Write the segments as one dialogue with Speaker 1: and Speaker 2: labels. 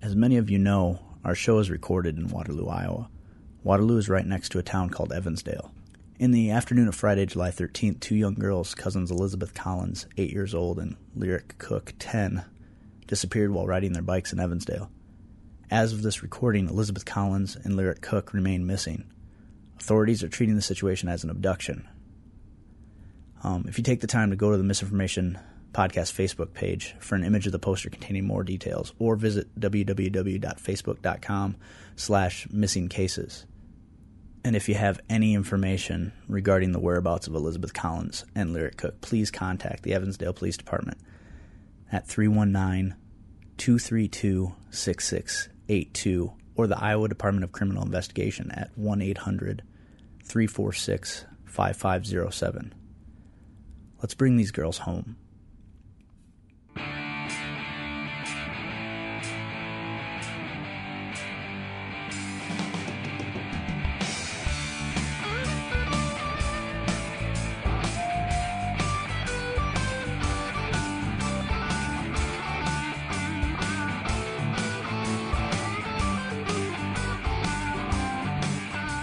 Speaker 1: As many of you know, our show is recorded in Waterloo, Iowa. Waterloo is right next to a town called Evansdale. In the afternoon of Friday, July 13th, two young girls, cousins Elizabeth Collins, 8 years old, and Lyric Cook, 10, disappeared while riding their bikes in Evansdale. As of this recording, Elizabeth Collins and Lyric Cook remain missing. Authorities are treating the situation as an abduction. Um, if you take the time to go to the Misinformation Podcast Facebook page for an image of the poster containing more details, or visit www.facebook.com slash missing cases. And if you have any information regarding the whereabouts of Elizabeth Collins and Lyric Cook, please contact the Evansdale Police Department at 319 232 6682 or the Iowa Department of Criminal Investigation at 1 800 346 5507. Let's bring these girls home.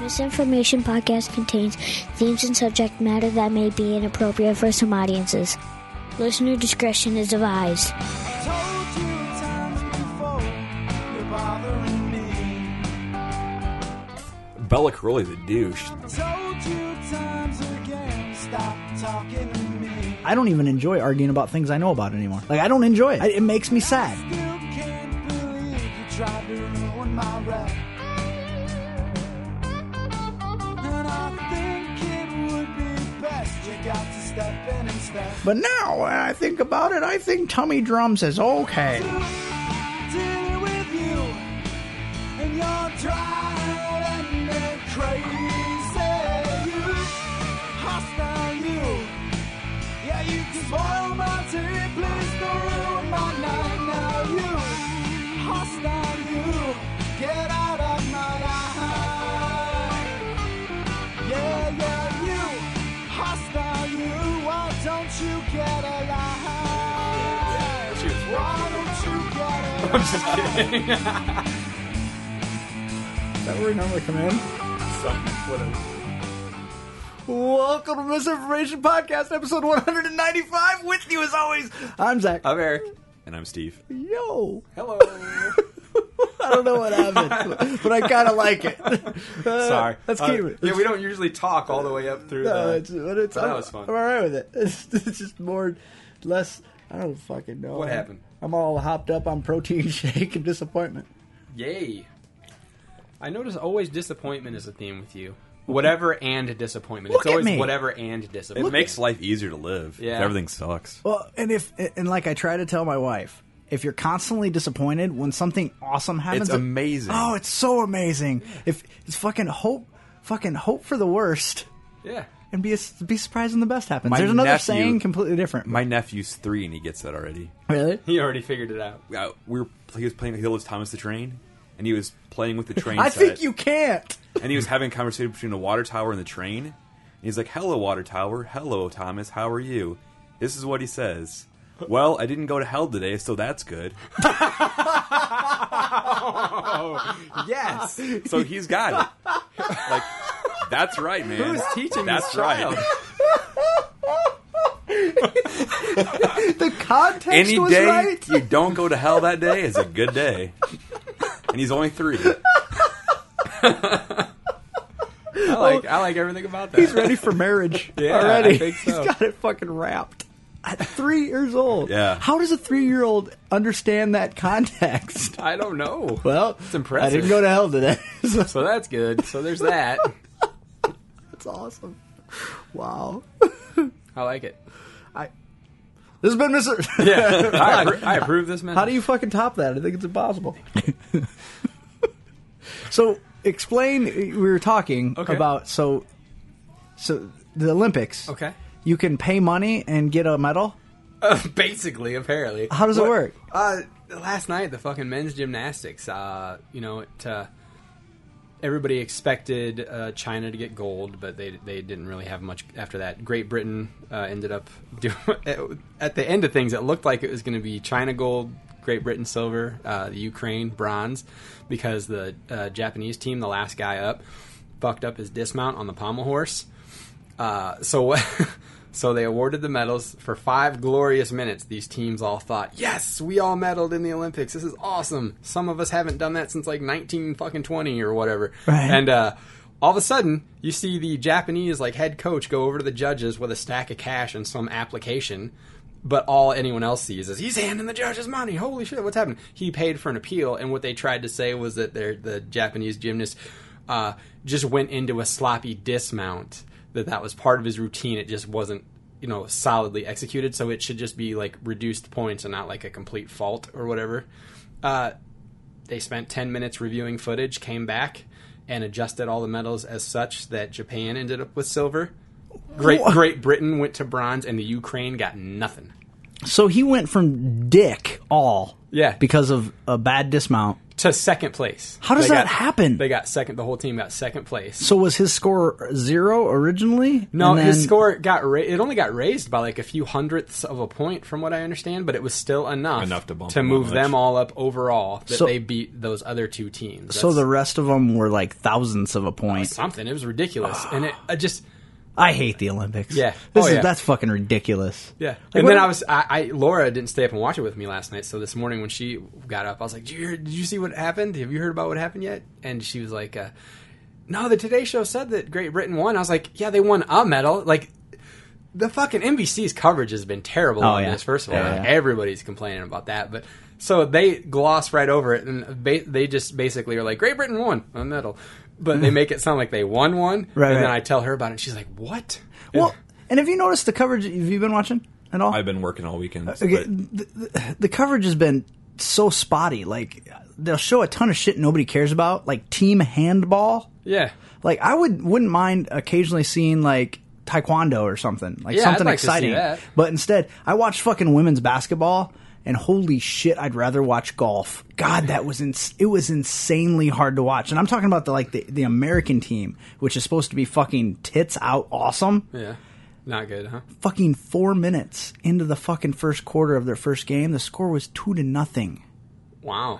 Speaker 2: Misinformation podcast contains themes and subject matter that may be inappropriate for some audiences. Listener discretion is advised.
Speaker 3: Told you times before, you're bothering me.
Speaker 4: Bella Caroli's a douche.
Speaker 3: Told you times again, stop talking to me.
Speaker 1: I don't even enjoy arguing about things I know about anymore. Like, I don't enjoy it. I, it makes me sad.
Speaker 3: Still can't believe you tried to ruin my rap. And I think it would be best you got to step in and step.
Speaker 1: But now, when I think about it, I think Tummy Drums is okay.
Speaker 3: Dealing with you, and you're dried and they're crazy. You, hostile you. Yeah, you can spoil my day, please don't ruin my night. Now you, hostile you. Get out of my life. Yeah, yeah, you, hostile you. Why don't you get alive? Why don't you get alive?
Speaker 1: Is that where we normally come in? Welcome to Misinformation Podcast, episode 195. With you as always, I'm Zach.
Speaker 4: I'm Eric. And I'm Steve.
Speaker 1: Yo,
Speaker 4: Hello.
Speaker 1: I don't know what happened, but I kind of like it. Uh,
Speaker 4: Sorry.
Speaker 1: let's
Speaker 4: Uh,
Speaker 1: keep it.
Speaker 4: Yeah, we don't usually talk all the way up through
Speaker 1: No,
Speaker 4: the.
Speaker 1: it's, but it's,
Speaker 4: but
Speaker 1: I'm,
Speaker 4: that was fun.
Speaker 1: I'm all right with it. It's, it's just more, less. I don't fucking know.
Speaker 4: What happened?
Speaker 1: I'm all hopped up on protein shake and disappointment.
Speaker 5: Yay. I notice always disappointment is a theme with you. Whatever and disappointment.
Speaker 1: Look
Speaker 5: it's
Speaker 1: at
Speaker 5: always
Speaker 1: me.
Speaker 5: whatever and
Speaker 4: it
Speaker 5: disappointment.
Speaker 4: makes life easier to live.
Speaker 5: Yeah.
Speaker 4: Everything sucks.
Speaker 1: Well, and if and like I try to tell my wife, if you're constantly disappointed when something awesome happens,
Speaker 4: It's amazing.
Speaker 1: Oh, it's so amazing. If it's fucking hope, fucking hope for the worst,
Speaker 5: Yeah.
Speaker 1: and be be surprised when the best happens.
Speaker 4: My
Speaker 1: There's another
Speaker 4: nephew-
Speaker 1: saying completely different.
Speaker 4: My nephew's three and he gets that already.
Speaker 1: really?
Speaker 5: He already figured it out.
Speaker 4: Uh, we were, he was playing, he loves Thomas the Train, and he was playing with the train
Speaker 1: I
Speaker 4: set.
Speaker 1: think you can't.
Speaker 4: and he was having a conversation between the water tower and the train. And he's like, "Hello, water tower. Hello, Thomas. How are you?" This is what he says. Well, I didn't go to hell today, so that's good.
Speaker 5: Yes.
Speaker 4: So he's got it. Like, that's right, man.
Speaker 5: Who's teaching
Speaker 4: That's
Speaker 5: this
Speaker 4: right.
Speaker 5: child?
Speaker 1: The context
Speaker 4: Any
Speaker 1: was
Speaker 4: day
Speaker 1: right.
Speaker 4: you don't go to hell that day is a good day. And he's only three.
Speaker 5: I like I like everything about that.
Speaker 1: He's ready for marriage
Speaker 5: Yeah,
Speaker 1: already.
Speaker 5: I think so.
Speaker 1: He's got it fucking wrapped. At three years old.
Speaker 4: Yeah.
Speaker 1: How does a three-year-old understand that context?
Speaker 5: I don't know.
Speaker 1: Well,
Speaker 5: It's impressive.
Speaker 1: I didn't go to hell today. so
Speaker 5: so that's good. So there's that.
Speaker 1: that's awesome. Wow.
Speaker 5: I like it.
Speaker 1: This has been Mister.
Speaker 5: Yeah. I, appro- I approve this message.
Speaker 1: How do you fucking top that? I think it's impossible. so explain. We were talking
Speaker 5: Okay.
Speaker 1: about so so the Olympics.
Speaker 5: Okay.
Speaker 1: You can pay money and get a medal.
Speaker 5: Basically, apparently.
Speaker 1: How does it
Speaker 5: What-
Speaker 1: work?
Speaker 5: Uh, last night, the fucking men's gymnastics. Uh, you know, it, uh, everybody expected uh, China to get gold, but they they didn't really have much after that. Great Britain uh, ended up doing, at the end of things. It looked like it was going to be China gold, Great Britain silver, uh, the Ukraine bronze, because the uh, Japanese team, the last guy up, fucked up his dismount on the pommel horse. Uh, so so they awarded the medals for five glorious minutes. These teams all thought, "Yes, we all medaled in the Olympics. This is awesome." Some of us haven't done that since like nineteen fucking twenty or whatever.
Speaker 1: Right.
Speaker 5: And uh, all of a sudden, you see the Japanese like head coach go over to the judges with a stack of cash and some application. But all anyone else sees is he's handing the judges money. Holy shit, what's happening? He paid for an appeal, and what they tried to say was that their the Japanese gymnast uh, just went into a sloppy dismount that that was part of his routine. It just wasn't, you know, solidly executed. So it should just be like reduced points and not like a complete fault or whatever. Uh, they spent 10 minutes reviewing footage, came back, and adjusted all the medals as such that Japan ended up with silver. Great
Speaker 1: Wha-
Speaker 5: Great Britain went to bronze, and the Ukraine got nothing.
Speaker 1: So he went from dick all
Speaker 5: Yeah.
Speaker 1: because of a bad dismount.
Speaker 5: To second place.
Speaker 1: How does
Speaker 5: They
Speaker 1: that
Speaker 5: got-
Speaker 1: happen?
Speaker 5: They got second. The whole team got second place.
Speaker 1: So was his score zero originally?
Speaker 5: No,
Speaker 1: And
Speaker 5: his
Speaker 1: then-
Speaker 5: score got ra- it only got raised by like a few hundredths of a point, from what I understand, but it was still enough
Speaker 6: Enough to bump
Speaker 5: to
Speaker 6: them
Speaker 5: move
Speaker 6: up.
Speaker 5: them all up overall that
Speaker 1: So-
Speaker 5: they beat those other two teams.
Speaker 1: So the
Speaker 5: That's
Speaker 1: rest of them were like thousandths of a point.
Speaker 5: something it was
Speaker 1: Ah.
Speaker 5: ridiculous, and it I just
Speaker 1: I hate the Olympics.
Speaker 5: Yeah.
Speaker 1: this
Speaker 5: Oh,
Speaker 1: is
Speaker 5: yeah.
Speaker 1: that's fucking ridiculous.
Speaker 5: yeah.
Speaker 1: Like,
Speaker 5: and then
Speaker 1: what-
Speaker 5: I was I, I Laura didn't stay up and watch it with me last night, so this morning when she got up, I was like, "Did you hear, did you see what happened? Have you heard about what happened yet?" And she was like, uh, "No, the Today Show said that Great Britain won." I was like, "Yeah, they won a medal." Like the fucking NBC's coverage has been terrible
Speaker 1: Oh,
Speaker 5: on
Speaker 1: yeah.
Speaker 5: this. First of all,
Speaker 1: Yeah,
Speaker 5: Like,
Speaker 1: yeah.
Speaker 5: everybody's complaining about that, but so they gloss right over it, and ba- they just basically are like, "Great Britain won a medal," but they make it sound like they won one.
Speaker 1: Right,
Speaker 5: and then
Speaker 1: right.
Speaker 5: I tell her about it, and she's like, "What?"
Speaker 1: Well, and have you noticed the coverage? Have you been watching at all?
Speaker 6: I've been working all weekend.
Speaker 1: Okay,
Speaker 6: but
Speaker 1: the, the, the coverage has been so spotty. Like they'll show a ton of shit nobody cares about, like team handball.
Speaker 5: yeah.
Speaker 1: Like I would wouldn't mind occasionally seeing like taekwondo or something, like
Speaker 5: Yeah, I'd
Speaker 1: something
Speaker 5: like to see
Speaker 1: exciting.
Speaker 5: that.
Speaker 1: But instead, I watched fucking women's basketball, and holy shit, I'd rather watch golf. God, that was ins- it was insanely hard to watch. And I'm talking about the like the, the American team, which is supposed to be fucking tits out awesome.
Speaker 5: Yeah. Not good, huh?
Speaker 1: Fucking four minutes into the fucking first quarter of their first game, the score was two to nothing.
Speaker 5: Wow.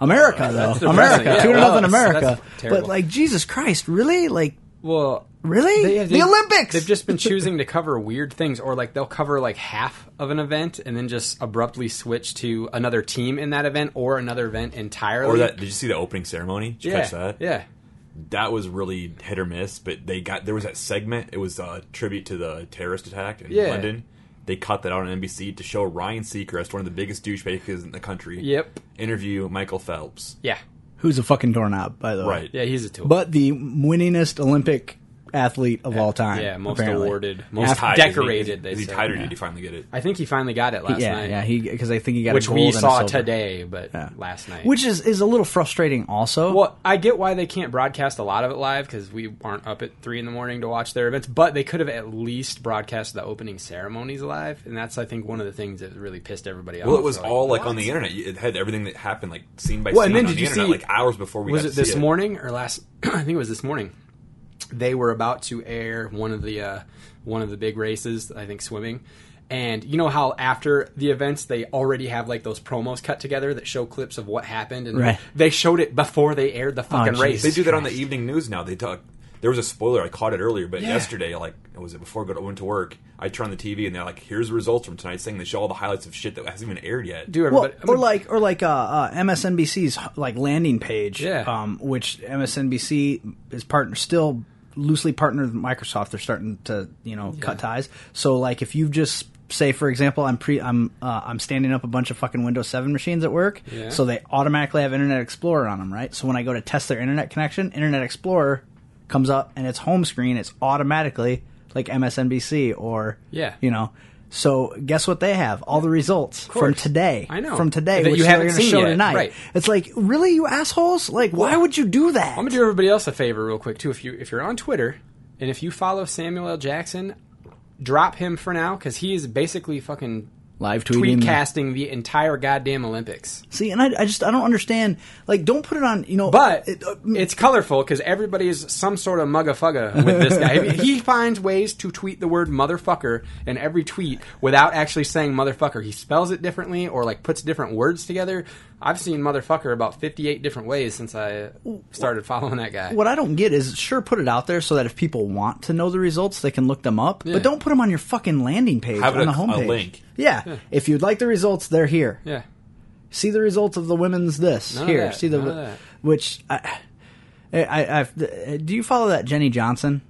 Speaker 1: America though,
Speaker 5: depressing.
Speaker 1: America
Speaker 5: Yeah,
Speaker 1: two to
Speaker 5: well,
Speaker 1: nothing,
Speaker 5: that's- that's
Speaker 1: America.
Speaker 5: terrible.
Speaker 1: But like Jesus Christ, really? Like
Speaker 5: Well,
Speaker 1: really?
Speaker 5: they-
Speaker 1: the
Speaker 5: they've-
Speaker 1: Olympics.
Speaker 5: They've just been choosing to cover weird things, or like they'll cover like half of an event and then just abruptly switch to another team in that event or another event entirely.
Speaker 6: or that did you see the opening ceremony? Did you
Speaker 5: yeah,
Speaker 6: catch that?
Speaker 5: yeah.
Speaker 6: that was really hit or miss. But they got there was that segment. It was a tribute to the terrorist attack in
Speaker 5: Yeah.
Speaker 6: London. They cut that out on NBC to show Ryan Seacrest, one of the biggest douchebags in the country.
Speaker 5: Yep.
Speaker 6: Interview Michael Phelps.
Speaker 5: Yeah.
Speaker 1: Who's a fucking doorknob, by the way.
Speaker 6: Right.
Speaker 5: Yeah, he's a tool.
Speaker 1: But the winningest Olympic athlete of all time.
Speaker 5: yeah, most
Speaker 1: apparently.
Speaker 5: awarded, most
Speaker 1: After-
Speaker 6: Tied, isn't he?
Speaker 5: decorated.
Speaker 6: Is,
Speaker 5: they
Speaker 6: is he
Speaker 5: said.
Speaker 6: tied or did he finally get it?
Speaker 5: I think he finally got it last
Speaker 1: Yeah,
Speaker 5: night.
Speaker 1: yeah, he because I think he got a
Speaker 5: which
Speaker 1: gold
Speaker 5: we
Speaker 1: and a
Speaker 5: saw
Speaker 1: silver.
Speaker 5: today, but last night.
Speaker 1: which is is a little frustrating. Also,
Speaker 5: Well, I get why they can't broadcast a lot of it live because we aren't up at three in the morning to watch their events. But they could have at least broadcast the opening ceremonies live, and that's I think one of the things that really pissed everybody off.
Speaker 6: Well, it was
Speaker 5: They're
Speaker 6: all like
Speaker 5: "What?"
Speaker 6: on the internet. It had everything that happened, like scene by
Speaker 5: Well,
Speaker 6: scene
Speaker 5: and then
Speaker 6: on
Speaker 5: did
Speaker 6: the
Speaker 5: you
Speaker 6: internet,
Speaker 5: see-
Speaker 6: like hours before we
Speaker 5: was
Speaker 6: got
Speaker 5: it
Speaker 6: to
Speaker 5: this
Speaker 6: see
Speaker 5: morning or last? I think it was this morning. They were about to air one of the uh, one of the big races. I think swimming. And you know how after the events they already have like those promos cut together that show clips of what happened, and
Speaker 1: Right. Oh,
Speaker 5: they showed it before they aired the fucking
Speaker 1: geez.
Speaker 5: race.
Speaker 6: They do that on the evening news now. They talk. There was a spoiler. I caught it earlier, but
Speaker 5: Yeah.
Speaker 6: yesterday, like, was it before I go to- went to work? I turned on the TV and they're like, "Here's the results from tonight's thing." They show all the highlights of shit that hasn't even aired yet.
Speaker 5: do
Speaker 1: Well,
Speaker 5: everybody
Speaker 1: or like or like uh, uh, MSNBC's like landing page,
Speaker 5: Yeah.
Speaker 1: um, which MSNBC is partner still loosely partnered with Microsoft. They're starting to you know cut ties. So like if you just say for example I'm pre I'm uh, I'm standing up a bunch of fucking Windows 7 machines at work,
Speaker 5: Yeah.
Speaker 1: so they automatically have Internet Explorer on them, right? So when I go to test their internet connection, Internet Explorer comes up and its home screen is automatically like MSNBC or
Speaker 5: Yeah.
Speaker 1: you know. So guess what they have? All the results from
Speaker 5: course.
Speaker 1: today.
Speaker 5: I know.
Speaker 1: from today,
Speaker 5: That
Speaker 1: which
Speaker 5: you
Speaker 1: they're
Speaker 5: haven't
Speaker 1: gonna
Speaker 5: seen
Speaker 1: show
Speaker 5: yet.
Speaker 1: tonight.
Speaker 5: Right.
Speaker 1: It's like, really, you assholes? Like, why would you do that?
Speaker 5: I'm gonna do everybody else a favor real quick too. If you if you're on Twitter and if you follow Samuel L. Jackson, drop him for now because he is basically fucking
Speaker 1: live tweeting.
Speaker 5: tweet casting the entire goddamn Olympics.
Speaker 1: See, and I, I just I don't understand. Like, don't put it on. You know,
Speaker 5: But
Speaker 1: it- uh,
Speaker 5: it's colorful because everybody is some sort of mugafugga with this guy. he finds ways to tweet the word motherfucker in every tweet without actually saying motherfucker. He spells it differently or like puts different words together. I've seen motherfucker about 58 different ways since I started following that guy.
Speaker 1: what I don't get is sure put it out there so that if people want to know the results, they can look them up.
Speaker 5: Yeah.
Speaker 1: But don't put them on your fucking landing page
Speaker 6: Have it
Speaker 1: on
Speaker 6: a-
Speaker 1: the
Speaker 6: a
Speaker 1: homepage.
Speaker 6: link.
Speaker 1: Yeah. if you'd like the results, they're here.
Speaker 5: Yeah.
Speaker 1: See the results of the women's this
Speaker 5: None of
Speaker 1: here.
Speaker 5: that,
Speaker 1: See the
Speaker 5: none of that.
Speaker 1: which I, I I've uh, do you follow that Jenny Johnson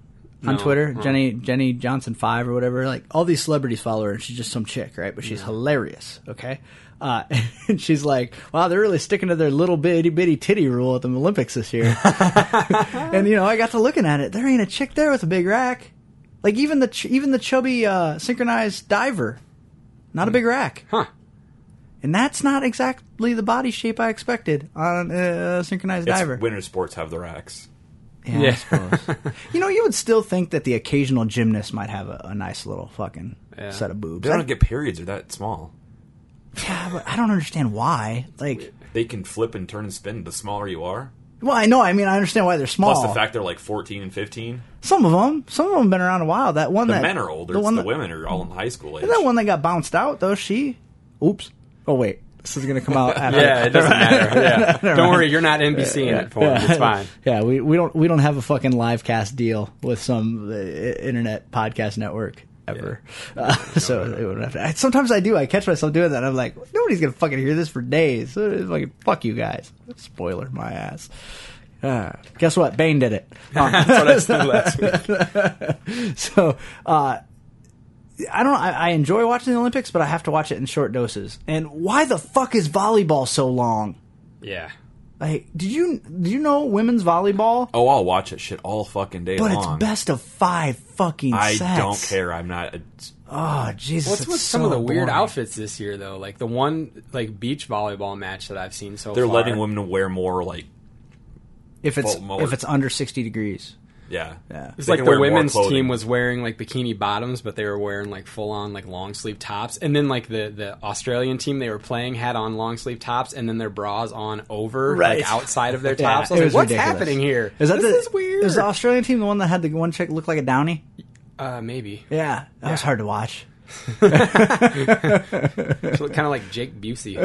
Speaker 1: on
Speaker 5: No,
Speaker 1: Twitter?
Speaker 5: no.
Speaker 1: Jenny Jenny Johnson five or whatever. Like all these celebrities follow her, and she's just some chick, right? But she's hilarious. Okay. Uh, and she's like, wow, they're really sticking to their little bitty bitty titty rule at the Olympics this year. and you know, I got to looking at it. There ain't a chick there with a big rack. Like even the ch- even the chubby uh, synchronized diver,
Speaker 6: Hmm.
Speaker 1: not a big rack.
Speaker 5: Huh.
Speaker 1: And that's not exactly the body shape I expected on a uh, synchronized
Speaker 6: It's
Speaker 1: diver.
Speaker 6: winter sports have the racks.
Speaker 1: Yeah, I
Speaker 5: Yeah.
Speaker 1: suppose. you know, you would still think that the occasional gymnast might have a, a nice little fucking
Speaker 5: Yeah.
Speaker 1: set of boobs.
Speaker 6: They
Speaker 1: I,
Speaker 6: don't get periods. They're that small.
Speaker 1: yeah, but I don't understand why. Like,
Speaker 6: They can flip and turn and spin. The smaller you are,
Speaker 1: well, I know. I mean, I understand why they're small.
Speaker 6: plus the fact they're like 14 and 15.
Speaker 1: some of them, some of them have been around a while. That one,
Speaker 6: The
Speaker 1: that
Speaker 6: men are older.
Speaker 1: The
Speaker 6: it's
Speaker 1: one
Speaker 6: the
Speaker 1: that,
Speaker 6: women are all in high school age.
Speaker 1: that one that got bounced out though. She, oops. Oh wait, this is gonna come out. After.
Speaker 5: Yeah, it doesn't matter. Yeah. Don't worry, you're not NBCing it for him. It's fine.
Speaker 1: Yeah, we, we don't we don't have a fucking live cast deal with some uh, internet podcast network ever. Uh, so it would have to, I, sometimes I do. I catch myself doing that. I'm like, nobody's gonna fucking hear this for days. Uh, Fucking fuck you guys. Spoiler my ass. Uh, guess what? Bane did it. Uh,
Speaker 5: That's what I said last week.
Speaker 1: so uh, I don't. I, I enjoy watching the Olympics, but I have to watch it in short doses. And why the fuck is volleyball so long?
Speaker 5: Yeah.
Speaker 1: Like, did you do you know women's volleyball?
Speaker 6: Oh, I'll watch that shit all fucking day
Speaker 1: But it's
Speaker 6: long.
Speaker 1: best of five fucking
Speaker 6: I
Speaker 1: sets.
Speaker 6: don't care. I'm not. A,
Speaker 1: Oh Jesus!
Speaker 5: What's
Speaker 1: it's
Speaker 5: with some
Speaker 1: so
Speaker 5: of the weird
Speaker 1: boring.
Speaker 5: outfits this year though? Like the one like beach volleyball match that I've seen so
Speaker 6: they're
Speaker 5: far.
Speaker 6: letting women wear more. Like,
Speaker 1: If it's
Speaker 6: Bolt mower.
Speaker 1: if it's under sixty degrees,
Speaker 6: yeah,
Speaker 1: Yeah.
Speaker 5: It's
Speaker 6: They
Speaker 5: like
Speaker 6: can
Speaker 5: the
Speaker 6: wear more
Speaker 5: women's
Speaker 6: clothing.
Speaker 5: team was wearing like bikini bottoms, but they were wearing like full on like long sleeve tops. And then like the the Australian team they were playing had on long sleeve tops, and then their bras on over
Speaker 1: Right.
Speaker 5: like outside of their
Speaker 1: Yeah,
Speaker 5: tops.
Speaker 1: it
Speaker 5: I was like,
Speaker 1: was
Speaker 5: what's
Speaker 1: ridiculous.
Speaker 5: happening here?
Speaker 1: Is that
Speaker 5: this
Speaker 1: the,
Speaker 5: is weird.
Speaker 1: Is the Australian team the one that had the one chick look like a downy?
Speaker 5: uh, maybe
Speaker 1: Yeah, that was
Speaker 5: Yeah.
Speaker 1: hard to watch.
Speaker 5: kind of like Jake Busey.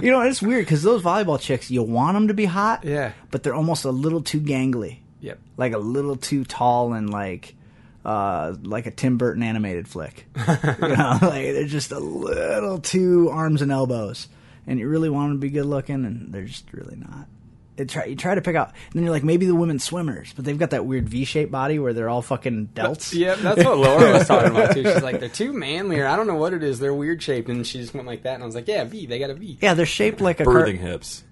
Speaker 1: You know, it's weird because those volleyball chicks, you want them to be hot,
Speaker 5: Yeah.
Speaker 1: but they're almost a little too gangly,
Speaker 5: yep.
Speaker 1: like a little too tall and like. Uh, like a Tim Burton animated flick. you know, like they're just a little too arms and elbows, and you really want them to be good looking, and they're just really not. It try you try to pick out, and then you're like maybe the women swimmers, but they've got that weird V-shaped body where they're all fucking delts.
Speaker 5: Yep, that's what Laura was talking about too. She's like, they're too manlier. I don't know what it is. They're weird shaped, and she just went like that. And I was like, yeah, V. They got a V.
Speaker 1: Yeah, they're shaped like a car-
Speaker 6: birthing hips.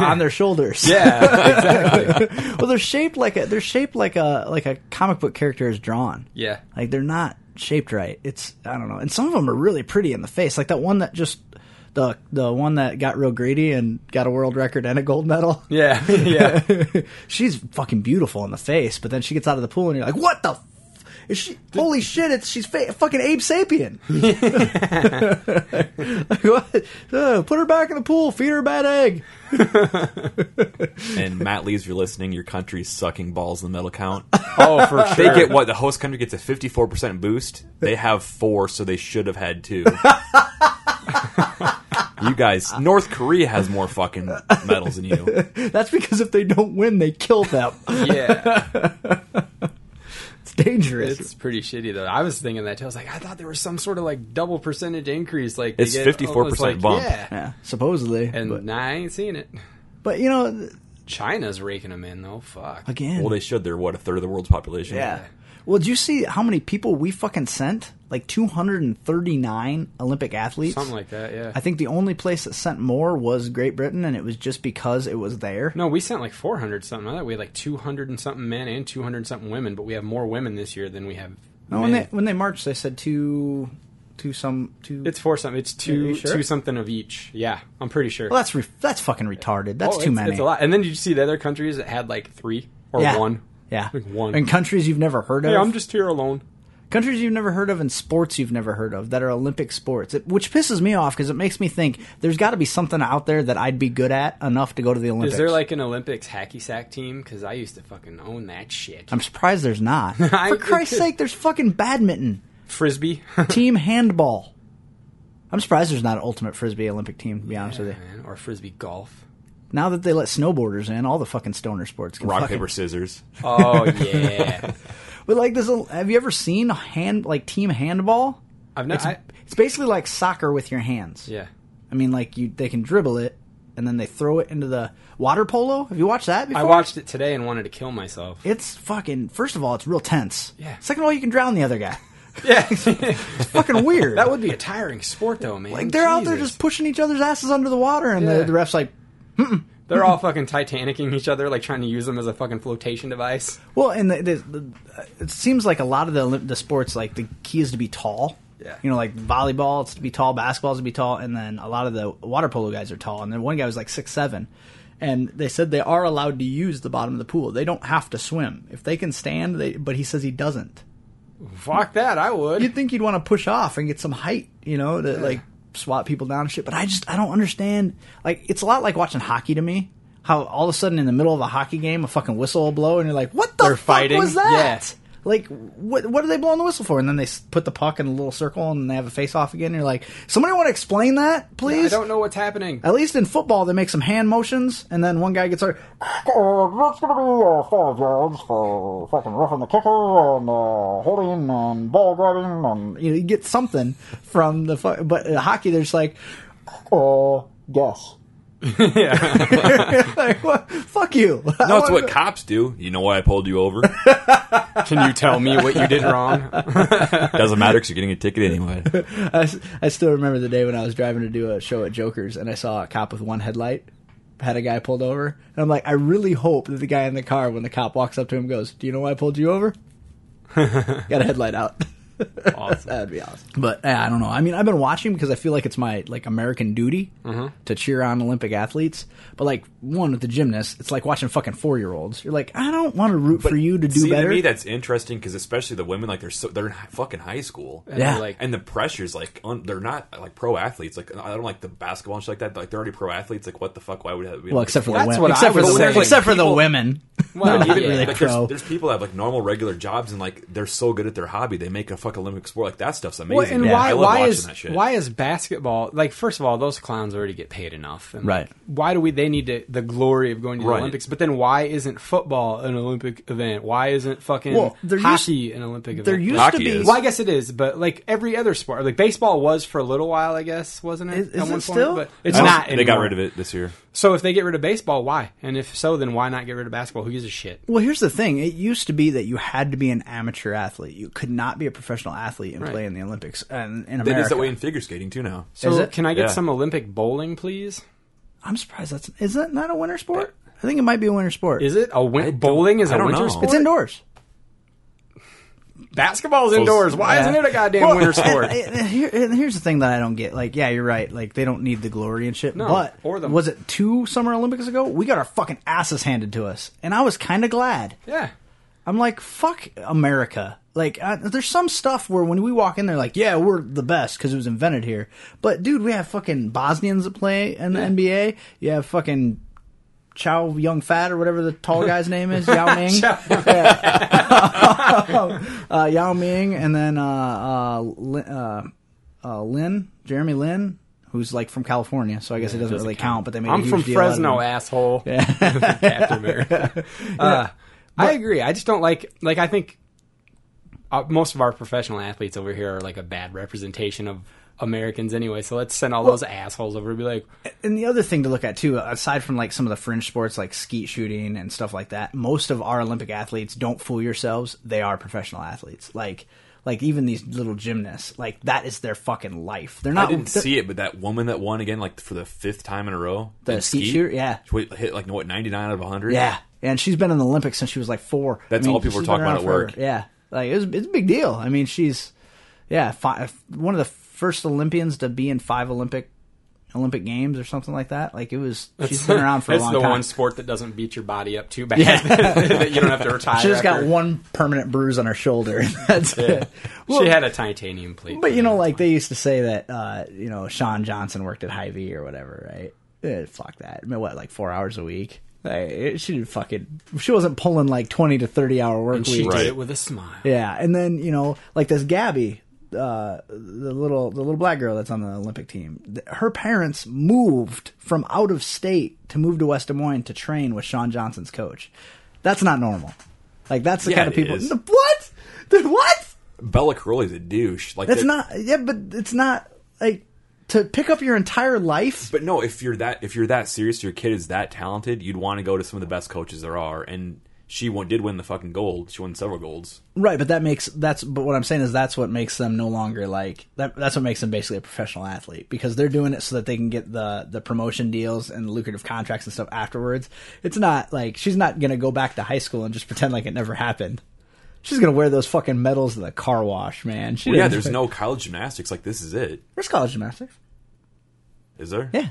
Speaker 1: on their shoulders.
Speaker 5: Yeah, exactly.
Speaker 1: well, they're shaped like a they're shaped like a like a comic book character is drawn.
Speaker 5: Yeah.
Speaker 1: Like they're not shaped right. It's I don't know. And some of them are really pretty in the face. Like that one that just the the one that got real greedy and got a world record and a gold medal.
Speaker 5: Yeah, yeah.
Speaker 1: She's fucking beautiful in the face, but then she gets out of the pool and you're like, "What the f- is she? Holy shit! It's she's fa- fucking Abe Sapien. Like, what? Uh, put her back in the pool. Feed her a bad egg.
Speaker 6: And Matt Lee, if you're listening, your country's sucking balls in the medal count.
Speaker 5: Oh, for sure.
Speaker 6: They get what the host country gets a 54% boost. They have four, so they should have had two. you guys, North Korea has more fucking medals than you.
Speaker 1: That's because if they don't win, they kill them.
Speaker 5: Yeah,
Speaker 1: It's dangerous.
Speaker 5: it's pretty shitty though. I was thinking that too. I was like, I thought there was some sort of like double percentage increase. Like they
Speaker 6: It's
Speaker 5: get
Speaker 6: 54%
Speaker 5: almost, like,
Speaker 6: bump.
Speaker 5: Yeah,
Speaker 1: yeah, supposedly.
Speaker 5: and
Speaker 1: but,
Speaker 5: nah, I ain't seeing it.
Speaker 1: but, you know, th-
Speaker 5: China's raking them in though. Fuck.
Speaker 1: again,
Speaker 6: Well, they should. They're what, a third of the world's population?
Speaker 1: yeah. Well, did you see how many people we fucking sent? Like 239 Olympic athletes.
Speaker 5: Something like that. Yeah.
Speaker 1: I think the only place that sent more was Great Britain, and it was just because it was there.
Speaker 5: no, we sent like 400 something. I thought we had like 200 and something men and 200 and something women, but we have more women this year than we have.
Speaker 1: No, when
Speaker 5: men.
Speaker 1: they when they marched, they said two, two some two.
Speaker 5: It's four something. It's
Speaker 1: Are you
Speaker 5: two
Speaker 1: sure?
Speaker 5: two something of each. Yeah, I'm pretty sure.
Speaker 1: well, that's re- that's fucking retarded. That's
Speaker 5: Oh,
Speaker 1: too
Speaker 5: it's,
Speaker 1: many.
Speaker 5: It's a lot. And then did you see the other countries that had like three or
Speaker 1: Yeah.
Speaker 5: one?
Speaker 1: Yeah,
Speaker 5: Like one.
Speaker 1: in countries you've never heard of.
Speaker 5: Hey, I'm just here alone.
Speaker 1: Countries you've never heard of and sports you've never heard of that are Olympic sports, it, which pisses me off because it makes me think there's got to be something out there that I'd be good at enough to go to the Olympics.
Speaker 5: Is there like an Olympics hacky sack team? Because I used to fucking own that shit.
Speaker 1: I'm surprised there's not.
Speaker 5: I-
Speaker 1: For Christ's sake, there's fucking badminton,
Speaker 5: Frisbee.
Speaker 1: team handball. I'm surprised there's not an ultimate frisbee Olympic team. To be honest with you,
Speaker 5: Man, or frisbee golf.
Speaker 1: now that they let snowboarders in, all the fucking stoner sports can
Speaker 6: Rock,
Speaker 1: fucking-
Speaker 6: paper, scissors.
Speaker 5: Oh yeah,
Speaker 1: But like this, have you ever seen hand like team handball?
Speaker 5: I've not. I,
Speaker 1: It's basically like soccer with your hands.
Speaker 5: yeah,
Speaker 1: I mean, like you, they can dribble it and then they throw it into the water polo. Have you watched that? Before?
Speaker 5: I watched it today and wanted to kill myself.
Speaker 1: It's fucking. First of all, it's real tense.
Speaker 5: Yeah.
Speaker 1: Second of all, you can drown the other guy.
Speaker 5: Yeah,
Speaker 1: It's fucking weird.
Speaker 5: that would be a tiring sport though, man.
Speaker 1: like they're out there
Speaker 5: Jesus.
Speaker 1: just pushing each other's asses under the water, and
Speaker 5: Yeah.
Speaker 1: the, the refs like,
Speaker 5: they're all fucking titanicking each other, like trying to use them as a fucking flotation device.
Speaker 1: well, and the, the, the, it seems like a lot of the Olymp- the sports, like the key is to be tall.
Speaker 5: Yeah.
Speaker 1: You know, like volleyball, it's to be tall. Basketball is to be tall, and then a lot of the water polo guys are tall. And then one guy was like six seven, and they said they are allowed to use the bottom of the pool. They don't have to swim if they can stand. They, but he says he doesn't.
Speaker 5: Fuck that, I would.
Speaker 1: you'd think you'd want to push off and get some height, you know, to like swat people down and shit. But I just I don't understand. Like it's a lot like watching hockey to me. How all of a sudden in the middle of a hockey game, a fucking whistle will blow, and you're like, "What the
Speaker 5: They're
Speaker 1: fuck
Speaker 5: fighting?
Speaker 1: was that?"
Speaker 5: Yeah.
Speaker 1: Like, what what are they blowing the whistle for? And then they s- put the puck in a little circle, and they have a face off again. And you're like, "Somebody want to explain that, please?"
Speaker 5: I don't know what's happening.
Speaker 1: At least in football, they make some hand motions, and then one guy gets hurt.
Speaker 7: Uh, that's going to be uh, five yards for fucking roughing the kicker and uh, holding and ball grabbing and
Speaker 1: You, know, you get something from the fu- but in hockey, they're just like,
Speaker 7: uh, guess.
Speaker 1: like what? "Fuck you."
Speaker 6: No, it's what cops do. You know why I pulled you over?
Speaker 5: Can you tell me what you did wrong?
Speaker 6: Doesn't matter because you're getting a ticket anyway.
Speaker 1: I, s- I still remember the day when I was driving to do a show at Joker's and I saw a cop with one headlight had a guy pulled over and I'm like I really hope that the guy in the car when the cop walks up to him goes do you know why I pulled you over got a headlight out
Speaker 5: awesome.
Speaker 1: that'd be awesome but eh, I don't know I mean I've been watching because I feel like it's my like American duty to cheer on Olympic athletes but like one with the gymnasts it's like watching fucking four year olds you're like I don't want to root for you to do
Speaker 6: See,
Speaker 1: better
Speaker 6: to me, that's interesting because especially the women, like they're so they're in hi- fucking high school.
Speaker 1: Yeah.
Speaker 5: Like,
Speaker 6: And the pressure's like un, they're not like pro athletes. Like I don't like the basketball and shit like that. Like they're already pro athletes. Like what the fuck? Why would that be?
Speaker 1: well except for the
Speaker 5: That's
Speaker 1: women
Speaker 5: what I
Speaker 1: except for
Speaker 5: was
Speaker 1: the
Speaker 5: saying.
Speaker 1: women except for the
Speaker 6: People-
Speaker 1: women
Speaker 5: well,
Speaker 1: not
Speaker 5: yeah.
Speaker 1: really
Speaker 6: like
Speaker 1: pro.
Speaker 6: there's, there's people that have like normal regular jobs and like they're so good at their hobby they make a fucking Olympic sport like that stuff's amazing.
Speaker 5: Well, and
Speaker 6: man. I
Speaker 5: why,
Speaker 6: love
Speaker 5: why
Speaker 6: watching
Speaker 5: is
Speaker 6: that shit.
Speaker 5: why is basketball like? First of all, those clowns already get paid enough, and
Speaker 1: Right.
Speaker 5: Why do we? They need to, the glory of going to the
Speaker 6: Right.
Speaker 5: Olympics. But then, why isn't football an Olympic event? Why isn't fucking
Speaker 1: Well, they're
Speaker 5: hockey
Speaker 1: used-
Speaker 5: an Olympic
Speaker 1: there
Speaker 5: event?
Speaker 1: used
Speaker 6: Hockey
Speaker 1: to be
Speaker 6: is.
Speaker 5: well, I guess it is, but like every other sport, like baseball was for a little while, I guess, wasn't it?
Speaker 1: Is-
Speaker 5: at
Speaker 1: is
Speaker 5: one
Speaker 1: it still?
Speaker 5: But
Speaker 1: I
Speaker 5: it's
Speaker 6: I don't-
Speaker 5: not.
Speaker 6: They got
Speaker 5: anymore.
Speaker 6: rid of it this year.
Speaker 5: So if they get rid of baseball, why? And if so, then why not get rid of basketball? Who gives a shit?
Speaker 1: Well, here's the thing. It used to be that you had to be an amateur athlete. You could not be a professional athlete and
Speaker 5: Right.
Speaker 1: play in the Olympics. And in
Speaker 6: They
Speaker 1: America,
Speaker 6: did that way in figure skating too now.
Speaker 5: So
Speaker 1: Is it?
Speaker 5: can I get
Speaker 6: Yeah.
Speaker 5: some Olympic bowling, please?
Speaker 1: I'm surprised that's is that not a winter sport? I think it might be a winter sport.
Speaker 5: Is it a win- bowling is
Speaker 6: I
Speaker 5: a
Speaker 6: don't
Speaker 5: winter
Speaker 6: know.
Speaker 5: sport?
Speaker 1: It's indoors.
Speaker 5: Basketball's indoors. Why
Speaker 1: Yeah.
Speaker 5: isn't it a goddamn
Speaker 1: Well,
Speaker 5: winter sport?
Speaker 1: and- and here- and here's the thing that I don't get. Like, yeah, you're right. Like, they don't need the glory and shit.
Speaker 5: No,
Speaker 1: but
Speaker 5: or the-
Speaker 1: was it two Summer Olympics ago? We got our fucking asses handed to us, and I was kind of glad.
Speaker 5: yeah.
Speaker 1: I'm like, fuck America. Like, uh, there's some stuff where when we walk in, they're like, yeah, we're the best because it was invented here. But dude, we have fucking Bosnians that play in the NBA. You have fucking Chow Young Fat or whatever the tall guy's name is, Yao Ming. Yeah. uh, Yao Ming, and then uh, uh, Lin, uh, uh, Lin, Jeremy Lin, who's like from California, so I guess it doesn't, really count. But they made a
Speaker 5: I'm
Speaker 1: huge
Speaker 5: from
Speaker 1: deal out of
Speaker 5: Fresno,
Speaker 1: him.
Speaker 5: asshole. Captain America. Uh, I agree. I just don't like. Like I think uh, most of our professional athletes over here are like a bad representation of Americans anyway. So let's send all those assholes over and be like,
Speaker 1: and the other thing to look at too, aside from like some of the fringe sports like skeet shooting and stuff like that, most of our Olympic athletes don't fool yourselves; they are professional athletes. Like, like even these little gymnasts, like that is their fucking life. They're
Speaker 6: I
Speaker 1: not.
Speaker 6: didn't
Speaker 1: they're-
Speaker 6: see it, but that woman that won again, like for the fifth time in a row,
Speaker 1: The
Speaker 6: in
Speaker 1: skeet shooter? Yeah.
Speaker 6: she hit hit, like what ninety nine out of hundred.
Speaker 1: Yeah, and she's been in the Olympics since she was like four.
Speaker 6: That's all people
Speaker 1: she's
Speaker 6: were
Speaker 1: been
Speaker 6: talking about
Speaker 1: around
Speaker 6: at work.
Speaker 1: forever. Yeah, like it was, it's a big deal. I mean, she's yeah, fi one of the first Olympians to be in five Olympic Olympic Games or something like that. Like it was, she's
Speaker 5: That's-
Speaker 1: been around for a
Speaker 5: that's
Speaker 1: long
Speaker 5: the
Speaker 1: time.
Speaker 5: one sport that doesn't beat your body up too bad that you don't have to retire.
Speaker 1: she just got
Speaker 5: after.
Speaker 1: one permanent bruise on her shoulder. That's it. Well,
Speaker 5: she had a titanium plate.
Speaker 1: But you know, like they used to say that, uh, you know, Sean Johnson worked at Hy-Vee or whatever, right? Eh, fuck that. I mean, what, like four hours a week? Like, it, she did fucking. She wasn't pulling like twenty to thirty hour work
Speaker 5: and she
Speaker 1: weeks.
Speaker 5: did
Speaker 6: Right.
Speaker 5: it with a smile.
Speaker 1: Yeah, and then you know, like this Gabby, uh, the little the little black girl that's on the Olympic team. th- Her parents moved from out of state to move to West Des Moines to train with Sean Johnson's coach. That's not normal. Like that's the
Speaker 6: Yeah,
Speaker 1: kind of
Speaker 6: it
Speaker 1: people.
Speaker 6: is.
Speaker 1: N- What? Th- What?
Speaker 6: Bella Caroli's a douche. Like
Speaker 1: That's
Speaker 6: that-
Speaker 1: not. Yeah, but it's not like to pick up your entire life.
Speaker 6: But no, if you're that if you're that serious, your kid is that talented, you'd want to go to some of the best coaches there are. And she won, did win the fucking gold. She won several golds.
Speaker 1: Right, but that makes that's. But what I'm saying is that's what makes them no longer like that. That's what makes them basically a professional athlete because they're doing it so that they can get the the promotion deals and lucrative contracts and stuff afterwards. It's not like she's not gonna go back to high school and just pretend like it never happened. She's gonna wear those fucking medals to the car wash, man. She
Speaker 6: Well, yeah,
Speaker 1: doesn't-
Speaker 6: there's no college gymnastics. Like this is it,
Speaker 1: there's college gymnastics.
Speaker 6: is there?
Speaker 1: Yeah,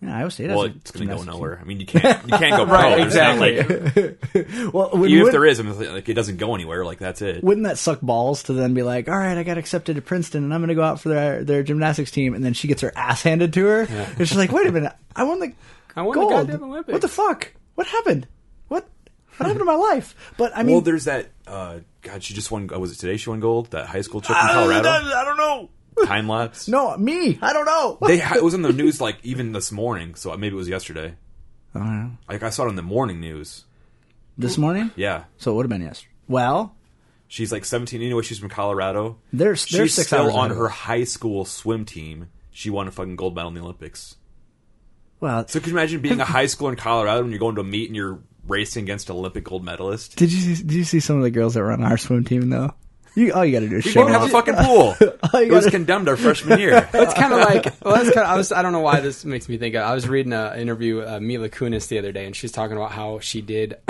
Speaker 1: yeah, Iowa State. has
Speaker 6: Well,
Speaker 1: a
Speaker 6: it's gonna go
Speaker 1: gymnastics team.
Speaker 6: nowhere. I mean, you can't you can't go pro.
Speaker 5: Right,
Speaker 6: There's not,
Speaker 5: exactly.
Speaker 6: like-
Speaker 1: Well, when
Speaker 6: even
Speaker 1: you
Speaker 6: if there is, I mean, like it doesn't go anywhere. Like that's it.
Speaker 1: wouldn't that suck balls to then be like, all right, I got accepted to Princeton and I'm going to go out for their their gymnastics team, and then she gets her ass handed to her. And she's like, wait a minute, I won the
Speaker 5: I won the
Speaker 1: gold.
Speaker 5: goddamn Olympics."
Speaker 1: What the fuck? What happened? What what happened to my life? But I mean,
Speaker 6: well, there's that. Uh, God, she just won. uh, Was it today? She won gold. That high school chick from
Speaker 1: I don't-
Speaker 6: Colorado.
Speaker 1: I don't know.
Speaker 6: Time lapse.
Speaker 1: No, me. I don't know.
Speaker 6: they ha- it was in the news like even this morning. So maybe it was yesterday.
Speaker 1: I don't know.
Speaker 6: Like I saw it on the morning news.
Speaker 1: This morning,
Speaker 6: Yeah,
Speaker 1: so it would have been yesterday. Well,
Speaker 6: she's like 17. Anyway, she's from Colorado.
Speaker 1: there's
Speaker 6: She's
Speaker 1: there's six
Speaker 6: still
Speaker 1: hours
Speaker 6: on
Speaker 1: ahead.
Speaker 6: her high school swim team. She won a fucking gold medal in the Olympics.
Speaker 1: Well,
Speaker 6: So can you imagine being a high schooler in Colorado when you're going to a meet and you're racing against an Olympic gold medalist?
Speaker 1: did you see, did you see some of the girls that were on our swim team though? You all you got to do is
Speaker 6: We
Speaker 1: show
Speaker 6: didn't have a
Speaker 1: up.
Speaker 6: fucking pool.
Speaker 1: Oh, you
Speaker 6: It was
Speaker 1: gotta-
Speaker 6: condemned our freshman year.
Speaker 5: That's kind of like well, that's kind of. I was. I don't know why this makes me think. Of, I was reading an interview uh, Mila Kunis the other day, and she's talking about how she did.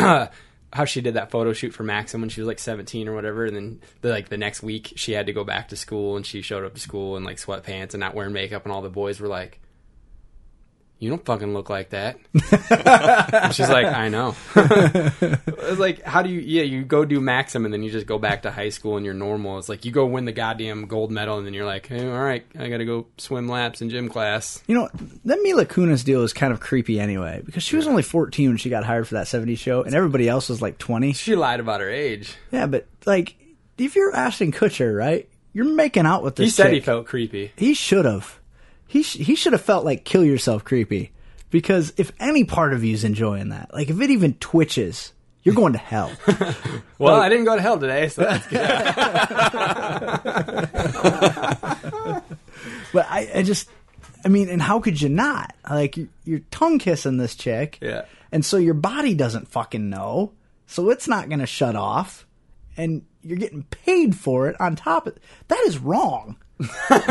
Speaker 5: How she did that photo shoot for Maxim when she was like 17 or whatever, and then the, like the next week she had to go back to school, and she showed up to school in like sweatpants and not wearing makeup, and all the boys were like, "You don't fucking look like that." and she's like, "I know." it's like, how do you? Yeah, you go do Maxim, and then you just go back to high school and you're normal. It's like you go win the goddamn gold medal, and then you're like, hey, all right, I got to go swim laps in gym class.
Speaker 1: You know, that Mila Kunis deal is kind of creepy anyway, because she was only 14 when she got hired for that 70s show, and everybody else was like 20.
Speaker 5: She lied about her age.
Speaker 1: Yeah, but, like, if you're Ashton Kutcher, right, you're making out with this
Speaker 5: He said
Speaker 1: chick.
Speaker 5: he felt creepy.
Speaker 1: He should have. He, sh- he should have felt like kill yourself creepy, because if any part of you's enjoying that, like, if it even twitches, you're going to hell.
Speaker 5: Well, I didn't go to hell today, so that's good.
Speaker 1: but I, I just, I mean, and how could you not? Like, you- you're tongue kissing this chick.
Speaker 5: Yeah.
Speaker 1: And so your body doesn't fucking know. So it's not going to shut off. And you're getting paid for it on top of that is wrong. like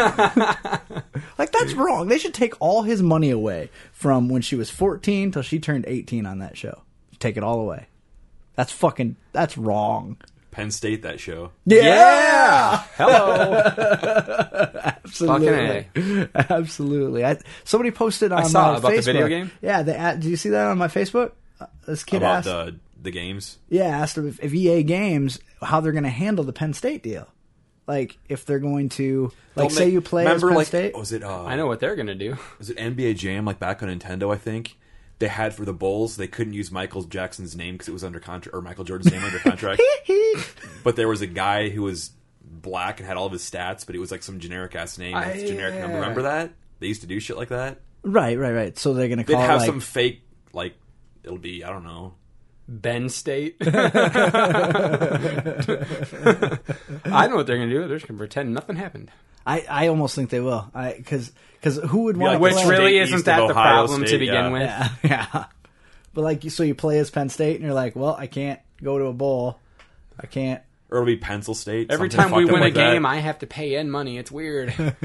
Speaker 1: that's wrong. They should take all his money away from when she was 14 till she turned 18 on that show. Take it all away. That's fucking that's wrong.
Speaker 6: Penn State that show.
Speaker 5: Yeah! Hello. Fucking
Speaker 1: Absolutely. Absolutely. I, somebody posted on
Speaker 5: saw
Speaker 1: my
Speaker 5: about the
Speaker 1: Facebook-
Speaker 5: video game.
Speaker 1: Yeah, they, a- did you see that on my Facebook? Uh, This kid
Speaker 6: about
Speaker 1: asked,
Speaker 6: the the games.
Speaker 1: yeah, asked if, if EA Games how they're going to handle the Penn State deal, like if they're going to like
Speaker 6: They'll
Speaker 1: say
Speaker 6: make-
Speaker 1: you play as
Speaker 6: remember,
Speaker 1: Penn
Speaker 6: like,
Speaker 1: State.
Speaker 6: Was it? Uh,
Speaker 5: I know what they're going to do.
Speaker 6: Was it NBA Jam? Like back on Nintendo, I think they had for the Bulls. They couldn't use Michael Jackson's name because it was under contract or Michael Jordan's name under contract.
Speaker 5: oh,
Speaker 6: But there was a guy who was black and had all of his stats, but it was like some generic ass name,
Speaker 5: I-
Speaker 6: with his generic number.
Speaker 5: yeah.
Speaker 6: Remember that? They used to do shit like that.
Speaker 1: right, right, right. So they're going to
Speaker 6: They'd
Speaker 1: call it,
Speaker 6: have
Speaker 1: like,
Speaker 6: some fake like it'll be I don't know.
Speaker 5: Ben State. I know what they're going to do. They're just going to pretend nothing happened.
Speaker 1: I, I almost think they will. I because because who would
Speaker 6: like
Speaker 1: want
Speaker 5: Which
Speaker 1: to play?
Speaker 6: State
Speaker 5: really
Speaker 6: East
Speaker 5: isn't
Speaker 6: of
Speaker 5: that the
Speaker 6: Ohio
Speaker 5: problem to
Speaker 6: State,
Speaker 5: begin
Speaker 6: yeah.
Speaker 5: with.
Speaker 1: yeah, yeah. But like, so you play as Penn State, and you're like, well, I can't go to a bowl. I can't.
Speaker 6: Or it'll be Pencil State.
Speaker 5: Every
Speaker 6: something
Speaker 5: time we
Speaker 6: fucked up
Speaker 5: win a
Speaker 6: like that.
Speaker 5: game, I have to pay in money. It's weird.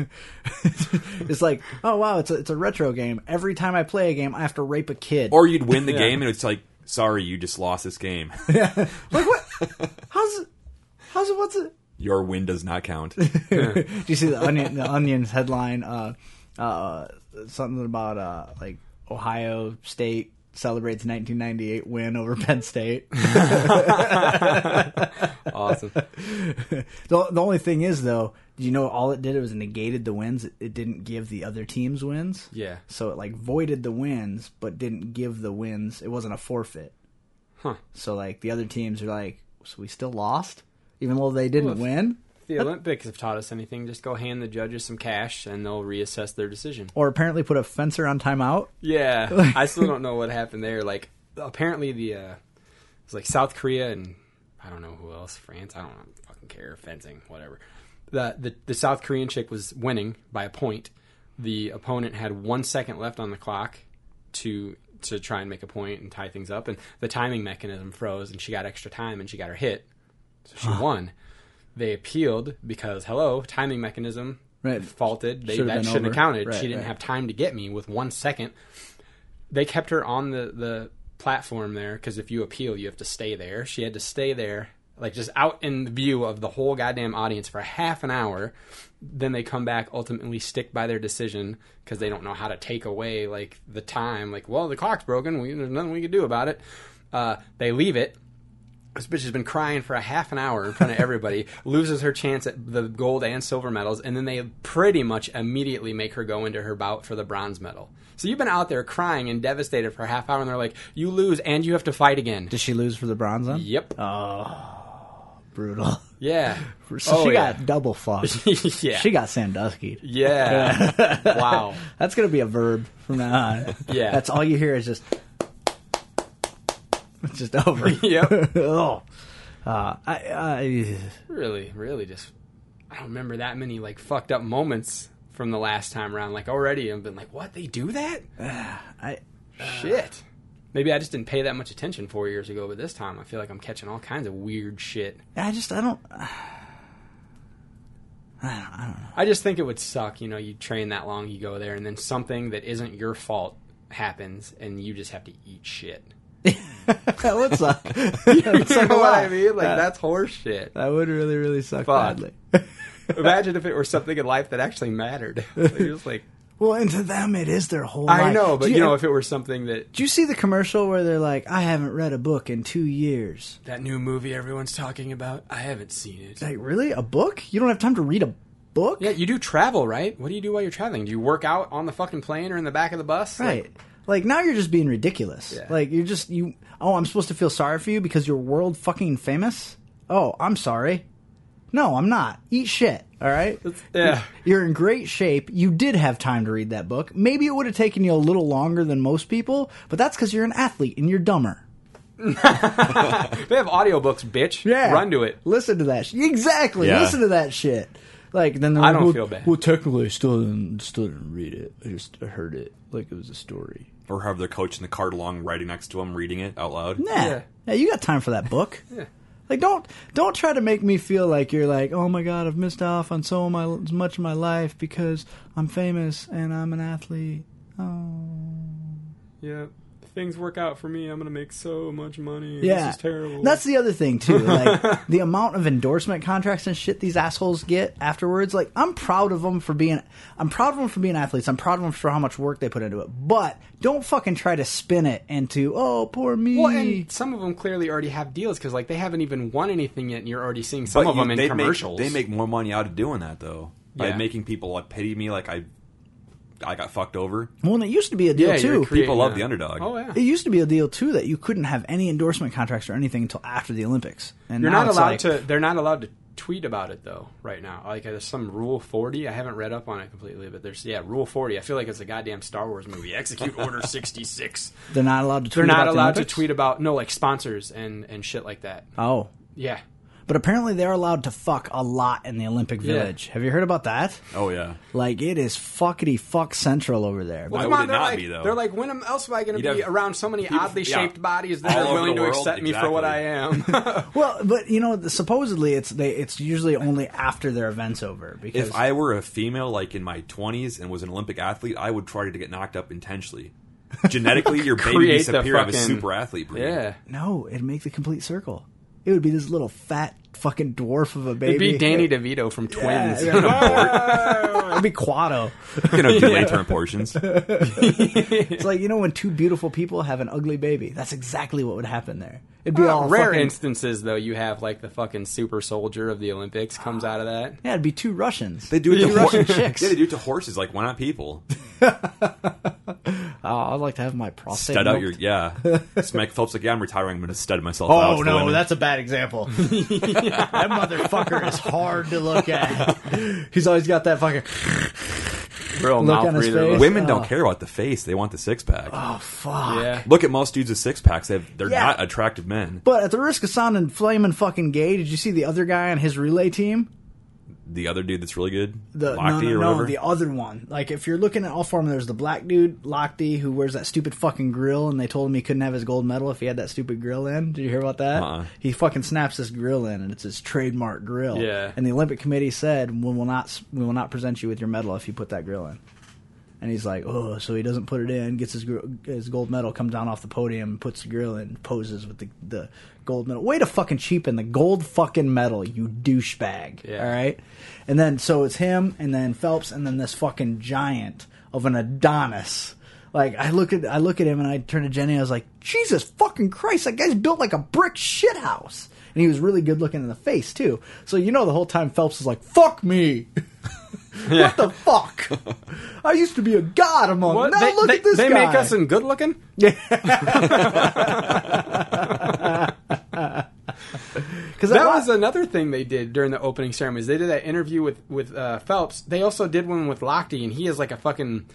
Speaker 1: It's like, oh wow, it's a, it's a retro game. Every time I play a game, I have to rape a kid.
Speaker 6: or you'd win the game and it's like, sorry, you just lost this game.
Speaker 1: like what? How's it? How's it? What's it?
Speaker 6: Your win does not count.
Speaker 1: Do you see the onion? The onion's headline: uh, uh, something about uh, like Ohio State celebrates 1998 win over Penn State.
Speaker 5: Awesome.
Speaker 1: the, the only thing is though, you know, all it did it was negated the wins. It, it didn't give the other teams wins.
Speaker 5: Yeah.
Speaker 1: So it like voided the wins, but didn't give the wins. It wasn't a forfeit.
Speaker 5: Huh.
Speaker 1: So like the other teams are like, so we still lost, even though they didn't
Speaker 5: Well, if-
Speaker 1: win.
Speaker 5: If the Olympics have taught us anything, just go hand the judges some cash and they'll reassess their decision.
Speaker 1: Or apparently put a fencer on timeout.
Speaker 5: Yeah, I still don't know what happened there. Like, apparently the uh, it was like South Korea and I don't know who else, France. I don't fucking care. Fencing, whatever. The, the the South Korean chick was winning by a point. The opponent had one second left on the clock to to try and make a point and tie things up, and the timing mechanism froze, and she got extra time, and she got her hit, so she won. They appealed because hello, timing mechanism
Speaker 1: Right.
Speaker 5: faulted. They,
Speaker 1: Should've
Speaker 5: that
Speaker 1: been
Speaker 5: shouldn't
Speaker 1: over.
Speaker 5: have counted.
Speaker 1: Right,
Speaker 5: she didn't
Speaker 1: right.
Speaker 5: have time to get me with one second they kept her on the the platform there because if you appeal, you have to stay there. She had to stay there, like just out in the view of the whole goddamn audience for half an hour. Then they come back, ultimately stick by their decision because they don't know how to take away like the time. Like, well, the clock's broken. We, there's nothing we can do about it. Uh, they leave it. This bitch has been crying for a half an hour in front of everybody, loses her chance at the gold and silver medals, and then they pretty much immediately make her go into her bout for the bronze medal. So you've been out there crying and devastated for a half hour, and they're like, you lose and you have to fight again.
Speaker 1: Did she lose for the bronze on?
Speaker 5: Yep.
Speaker 1: Brutal.
Speaker 5: yeah.
Speaker 1: Uh, So
Speaker 5: Oh,
Speaker 1: she
Speaker 5: yeah.
Speaker 1: got double fucked.
Speaker 5: yeah.
Speaker 1: She got Sandusky.
Speaker 5: yeah. wow.
Speaker 1: That's gonna be a verb from now on.
Speaker 5: Yeah.
Speaker 1: That's all you hear is just. It's just over.
Speaker 5: Yep.
Speaker 1: oh. Uh, I, I,
Speaker 5: really, really just I don't remember that many like fucked up moments from the last time around. Like already I've been like, what, they do that?
Speaker 1: I,
Speaker 5: Shit. Maybe I just didn't pay that much attention four years ago, but this time I feel like I'm catching all kinds of weird shit.
Speaker 1: I just, I don't. I
Speaker 5: I just think it would suck, you know, you train that long, you go there, and then something that isn't your fault happens, and you just have to eat shit.
Speaker 1: That would suck.
Speaker 5: you know what I
Speaker 1: lot.
Speaker 5: mean? Like,
Speaker 1: Yeah.
Speaker 5: that's horse shit.
Speaker 1: that would really, really suck
Speaker 5: Fuck.
Speaker 1: badly.
Speaker 5: Imagine if it were something in life that actually mattered. Like, it was like,
Speaker 1: Well, and to them, it is their whole.
Speaker 5: I
Speaker 1: life.
Speaker 5: know, but
Speaker 1: Do
Speaker 5: you know, if it were something that
Speaker 1: do you see the commercial where they're like, "I haven't read a book in two years"?
Speaker 5: that new movie everyone's talking about, I haven't seen it.
Speaker 1: Like, really, a book? You don't have time to read a book?
Speaker 5: Yeah, you do travel, right? What do you do while you're traveling? Do you work out on the fucking plane or in the back of the bus? Like,
Speaker 1: Right. Like now you're just being ridiculous.
Speaker 5: Yeah.
Speaker 1: Like you're just you oh, I'm supposed to feel sorry for you because you're world fucking famous? Oh, I'm sorry. No, I'm not. Eat shit. All right?
Speaker 5: yeah.
Speaker 1: You're in great shape. You did have time to read that book. Maybe it would have taken you a little longer than most people, but that's cuz you're an athlete and you're dumber.
Speaker 5: They have audiobooks, bitch. Run to it.
Speaker 1: Listen to that. Sh- exactly.
Speaker 6: Yeah.
Speaker 1: Listen to that shit. Like then they're
Speaker 5: I
Speaker 1: like,
Speaker 5: don't
Speaker 1: well,
Speaker 5: feel bad.
Speaker 1: Well, technically, I still didn't, still didn't read it. I just heard it like it was a story.
Speaker 6: or have their coach in the cart along writing next to him reading it out loud.
Speaker 1: Nah.
Speaker 5: Yeah.
Speaker 1: Yeah. you got time for that book. Like don't don't try to make me feel like you're like, "Oh my god, I've missed off on so my, much of my life because I'm famous and I'm an athlete."
Speaker 5: Yeah. If things work out for me, I'm gonna make so much money.
Speaker 1: Yeah.
Speaker 5: This is terrible.
Speaker 1: That's the other thing too. Like the amount of endorsement contracts and shit these assholes get afterwards. Like I'm proud of them for being I'm proud of them for being athletes. I'm proud of them for how much work they put into it. But don't fucking try to spin it into, "Oh, poor me."
Speaker 5: well, and some of them clearly already have deals because like they haven't even won anything yet, and you're already seeing some
Speaker 6: But
Speaker 5: of
Speaker 6: you-
Speaker 5: them in
Speaker 6: they
Speaker 5: commercials.
Speaker 6: Make, they make more money out of doing that though
Speaker 5: Yeah.
Speaker 6: by making people like pity me, like I, I got fucked over.
Speaker 1: well, and it used to be a deal
Speaker 5: yeah,
Speaker 1: too.
Speaker 5: you're creating
Speaker 6: People love
Speaker 5: a-
Speaker 6: the underdog.
Speaker 5: Oh yeah.
Speaker 1: It used to be a deal too that you couldn't have any endorsement contracts or anything until after the Olympics. And
Speaker 5: You're
Speaker 1: now
Speaker 5: not
Speaker 1: it's
Speaker 5: allowed
Speaker 1: like-
Speaker 5: to. They're not allowed to tweet about it though. Right now, like there's some Rule 40. I haven't read up on it completely, but there's yeah Rule 40. I feel like it's a goddamn Star Wars movie. Execute Order 66.
Speaker 1: They're not allowed to. Tweet
Speaker 5: They're not
Speaker 1: about the
Speaker 5: allowed to
Speaker 1: Olympics?
Speaker 5: tweet about no like sponsors and and shit like that.
Speaker 1: Oh,
Speaker 5: Yeah.
Speaker 1: but apparently they're allowed to fuck a lot in the Olympic
Speaker 5: Yeah.
Speaker 1: Village. Have you heard about that?
Speaker 6: Oh yeah,
Speaker 1: Like it is fuckity fuck central over there.
Speaker 5: Well,
Speaker 6: Why
Speaker 5: come
Speaker 6: would
Speaker 5: on,
Speaker 6: it
Speaker 5: they're
Speaker 6: not
Speaker 5: like,
Speaker 6: be, though?
Speaker 5: They're like, when am- else am I going to
Speaker 6: You'd
Speaker 5: be
Speaker 6: have
Speaker 5: around so many oddly
Speaker 6: yeah.
Speaker 5: shaped bodies that
Speaker 6: All
Speaker 5: are
Speaker 6: over
Speaker 5: willing
Speaker 6: the
Speaker 5: to
Speaker 6: world,
Speaker 5: accept me for what I am?
Speaker 1: well, but you know, supposedly it's they. It's usually only after their events over because
Speaker 6: if I were a female, like in my twenties, and was an Olympic athlete, I would try to get knocked up intentionally. Genetically, your baby
Speaker 5: Create
Speaker 6: disappear
Speaker 5: the
Speaker 6: of a
Speaker 5: fucking-
Speaker 6: super athlete breed.
Speaker 5: yeah.
Speaker 1: no, it'd make the complete circle. It would be this little fat fucking dwarf of a baby.
Speaker 5: It'd be Danny DeVito from
Speaker 1: Yeah,
Speaker 5: Twins.
Speaker 1: it'd be- It'd be Quado.
Speaker 6: You know, delayed term portions.
Speaker 1: It's like you know when two beautiful people have an ugly baby. That's exactly what would happen there. It'd
Speaker 6: Ah,
Speaker 1: be all
Speaker 5: Rare
Speaker 1: fucking,
Speaker 5: instances though, you have like the fucking super soldier of the Olympics comes out of that.
Speaker 1: Yeah, it'd be two Russians.
Speaker 6: They do it to
Speaker 1: Russian
Speaker 6: horses.
Speaker 1: chicks.
Speaker 6: Yeah, they do it to horses. Like, why not people?
Speaker 1: Oh, I'd like to have my prostate.
Speaker 6: Stud out your
Speaker 1: milked.
Speaker 6: yeah. Smack Phelps like, yeah, I'm retiring. I'm going to stud myself out.
Speaker 1: Oh
Speaker 6: for
Speaker 1: no,
Speaker 6: women.
Speaker 1: that's a bad example. That motherfucker is hard to look at. He's always got that fucking.
Speaker 5: Real
Speaker 1: Look
Speaker 5: mouth
Speaker 1: on his
Speaker 5: breather.
Speaker 1: face.
Speaker 6: women
Speaker 1: Oh.
Speaker 6: don't care about the face. They want the six pack.
Speaker 1: Oh fuck.
Speaker 5: Yeah.
Speaker 6: Look at most dudes with six packs. They have, they're
Speaker 1: Yeah.
Speaker 6: not attractive men.
Speaker 1: But at the risk of sounding flaming fucking gay, did you see the other guy on his relay team?
Speaker 6: The other dude that's really good,
Speaker 1: The
Speaker 6: Lochte
Speaker 1: no, no,
Speaker 6: or
Speaker 1: no,
Speaker 6: whatever.
Speaker 1: the other one. Like if you're looking at all form, there's the black dude Lochte who wears that stupid fucking grill, and they told him he couldn't have his gold medal if he had that stupid grill in. Did you hear about that?
Speaker 6: Uh-uh.
Speaker 1: He fucking snaps this grill in, and it's his trademark grill.
Speaker 5: Yeah.
Speaker 1: And the Olympic Committee said we will not we will not present you with your medal if you put that grill in. And he's like, oh, so he doesn't put it in, gets his gr- his gold medal, comes down off the podium, puts the grill in, poses with the, the gold medal. Way to fucking cheapen the gold fucking medal, you douchebag.
Speaker 5: Yeah.
Speaker 1: All right? And then, so it's him, and then Phelps, and then this fucking giant of an Adonis. Like I look at I look at him and I turn to Jenny. I was like, Jesus fucking Christ! That guy's built like a brick shit house, and he was really good looking in the face too. So you know the whole time Phelps is like, "Fuck me, what the fuck? I used to be a god among.
Speaker 5: What?
Speaker 1: Now
Speaker 5: they
Speaker 1: look
Speaker 5: they-
Speaker 1: at this
Speaker 5: they
Speaker 1: guy.
Speaker 5: make us in good looking?
Speaker 1: Because
Speaker 5: That was another thing they did during the opening ceremonies. They did that interview with with uh, Phelps. They also did one with Lochte, and he is like a fucking.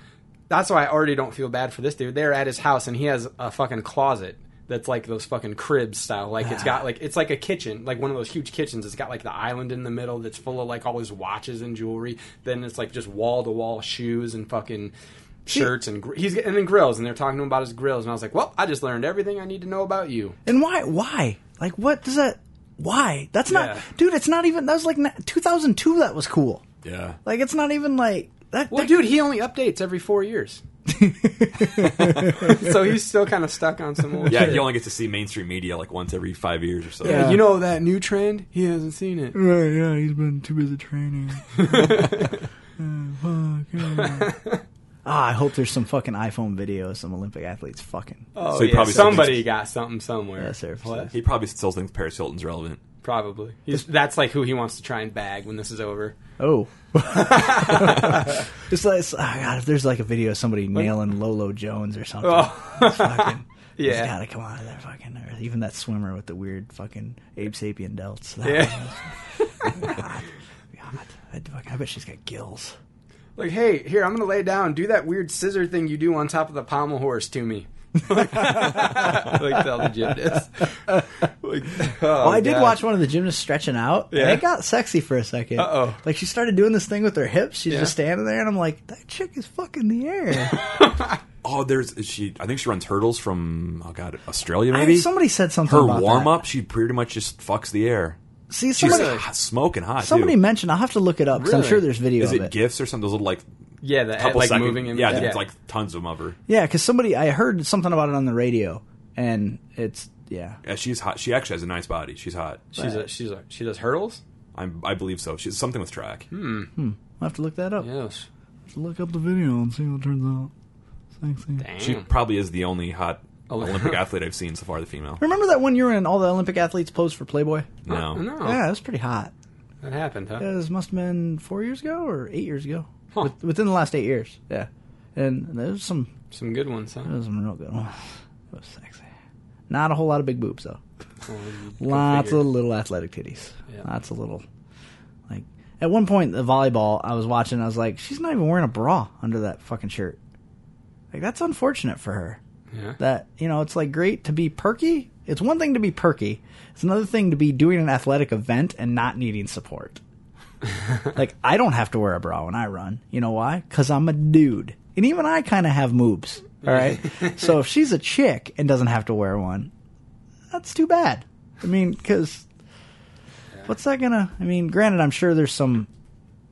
Speaker 5: That's why I already don't feel bad for this dude. They're at his house, and he has a fucking closet that's like those fucking cribs style. Like it's got like it's like a kitchen, like one of those huge kitchens. It's got like the island in the middle that's full of like all his watches and jewelry. Then it's like just wall to wall shoes and fucking. Shirts and gr- he's and then grills, and they're talking to him about his grills, and I was like, "Well, I just learned everything I need to know about you."
Speaker 1: and why? Why? Like what does that? Why? That's not,
Speaker 5: Yeah.
Speaker 1: dude. It's not even. That was like na- 2002. That was cool.
Speaker 6: yeah,
Speaker 1: Like it's not even like that.
Speaker 5: Well,
Speaker 1: that-
Speaker 5: dude, he only updates every four years. so he's still kind of stuck on some old
Speaker 6: yeah.
Speaker 5: shit.
Speaker 6: You only get to see mainstream media like once every five years or so.
Speaker 5: Yeah, You know that new trend? He hasn't seen it.
Speaker 1: Yeah, yeah, he's been too busy training. Oh, fuck, yeah. Ah, I hope there's some fucking iPhone video of some Olympic athletes fucking.
Speaker 5: Oh,
Speaker 6: So he
Speaker 5: yeah.
Speaker 6: probably-
Speaker 5: Somebody got something somewhere.
Speaker 1: Yeah, seriously.
Speaker 5: What?
Speaker 6: He probably still thinks Paris Hilton's relevant.
Speaker 5: Probably. He's, that's like who he wants to try and bag when this is over.
Speaker 1: Oh. it's like, it's- oh God, if there's like a video of somebody nailing Lolo Jones or something. it's fucking,
Speaker 5: Oh. Yeah.
Speaker 1: It's gotta come out of that fucking earth. Even that swimmer with the weird fucking Abe Sapien delts. That
Speaker 5: Yeah.
Speaker 1: God, I'd fucking- I, bet she's got gills.
Speaker 5: Like, hey, here, I'm going to lay down. Do that weird scissor thing you do on top of the pommel horse to me. like, tell the gymnast. Like, oh,
Speaker 1: Well, I did
Speaker 5: God.
Speaker 1: watch one of the gymnasts stretching out, and
Speaker 5: Yeah.
Speaker 1: it got sexy for a second.
Speaker 5: Uh-oh.
Speaker 1: Like, she started doing this thing with her hips. She's
Speaker 5: Yeah.
Speaker 1: just standing there, and I'm like, that chick is fucking the air.
Speaker 6: Oh, there's she. I think she runs hurdles from oh god Australia
Speaker 1: I-
Speaker 6: maybe.
Speaker 1: somebody said something
Speaker 6: her
Speaker 1: about that.
Speaker 6: warm up, she pretty much just fucks the air.
Speaker 1: See,
Speaker 6: She's
Speaker 1: somebody,
Speaker 6: hot- smoking hot.
Speaker 1: somebody
Speaker 6: too.
Speaker 1: mentioned, I'll have to look it up, because I'm
Speaker 5: Really?
Speaker 1: sure there's video
Speaker 6: is
Speaker 1: of
Speaker 6: it,
Speaker 1: it.
Speaker 6: gifts or something? Those little like
Speaker 5: Yeah, the,
Speaker 6: couple
Speaker 5: Eh, like
Speaker 6: second-
Speaker 5: moving him.
Speaker 6: Yeah, there's like tons of them of her.
Speaker 1: Yeah, because somebody I heard something about it on the radio, and it's yeah.
Speaker 6: Yeah, she's hot. She actually has a nice body. She's hot.
Speaker 5: She's a, she's a, she does hurdles?
Speaker 6: I'm, I believe so. She's something with track.
Speaker 1: I'll have to look that up.
Speaker 5: Yes.
Speaker 1: Look up the video and see how it turns out. Sexy.
Speaker 5: Damn.
Speaker 6: She probably is the only hot
Speaker 5: Hmm. Oh.
Speaker 6: Olympic athlete I've seen so far. The female.
Speaker 1: Remember that one you were in? All the Olympic athletes posed for Playboy.
Speaker 6: No.
Speaker 5: no.
Speaker 1: Yeah, it was pretty hot.
Speaker 5: That happened, huh?
Speaker 1: It was, must have been four years ago or eight years ago.
Speaker 5: Huh.
Speaker 1: With, within the last eight years. Yeah, and there's some
Speaker 5: Some good ones, huh?
Speaker 1: there's some real good ones. It was sexy. Not a whole lot of big boobs though. Lots of little athletic titties.
Speaker 5: Yeah.
Speaker 1: Lots of little, like at one point the volleyball I was watching. I was like, she's not even wearing a bra under that fucking shirt. Like that's unfortunate for her.
Speaker 5: Yeah.
Speaker 1: That you know, it's like great to be perky. It's one thing to be perky. It's another thing to be doing an athletic event and not needing support. like I don't have to wear a bra when I run. You know why? Because I'm a dude, and even I kind of have moobs. All right. so if she's a chick and doesn't have to wear one, that's too bad. I mean, because what's that gonna? I mean, granted, I'm sure there's some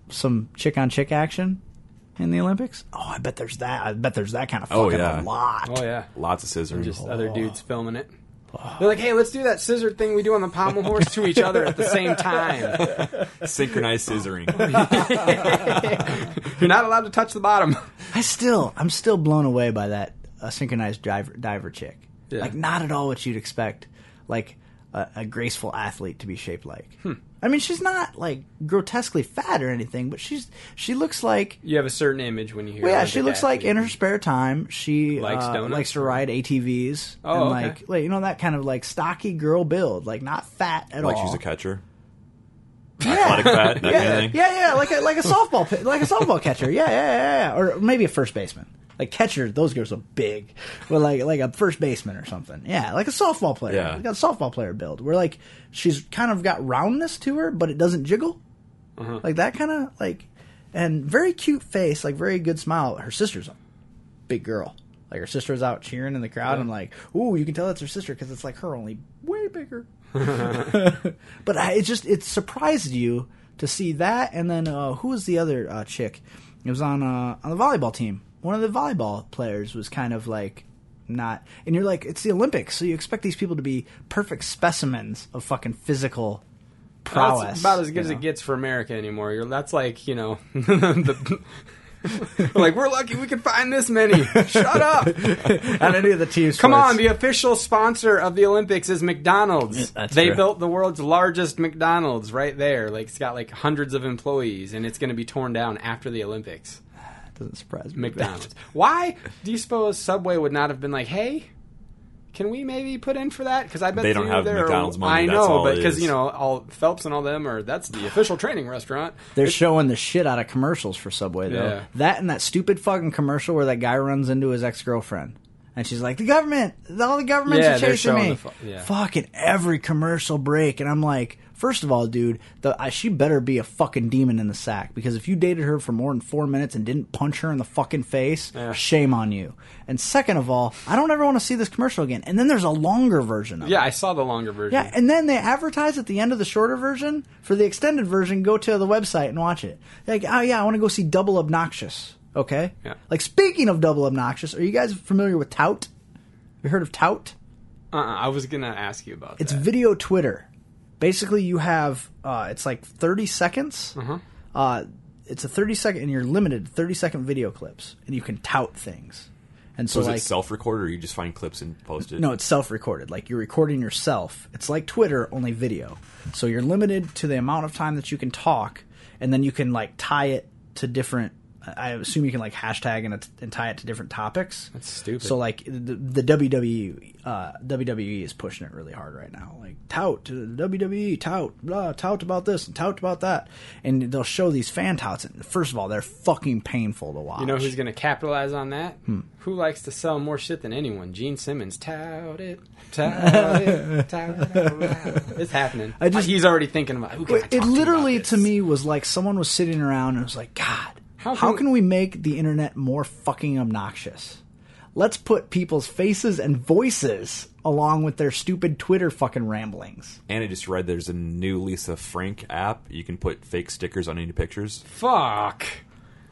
Speaker 1: some chick on chick action in the Olympics. Oh, I bet there's that. I bet there's that kind of fucking
Speaker 6: Oh, yeah.
Speaker 1: a lot.
Speaker 5: Oh yeah.
Speaker 6: Lots of scissors.
Speaker 5: Just other dudes filming it.
Speaker 1: Oh.
Speaker 5: They're like, hey, let's do that scissor thing we do on the pommel horse to each other at the same time.
Speaker 6: Synchronized scissoring.
Speaker 5: You're not allowed to touch the bottom.
Speaker 1: I still, I'm still blown away by that uh, synchronized diver, diver chick.
Speaker 5: Yeah.
Speaker 1: Like, not at all what you'd expect, like a, a graceful athlete to be shaped like.
Speaker 5: Hmm.
Speaker 1: I mean, she's not like grotesquely fat or anything, but she's she looks like.
Speaker 5: You have a certain image when you hear.
Speaker 1: Well, yeah,
Speaker 5: Olympic
Speaker 1: she looks like
Speaker 5: athlete.
Speaker 1: in her spare time she
Speaker 5: Likes
Speaker 1: uh,
Speaker 5: donuts?
Speaker 1: likes to ride ATVs
Speaker 5: Oh,
Speaker 1: and
Speaker 5: okay.
Speaker 1: like, like you know that kind of like stocky girl build, like not fat at
Speaker 6: like
Speaker 1: all.
Speaker 6: she's a catcher.
Speaker 1: yeah.
Speaker 6: Athletic fat, that kind of
Speaker 1: yeah,
Speaker 6: thing.
Speaker 1: yeah, yeah, like a, like a softball, pi- like a softball catcher. Yeah, yeah, yeah, yeah, or maybe a first baseman. Like catcher, those girls are big, but like like a first baseman or something. Yeah, like a softball player.
Speaker 6: Yeah.
Speaker 1: like a softball player build. Where like she's kind of got roundness to her, but it doesn't jiggle. Like that kind of like, and very cute face, like very good smile. Her sister's a big girl. Like her sister was out cheering in the crowd. I'm like, ooh, you can tell it's her sister because it's like her only way bigger. But I, it just it surprised you to see that, and then uh, who was the other uh, chick? It was on uh, on the volleyball team. One of the volleyball players was kind of like not, and you're like, it's the Olympics, so you expect these people to be perfect specimens of fucking physical
Speaker 5: Well,
Speaker 1: prowess.
Speaker 5: That's about as
Speaker 1: you
Speaker 5: good as
Speaker 1: know?
Speaker 5: it gets for America anymore. You're, that's like you know, the, like we're lucky we could find this many. Shut up!
Speaker 1: on any of the teams.
Speaker 5: Come on,
Speaker 1: sports.
Speaker 5: the official sponsor of the Olympics is McDonald's.
Speaker 1: that's
Speaker 5: they
Speaker 1: true.
Speaker 5: built the world's largest McDonald's right there. Like it's got like hundreds of employees, and it's going to be torn down after the Olympics.
Speaker 1: doesn't surprise me.
Speaker 5: McDonald's. Why do you suppose Subway would not have been like, hey? Can we maybe put in for that? Because I bet
Speaker 6: They don't
Speaker 5: you
Speaker 6: have
Speaker 5: there are-
Speaker 6: McDonald's money,
Speaker 5: I
Speaker 6: that's
Speaker 5: know,
Speaker 6: all
Speaker 5: but
Speaker 6: it
Speaker 5: because
Speaker 6: is.
Speaker 5: you know, all Phelps and all them are that's the official training restaurant.
Speaker 1: They're showing the shit out of commercials for Subway though.
Speaker 5: Yeah.
Speaker 1: That and that stupid fucking commercial where that guy runs into his ex girlfriend. And she's like, the government, all the governments
Speaker 5: Yeah,
Speaker 1: are
Speaker 5: they're
Speaker 1: chasing
Speaker 5: showing
Speaker 1: me.
Speaker 5: the fu- yeah.
Speaker 1: Fucking every commercial break. And I'm like, first of all, dude, the, I, she better be a fucking demon in the sack. Because if you dated her for more than four minutes and didn't punch her in the fucking face, shame on you. And second of all, I don't ever want to see this commercial again. And then there's a longer version of it.
Speaker 5: Yeah, I saw the longer version.
Speaker 1: Yeah, and then they advertise at the end of the shorter version. For the extended version, go to the website and watch it. Like, oh yeah, I want to go see Double Obnoxious. Okay.
Speaker 5: Yeah.
Speaker 1: Like speaking of Double Obnoxious, are you guys familiar with Tout? You heard of Tout?
Speaker 5: Uh-uh, I was gonna ask you about
Speaker 1: It's
Speaker 5: that.
Speaker 1: video Twitter. Basically, you have uh, it's like thirty seconds. Uh, it's a thirty second, and you're limited to thirty second video clips, and you can tout things. And so,
Speaker 6: Was
Speaker 1: like,
Speaker 6: it self-recorded, or you just find clips and post it?
Speaker 1: no, it's self-recorded. Like you're recording yourself. It's like Twitter, only video. So you're limited to the amount of time that you can talk, and then you can like tie it to different. I I assume you can like hashtag and, and tie it to different topics. That's
Speaker 5: stupid.
Speaker 1: So like the, the WWE, uh, WWE is pushing it really hard right now. Like tout uh, WWE, tout blah, tout about this and tout about that, and they'll show these fan touts. And first of all, they're fucking painful to watch.
Speaker 5: you know who's gonna capitalize on that?
Speaker 1: Hmm.
Speaker 5: Who likes to sell more shit than anyone? Gene Simmons. Tout it, tout it, tout it. out loud. It's happening. I
Speaker 1: just-
Speaker 5: just, he's already thinking about. Who can I talk
Speaker 1: It
Speaker 5: to
Speaker 1: literally
Speaker 5: about
Speaker 1: to
Speaker 5: this?
Speaker 1: me was like someone was sitting around and was like, God, how
Speaker 5: How
Speaker 1: can,
Speaker 5: can-
Speaker 1: we make the internet more fucking obnoxious? Let's put people's faces and voices along with their stupid Twitter fucking ramblings.
Speaker 6: And I just read there's a new Lisa Frank app. You can put fake stickers on any pictures.
Speaker 5: Fuck.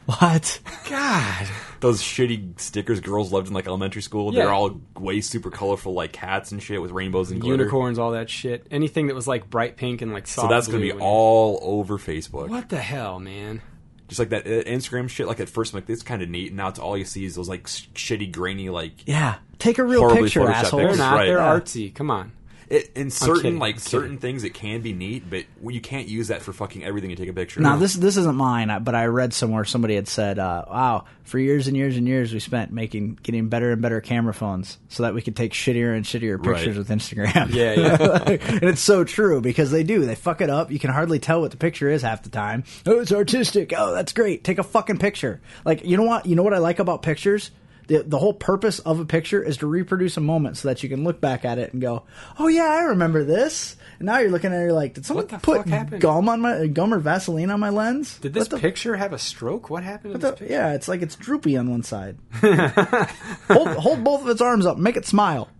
Speaker 1: What?
Speaker 5: God.
Speaker 6: Those shitty stickers girls loved in like elementary school.
Speaker 5: Yeah.
Speaker 6: They're all way super colorful, like hats and shit with rainbows and glitter.
Speaker 5: Unicorns, all that shit. Anything that was like bright pink and like soft.
Speaker 6: So that's gonna
Speaker 5: blue
Speaker 6: be
Speaker 5: when you-
Speaker 6: all over Facebook.
Speaker 5: What the hell, man?
Speaker 6: Just like that uh, Instagram shit. Like at first, I'm like this kind of neat. And now it's all you see is those like sh- shitty, grainy, like
Speaker 1: Yeah. Take a real
Speaker 6: Horribly
Speaker 1: picture,
Speaker 6: photoshopped
Speaker 1: asshole.
Speaker 5: They're
Speaker 6: That's
Speaker 5: not.
Speaker 6: right.
Speaker 5: They're
Speaker 6: Yeah.
Speaker 5: artsy. Come on.
Speaker 6: It, in certain
Speaker 5: kidding,
Speaker 6: like
Speaker 5: I'm
Speaker 6: certain
Speaker 5: kidding.
Speaker 6: things, it can be neat, but you can't use that for fucking everything you take a picture.
Speaker 1: Now
Speaker 6: of.
Speaker 1: this this isn't mine, I- but I read somewhere somebody had said, uh, "Wow, for years and years and years, we spent making getting better and better camera phones so that we could take shittier and shittier pictures with
Speaker 6: Right.
Speaker 1: Instagram."
Speaker 5: Yeah, yeah.
Speaker 1: and it's so true because they do. They fuck it up. You can hardly tell what the picture is half the time. Oh, it's artistic. Oh, that's great. Take a fucking picture. Like you know what? You know what I like about pictures. The, the whole purpose of a picture is to reproduce a moment so that you can look back at it and go, "Oh yeah, I remember this." And now you're looking at it you're like, "Did someone
Speaker 5: What the
Speaker 1: put
Speaker 5: fuck happened?"
Speaker 1: gum on my gum or Vaseline on my lens?"
Speaker 5: Did this
Speaker 1: What the-
Speaker 5: picture have a stroke? What happened to this
Speaker 1: what the-
Speaker 5: picture?
Speaker 1: yeah, it's like it's droopy on one side. hold, hold both of its arms up. Make it smile.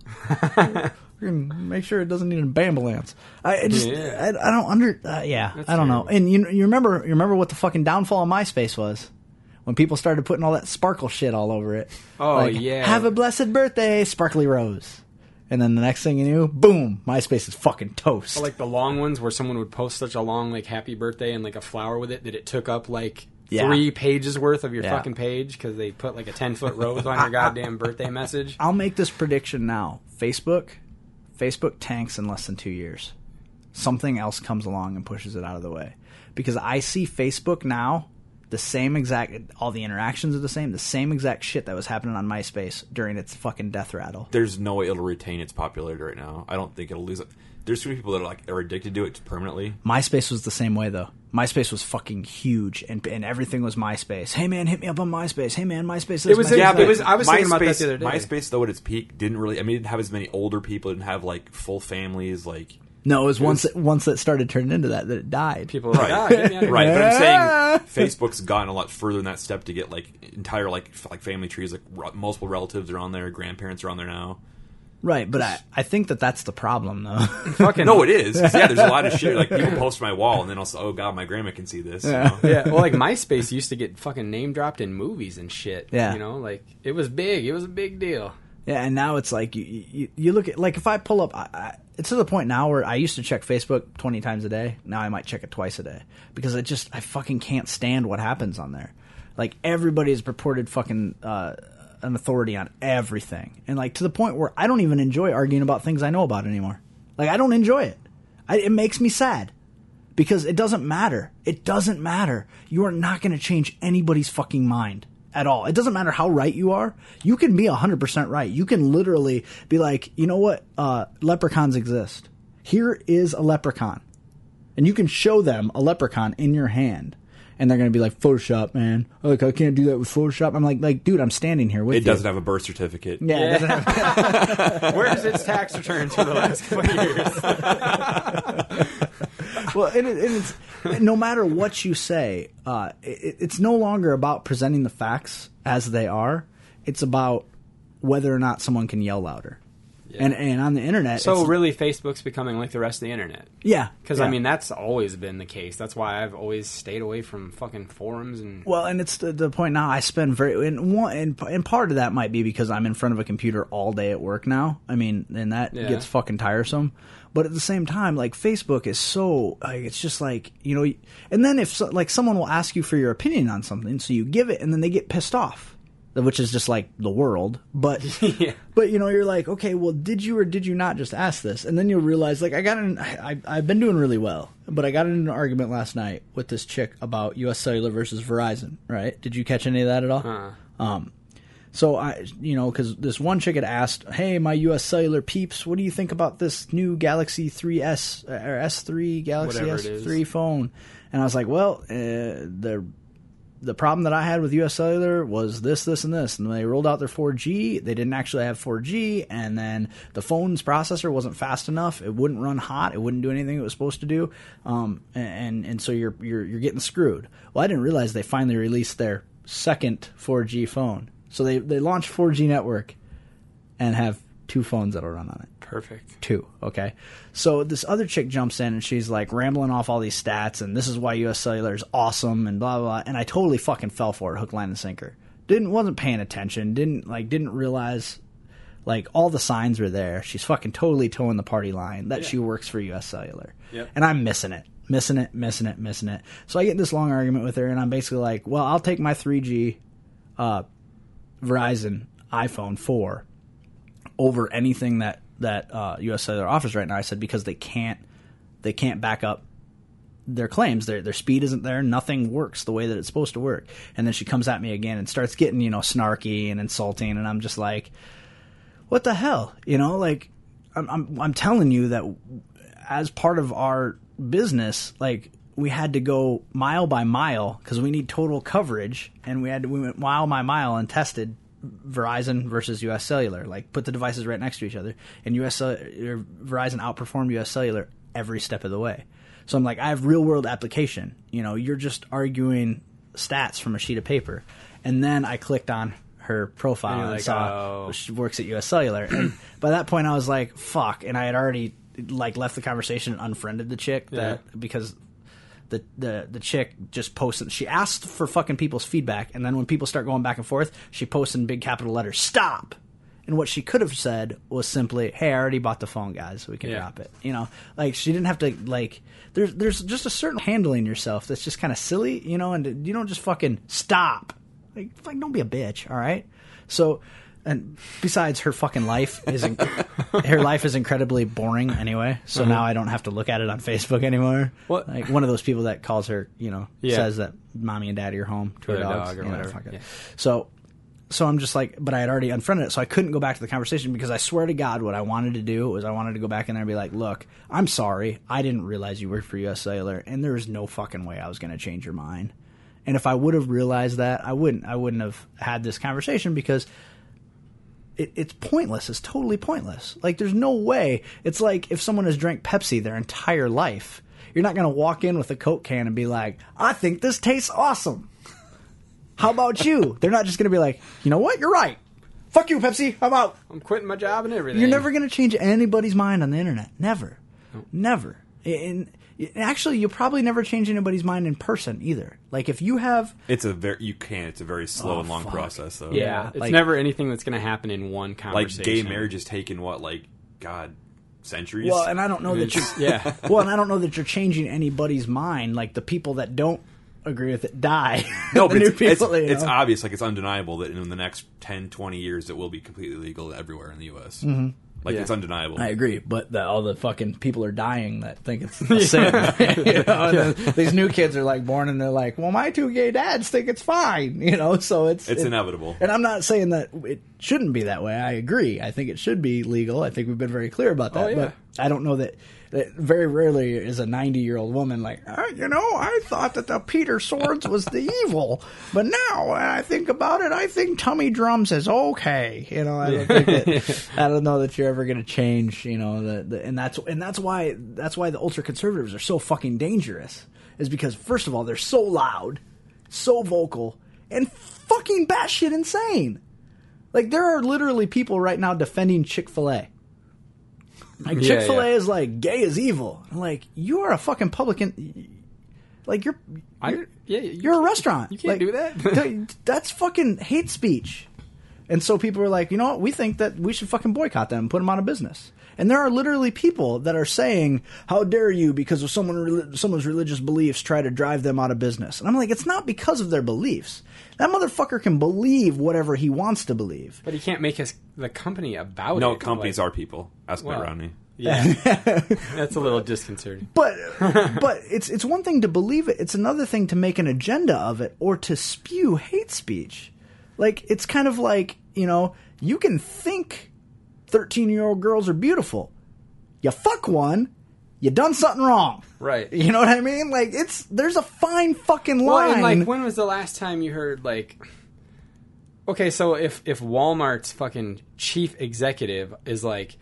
Speaker 1: Make sure it doesn't need an ambulance. I, I just,
Speaker 5: Yeah.
Speaker 1: I, I don't under, uh, yeah, I don't know.
Speaker 5: terrible.
Speaker 1: And you, you remember, you remember what the fucking downfall of MySpace was when people started putting all that sparkle shit all over it.
Speaker 5: Oh,
Speaker 1: Like,
Speaker 5: yeah.
Speaker 1: have a blessed birthday, sparkly rose. And then the next thing you knew, boom, MySpace is fucking toast.
Speaker 5: But, like the long ones where someone would post such a long like happy birthday and like a flower with it that it took up like
Speaker 1: Yeah.
Speaker 5: three pages worth of your
Speaker 1: Yeah.
Speaker 5: fucking page because they put like a ten foot rose on your goddamn birthday message.
Speaker 1: I'll make this prediction now. Facebook, Facebook tanks in less than two years. Something else comes along and pushes it out of the way. Because I see Facebook now, the same exact, all the interactions are the same, the same exact shit that was happening on MySpace during its fucking death rattle.
Speaker 6: There's no way it'll retain its popularity right now. I don't think it'll lose it. There's too many people that are like are addicted to it permanently.
Speaker 1: MySpace was the same way though. MySpace was fucking huge, and and everything was MySpace. Hey man, hit me up on MySpace. Hey man, MySpace. This,
Speaker 5: It was-
Speaker 1: MySpace
Speaker 5: yeah,
Speaker 1: that.
Speaker 5: but it was- I was thinking about that the other day.
Speaker 6: MySpace though at its peak didn't really. I mean, it didn't have as many older people. It didn't have like full families. Like
Speaker 1: no, it was once it once that started turning into that that it died.
Speaker 5: People are like,
Speaker 6: Right.
Speaker 5: "Ah, get me out of here."
Speaker 6: right, but I'm saying Facebook's gotten a lot further in that step to get like entire like f- like family trees. Like r- multiple relatives are on there. Grandparents are on there now.
Speaker 1: right, but I I think that that's the problem though.
Speaker 5: Fucking
Speaker 6: No, it is. 'cause, Yeah, there's a lot of shit. Like people post my wall, and then also, oh god, my grandma can see this. You know?
Speaker 5: yeah, well, like MySpace used to get fucking name dropped in movies and shit.
Speaker 1: Yeah.
Speaker 5: you know, like it was big. It was a big deal.
Speaker 1: Yeah, and now it's like you, you, you look at like if I pull up, I, I, it's to the point now where I used to check Facebook twenty times a day. Now I might check it twice a day because I just I fucking can't stand what happens on there. Like everybody is purported fucking uh, an authority on everything, and like to the point where I don't even enjoy arguing about things I know about anymore. Like I don't enjoy it. I, it makes me sad because it doesn't matter. It doesn't matter. You are not going to change anybody's fucking mind at all. It doesn't matter how right you are. You can be 100% right. You can literally be like, you know what? Uh, leprechauns exist. Here is a leprechaun. And you can show them a leprechaun in your hand. And they're going to be like, Photoshop, man. Like, I can't do that with Photoshop. I'm like, like, dude, I'm standing here with
Speaker 6: It
Speaker 1: you.
Speaker 6: doesn't have a birth certificate.
Speaker 1: Yeah, it doesn't have-
Speaker 5: Where's its tax returns for the last couple of years?
Speaker 1: well, and, it, and it's no matter what you say, uh, it, it's no longer about presenting the facts as they are. It's about whether or not someone can yell louder. And and on the internet,
Speaker 5: So
Speaker 1: it's-
Speaker 5: really, Facebook's becoming like the rest of the internet.
Speaker 1: yeah,
Speaker 5: Because
Speaker 1: yeah.
Speaker 5: I mean, that's always been the case. That's why I've always stayed away from fucking forums and
Speaker 1: Well, and it's the, the point now. I spend very and one and, and part of that might be because I'm in front of a computer all day at work now. I mean, and that
Speaker 5: Yeah.
Speaker 1: gets fucking tiresome. But at the same time, like Facebook is so like, it's just like you know. And then if so, like someone will ask you for your opinion on something, so you give it, and then they get pissed off, which is just like the world. But but you know, you're like, okay, well, did you or did you not just ask this? And then you'll realize, like, I got in, I, I've been doing really well, but I got in an argument last night with this chick about U.S. Cellular versus Verizon. Right? Did you catch any of that at all? Um, so I, you know, because this one chick had asked, "Hey, my U.S. Cellular peeps, what do you think about this new Galaxy 3s or S3 Galaxy
Speaker 5: Whatever it is.
Speaker 1: S3 phone?" And I was like, "Well, uh, the the problem that I had with U.S. Cellular was this, this, and this." And they rolled out their 4G. They didn't actually have 4G, and then the phone's processor wasn't fast enough. It wouldn't run hot. It wouldn't do anything it was supposed to do. Um, and and so you're you're you're getting screwed. Well, I didn't realize they finally released their second 4G phone. So they they launched 4G network and have two phones that'll run on it
Speaker 5: perfect.
Speaker 1: two. Okay. So this other chick jumps in and she's like rambling off all these stats and this is why US Cellular is awesome and blah blah. blah. And I totally fucking fell for it, hook, line, and sinker. Didn't wasn't paying attention. Didn't like didn't realize like all the signs were there. She's fucking totally towing the party line that she works for US Cellular. And I'm missing it. Missing it, missing it, missing it. So I get in this long argument with her and I'm basically like, well, I'll take my 3G Verizon iPhone 4 over anything that that uh, U.S. Cellular offers right now. I said because they can't they can't back up their claims. Their their speed isn't there. Nothing works the way that it's supposed to work. And then she comes at me again and starts getting you know snarky and insulting, and I'm just like, what the hell, you know? Like I'm I'm, I'm telling you that as part of our business, like. We had to go mile by mile because we need total coverage, and we had to, we went mile by mile and tested Verizon versus U.S. Cellular. Like put the devices right next to each other, and U.S. Cell- or Verizon outperformed U.S. Cellular every step of the way. So I'm like, I have real world application. You know, you're just arguing stats from a sheet of paper, and then I clicked on her profile
Speaker 5: And
Speaker 1: and,
Speaker 5: you're like,
Speaker 1: saw
Speaker 5: oh.
Speaker 1: she works at U.S. Cellular. And by that point, I was like, fuck, and I had already like left the conversation and unfriended the chick that because the, the the chick just posted she asked for fucking people's feedback and then when people start going back and forth she posts in big capital letters stop And what she could have said was simply, "Hey, I already bought the phone, guys. We can
Speaker 5: Yeah.
Speaker 1: drop it." You know, like she didn't have to like. There's there's just a certain handling yourself that's just kind of silly, you know, and you don't just fucking stop. Like, like don't be a bitch, all right? So, and besides, her fucking life is in- her life is incredibly boring anyway. So now I don't have to look at it on Facebook anymore.
Speaker 5: Mm-hmm. What-
Speaker 1: Like one of those people that calls her, you know,
Speaker 5: Yeah.
Speaker 1: says that mommy and daddy are home to her
Speaker 5: their
Speaker 1: dogs
Speaker 5: dog or
Speaker 1: you know,
Speaker 5: whatever.
Speaker 1: fuck it.
Speaker 5: Yeah.
Speaker 1: So, so I'm just like, but I had already unfriended it, so I couldn't go back to the conversation because I swear to God, what I wanted to do was I wanted to go back in there and be like, look, I'm sorry, I didn't realize you worked for U.S. Cellular, and there is no fucking way I was going to change your mind. And if I would have realized that, I wouldn't. I wouldn't have had this conversation because it, it's pointless. It's totally pointless. Like there's no way. It's like if someone has drank Pepsi their entire life, you're not going to walk in with a Coke can and be like, "I think this tastes awesome." How about you? They're not just going to be like, "You know what? You're right. Fuck you, Pepsi. I'm out."
Speaker 5: I'm quitting my job and everything.
Speaker 1: You're never going to change anybody's mind on the internet. Never. Never. And and actually, you'll probably never change anybody's mind in person either. Like if you have
Speaker 6: It's a very you can. It's a very slow and long process though.
Speaker 5: Oh, Yeah, it's
Speaker 1: like-
Speaker 5: never anything that's going to happen in one
Speaker 6: Like
Speaker 5: conversation.
Speaker 6: gay marriage has taken what like God centuries.
Speaker 1: well, and I don't know that you
Speaker 5: It's- yeah.
Speaker 1: well, and I don't know that you're changing anybody's mind. Like the people that don't agree with it die.
Speaker 6: no,
Speaker 1: the
Speaker 6: but
Speaker 1: new
Speaker 6: it's, it's,
Speaker 1: people, you
Speaker 6: it's
Speaker 1: know.
Speaker 6: obvious. Like it's undeniable that in the next 10, 20 years, it will be completely legal everywhere in the U.S. Mm-hmm. Like
Speaker 5: Yeah.
Speaker 6: it's undeniable.
Speaker 1: I agree, but the, all the fucking people are dying that think it's a sin. you know? and then these new kids are like born and they're like, well, my two gay dads think it's fine, you know. So it's
Speaker 6: It's
Speaker 1: it-
Speaker 6: inevitable.
Speaker 1: And I'm not saying that it shouldn't be that way. I agree. I think it should be legal. I think we've been very clear about that.
Speaker 5: Oh, yeah.
Speaker 1: But I don't know that, that very rarely is a 90 year old woman like, "Uh, you know, I thought that the Peter Swords was the evil, but now when I think about it, I think tummy drums is okay. You know, I don't think that, I don't know that you're ever going to change. You know, the, the and that's and that's why that's why the ultra conservatives are so fucking dangerous. Is because first of all, they're so loud, so vocal, and fucking batshit insane. Like there are literally people right now defending Chick Fil A. Like
Speaker 5: Yeah,
Speaker 1: Chick Fil A
Speaker 5: yeah.
Speaker 1: is like gay is evil. I'm like you are a fucking public. en- Like you're
Speaker 5: I, yeah, you
Speaker 1: you're a restaurant.
Speaker 5: you
Speaker 1: Like,
Speaker 5: can't do that.
Speaker 1: th- that's fucking hate speech. And so people are like, you know what? We think that we should fucking boycott them and put them out of business. And there are literally people that are saying, "How dare you?" Because of someone reli- someone's religious beliefs, try to drive them out of business. And I'm like, it's not because of their beliefs. That motherfucker can believe whatever he wants to believe.
Speaker 5: but he can't make his the company about it.
Speaker 6: no, companies
Speaker 5: like-
Speaker 6: are people. Ask
Speaker 5: Well,
Speaker 6: Mitt Romney.
Speaker 5: Yeah, that's a little disconcerting.
Speaker 1: But but it's it's one thing to believe it. It's another thing to make an agenda of it or to spew hate speech. Like it's kind of like you know you can think thirteen year old girls are beautiful. You fuck one, you done something wrong.
Speaker 5: Right.
Speaker 1: You know what I mean? Like it's there's a fine fucking line.
Speaker 5: Well, and like, when was the last time you heard like? Okay, so if if Walmart's fucking chief executive is like,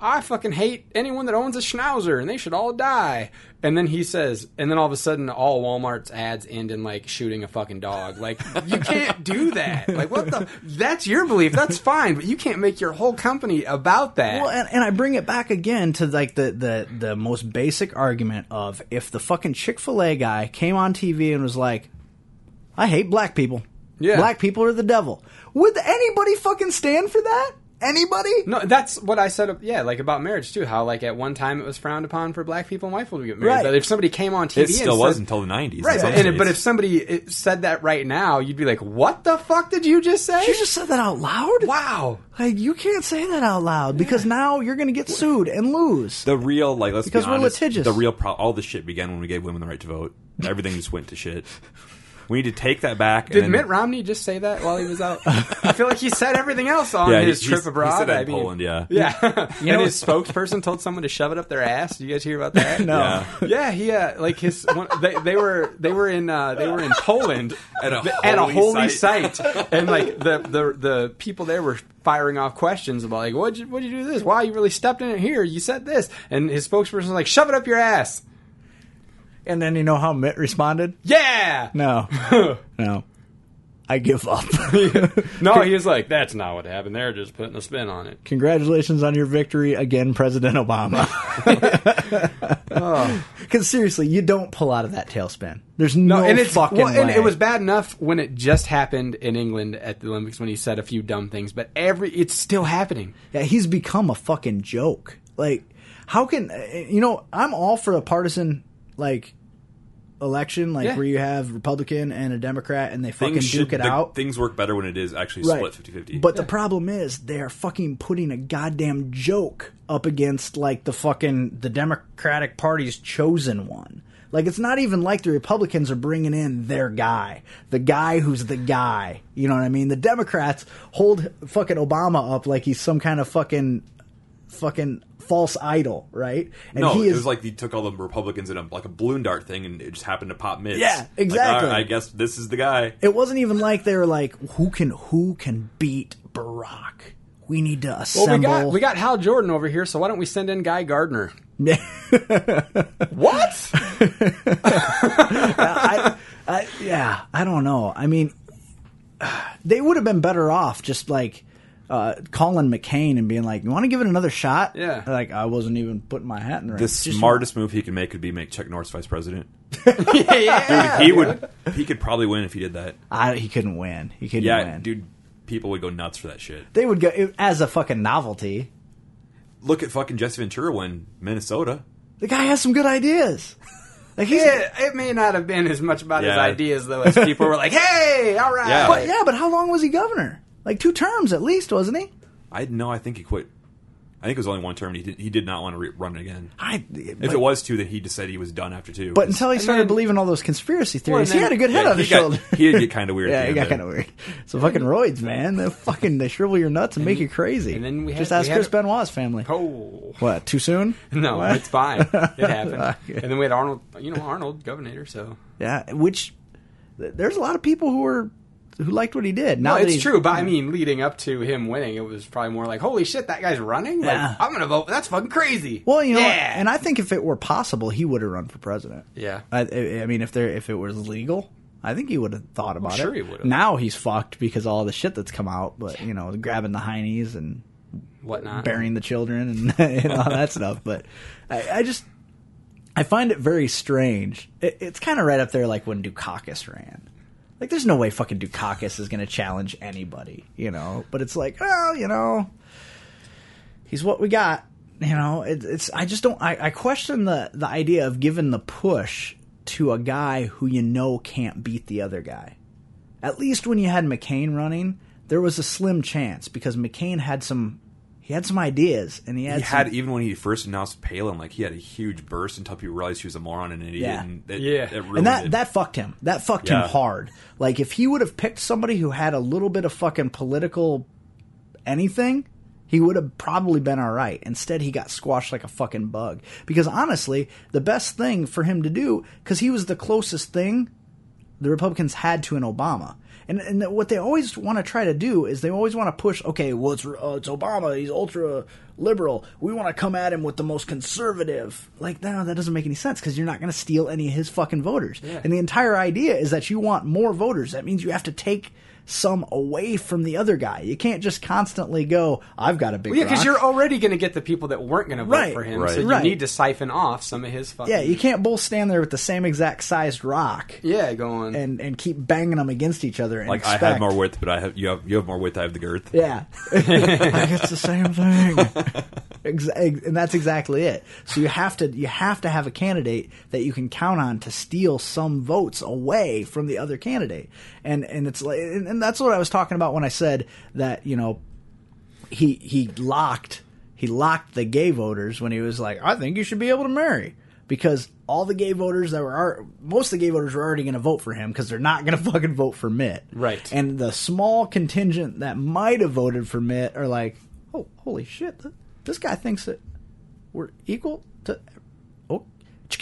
Speaker 5: I fucking hate anyone that owns a schnauzer and they should all die, and then he says, and then all of a sudden all Walmart's ads end in like shooting a fucking dog. Like you can't do that. Like what the? That's your belief. That's fine, but you can't make your whole company about that.
Speaker 1: Well, and, and I bring it back again to like the, the, the most basic argument of if the fucking Chick Fil A guy came on TV and was like, "I hate black people.
Speaker 5: Yeah.
Speaker 1: black people are the devil." Would anybody fucking stand for that? Anybody?
Speaker 5: No, that's what I said. Yeah, like about marriage too. How like at one time it was frowned upon for black people and white people to get married,
Speaker 1: Right.
Speaker 5: but if somebody came on TV,
Speaker 6: It still
Speaker 5: and
Speaker 6: was
Speaker 5: said,
Speaker 6: until the nineties.
Speaker 5: Right, but, and, but if somebody eh, said that right now, you'd be like, "What the fuck did you just say?"
Speaker 1: You just said that out loud.
Speaker 5: wow.
Speaker 1: Like you can't say that out loud because now you're gonna get sued and lose.
Speaker 6: the real like let's
Speaker 1: Because
Speaker 6: be
Speaker 1: we're
Speaker 6: honest,
Speaker 1: litigious.
Speaker 6: The real pro- all the shit began when we gave women the right to vote. Everything just went to shit. We need to take that back.
Speaker 5: Did
Speaker 6: and
Speaker 5: Mitt Romney just say that while he was out? I feel like he said everything else on
Speaker 6: Yeah, he-
Speaker 5: his
Speaker 6: he-
Speaker 5: trip
Speaker 6: he
Speaker 5: abroad.
Speaker 6: said that
Speaker 5: I
Speaker 6: in
Speaker 5: mean,
Speaker 6: Poland, yeah.
Speaker 5: yeah. You know,
Speaker 1: know-
Speaker 5: his spokesperson told someone to shove it up their ass. Did you guys hear about that? no.
Speaker 6: Yeah.
Speaker 5: Yeah, he uh, like his one, they, they were they were in uh, they were in Poland
Speaker 6: At a
Speaker 5: th- at a
Speaker 6: holy
Speaker 5: holy
Speaker 6: site.
Speaker 5: site. and like the, the the people there were firing off questions about like what you what you do to this? Why you really stepped in it here? You said this, and his spokesperson was like shove it up your ass.
Speaker 1: And then you know how Mitt responded?
Speaker 5: Yeah.
Speaker 1: No, no. I give up.
Speaker 5: No, Oh, he was like, that's not what happened. They're just putting a spin on it.
Speaker 1: Congratulations on your victory again, President Obama. Because seriously, you don't pull out of that tailspin. There's no, fucking
Speaker 5: well, and
Speaker 1: way.
Speaker 5: it was bad enough when it just happened in England at the Olympics when he said a few dumb things, but every it's still happening.
Speaker 1: Yeah, he's become a fucking joke. Like, how can uh, you know? I'm all for a partisan like election, like
Speaker 5: Yeah.
Speaker 1: where you have Republican and a Democrat, and they fucking duke
Speaker 6: should-
Speaker 1: it
Speaker 6: the-
Speaker 1: out.
Speaker 6: Things work better when it is actually split 50-50.
Speaker 1: But the problem is they are fucking putting a goddamn joke up against like the fucking the Democratic Party's chosen one. Like it's not even like the Republicans are bringing in their guy, the guy who's the guy. You know what I mean? The Democrats hold fucking Obama up like he's some kind of fucking fucking false idol, right? And
Speaker 6: no,
Speaker 1: he
Speaker 6: it was like he took all the Republicans in a, like a balloon dart thing, and it just happened to pop mids.
Speaker 1: Yeah,
Speaker 6: Like,
Speaker 1: exactly.
Speaker 6: "All right, I guess this is the guy.
Speaker 1: it wasn't even like they were like who can who can beat Barack? We need to
Speaker 5: Well,
Speaker 1: assemble.
Speaker 5: we got we got Hal Jordan over here, so why don't we send in Guy Gardner? what?
Speaker 1: I, I, yeah, I don't know. I mean, they would have been better off just like uh, calling McCain and being like, "You want to give it another shot?"
Speaker 5: Yeah.
Speaker 1: Like I wasn't even putting my hat in the ring.
Speaker 6: The
Speaker 1: Just-
Speaker 6: smartest move he could make would be make Chuck Norris vice president.
Speaker 5: yeah.
Speaker 6: He would. He could probably win if he did that.
Speaker 1: I, he couldn't win. He couldn't
Speaker 6: Yeah,
Speaker 1: win.
Speaker 6: dude, people would go nuts for that shit.
Speaker 1: They would go it, as a fucking novelty.
Speaker 6: Look at fucking Jesse Ventura win Minnesota.
Speaker 1: The guy has some good ideas. Like he's.
Speaker 5: It, it may not have been as much about his
Speaker 6: Yeah.
Speaker 5: ideas though, as people were like, "Hey, all right."
Speaker 6: Yeah.
Speaker 1: But yeah, but how long was he governor? Like two terms at least, wasn't he?
Speaker 6: I no, I think he quit. I think it was only one term. And he did, he did not want to re- run again.
Speaker 1: I.
Speaker 6: If
Speaker 1: But,
Speaker 6: it was two, then he decided he was done after two.
Speaker 1: but until he started
Speaker 5: then-
Speaker 1: believing all those conspiracy
Speaker 5: and
Speaker 1: theories, he
Speaker 5: then-
Speaker 1: had a good head
Speaker 6: Yeah,
Speaker 1: on
Speaker 6: he,
Speaker 1: his
Speaker 6: got,
Speaker 1: shoulder.
Speaker 6: he did get kind of weird.
Speaker 1: Yeah,
Speaker 6: at the
Speaker 1: it got
Speaker 6: end
Speaker 1: kind of weird. So fucking roids, man. They fucking they shrivel your nuts and make you crazy.
Speaker 5: and then we had-
Speaker 1: just ask
Speaker 5: we had-
Speaker 1: Chris Benoit's family.
Speaker 5: Oh.
Speaker 1: What? Too soon?
Speaker 5: No,
Speaker 1: What?
Speaker 5: it's fine. It happened.
Speaker 1: Okay.
Speaker 5: And then we had Arnold, you know, Arnold, governor, so.
Speaker 1: Yeah. Which th- there's a lot of people who were who liked what he did. Now
Speaker 5: No,
Speaker 1: that
Speaker 5: it's
Speaker 1: he's-
Speaker 5: true, but I mean, leading up to him winning, it was probably more like, holy shit, that guy's running? Like,
Speaker 1: Yeah.
Speaker 5: I'm going to vote. That's fucking crazy.
Speaker 1: Well, you know,
Speaker 5: yeah.
Speaker 1: and I think if it were possible, he would have run for president.
Speaker 5: Yeah.
Speaker 1: I, I- I mean, if there if it was legal, I think he would have thought about
Speaker 5: sure
Speaker 1: it.
Speaker 5: he would've.
Speaker 1: Now he's fucked because of all the shit that's come out. But you know, grabbing the heinies and
Speaker 5: Whatnot.
Speaker 1: burying the children and, and all that stuff. But I, I just I find it very strange. It, it's kind of right up there, like when Dukakis ran. Like, there's no way fucking Dukakis is going to challenge anybody, you know. But it's like, well, you know, he's what we got. You know, it, it's I just don't. I, I question the the idea of giving the push to a guy who you know can't beat the other guy at least when you had McCain running, there was a slim chance because McCain had some he had some ideas and he had,
Speaker 6: He
Speaker 1: some,
Speaker 6: had even when he first announced Palin, like he had a huge burst until people realized she was a moron and an idiot.
Speaker 1: Yeah.
Speaker 6: and it,
Speaker 5: Yeah.
Speaker 6: it really
Speaker 1: and that
Speaker 6: did.
Speaker 1: that fucked him. That fucked
Speaker 6: Yeah.
Speaker 1: him hard. Like if he would have picked somebody who had a little bit of fucking political anything, he would have probably been all right. Instead, he got squashed like a fucking bug. Because honestly, the best thing for him to do cuz he was the closest thing the Republicans had to an Obama. And, and that what they always want to try to do is they always want to push, okay, well, it's, uh, it's Obama. He's ultra liberal. We want to come at him with the most conservative. Like, no, that doesn't make any sense because you're not going to steal any of his fucking voters. And the entire idea is that you want more voters. That means you have to take some away from the other guy. You can't just constantly go, I've got a big
Speaker 5: Well, yeah, because
Speaker 1: rock."
Speaker 5: you're already going to get the people that weren't going to vote
Speaker 1: Right.
Speaker 5: for him,
Speaker 6: Right.
Speaker 5: so you
Speaker 1: Right.
Speaker 5: need to siphon off some of his fucking.
Speaker 1: yeah, you can't both stand there with the same exact sized rock
Speaker 5: Yeah, going.
Speaker 1: and, and keep banging them against each other. And
Speaker 6: like
Speaker 1: expect,
Speaker 6: I have more width, but I have you have you have more width. I have the girth.
Speaker 1: Yeah. like it's the same thing. Exa- and that's exactly it. So you have to you have to have a candidate that you can count on to steal some votes away from the other candidate. And and it's like and, and that's what I was talking about when I said that, you know, he he locked he locked the gay voters when he was like, I think you should be able to marry because all the gay voters that were ar- most of the gay voters were already going to vote for him because they're not going to fucking vote for Mitt,
Speaker 5: Right.
Speaker 1: And the small contingent that might have voted for Mitt are like, oh holy shit, th- this guy thinks that we're equal to. Oh,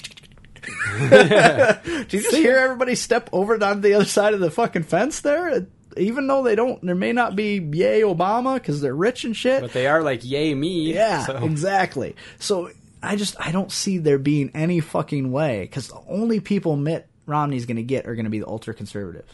Speaker 1: did you just hear everybody step over onto the other side of the fucking fence there? Even though they don't, there may not be yay Obama because they're rich and shit.
Speaker 5: but they are like, yay me.
Speaker 1: Yeah,
Speaker 5: So-
Speaker 1: exactly. So I just I don't see there being any fucking way because the only people Mitt Romney's going to get are going to be the ultra conservatives.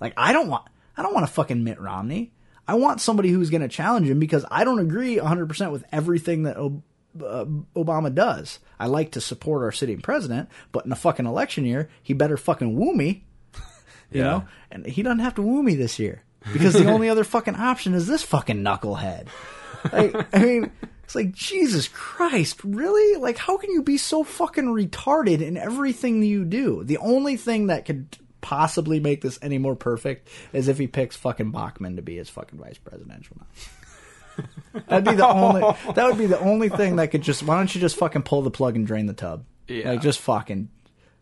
Speaker 1: Like I don't want I don't want a fucking Mitt Romney. I want somebody who's going to challenge him because I don't agree 100% with everything that Ob- uh, Obama does. I like to support our sitting president, but in a fucking election year, he better fucking woo me. You know? And he doesn't have to woo me this year because the only other fucking option is this fucking knucklehead. Like, I mean, it's like, Jesus Christ, really? Like, how can you be so fucking retarded in everything that you do? The only thing that could possibly make this any more perfect is if he picks fucking Bachman to be his fucking vice presidential now. That'd be the only. That would be the only thing that could just. Why don't you just fucking pull the plug and drain the tub?
Speaker 5: Yeah.
Speaker 1: Like just fucking,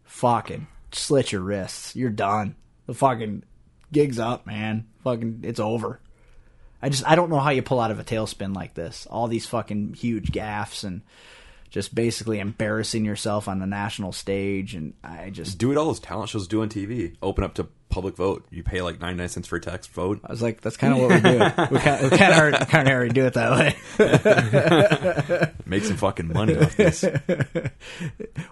Speaker 1: fucking slit your wrists. You're done. The fucking gig's up, man. Fucking, it's over. I just I don't know how you pull out of a tailspin like this. All these fucking huge gaffes and just basically embarrassing yourself on the national stage and I just
Speaker 6: Do what all those talent shows do on TV. Open up to public vote. You pay like 99 cents for a text vote.
Speaker 1: I was like that's kind of what we do. we kind we kind of already, kinda already do it that way.
Speaker 6: Make some fucking money off this.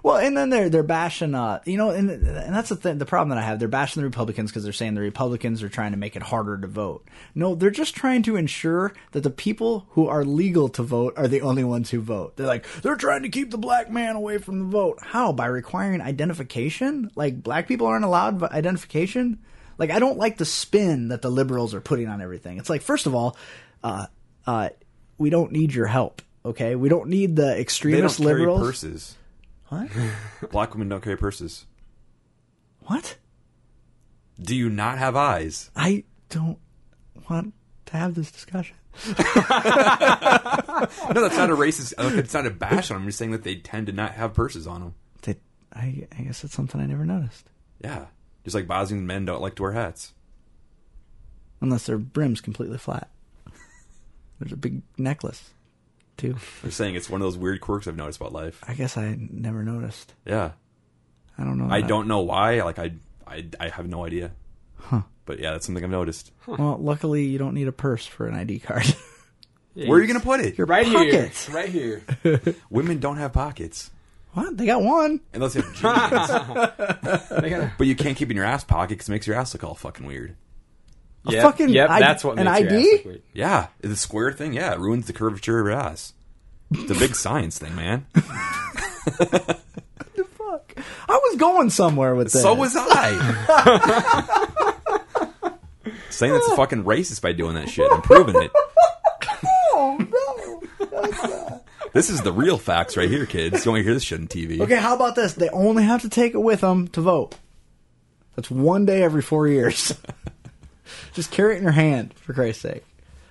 Speaker 1: Well, and then they're they're bashing, uh, you know, and and that's the th- the problem that I have. They're bashing the Republicans because they're saying the Republicans are trying to make it harder to vote. No, they're just trying to ensure that the people who are legal to vote are the only ones who vote. They're like they're trying to keep the black man away from the vote. How by requiring identification? Like black people aren't allowed v- identification. Like I don't like the spin that the liberals are putting on everything. It's like first of all, uh, uh, we don't need your help. Okay, we don't need the
Speaker 6: They don't
Speaker 1: extremist
Speaker 6: carry
Speaker 1: liberals.
Speaker 6: purses.
Speaker 1: What?
Speaker 6: Black women don't carry purses.
Speaker 1: What?
Speaker 6: Do you not have eyes?
Speaker 1: I don't want to have this discussion.
Speaker 6: No, that's not a racist. Like, it's not a bash on them. I'm just saying that they tend to not have purses on them.
Speaker 1: That I, I guess that's something I never noticed,
Speaker 6: Yeah, just like Bosnian men don't like to wear hats.
Speaker 1: unless their brim's completely flat. There's a big necklace, too.
Speaker 6: I'm just saying it's one of those weird quirks I've noticed about life.
Speaker 1: I guess I never noticed.
Speaker 6: Yeah,
Speaker 1: I don't know.
Speaker 6: I
Speaker 1: that.
Speaker 6: don't know why. Like I, I, I have no idea. But yeah, that's something I've noticed.
Speaker 1: Well, luckily you don't need a purse for an ID card.
Speaker 6: Where are you gonna put it?
Speaker 1: Your
Speaker 5: Right here.
Speaker 1: pockets.
Speaker 5: Right here.
Speaker 6: Women don't have pockets
Speaker 1: What? They got one.
Speaker 6: unless they have jeans.
Speaker 5: They gotta-
Speaker 6: but you can't keep it in your ass pocket because it makes your ass look all fucking weird.
Speaker 1: A
Speaker 5: Yep,
Speaker 1: fucking
Speaker 5: yep,
Speaker 1: I-
Speaker 5: that's what
Speaker 1: an
Speaker 5: makes your
Speaker 1: ID?
Speaker 5: ass look weird.
Speaker 6: Yeah, the square thing. Yeah, it ruins the curvature of your ass. It's a big science thing, man.
Speaker 1: Fuck. I was going somewhere with this.
Speaker 6: So was I. Saying that's fucking racist by doing that shit. I'm proving it. This is the real facts right here, kids. You only hear this shit on TV.
Speaker 1: Okay, how about this? They only have to take it with them to vote. That's one day every four years. just carry it in your hand, for Christ's sake.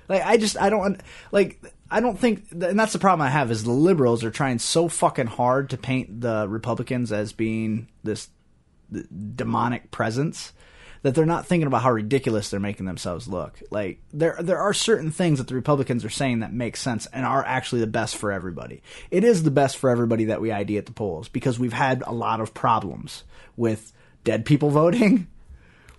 Speaker 1: Like I just I don't like I don't think, and that's the problem I have is the liberals are trying so fucking hard to paint the Republicans as being this demonic presence that they're not thinking about how ridiculous they're making themselves look. Like there there are certain things that the Republicans are saying that make sense and are actually the best for everybody. It is the best for everybody that we ID at the polls because we've had a lot of problems with dead people voting,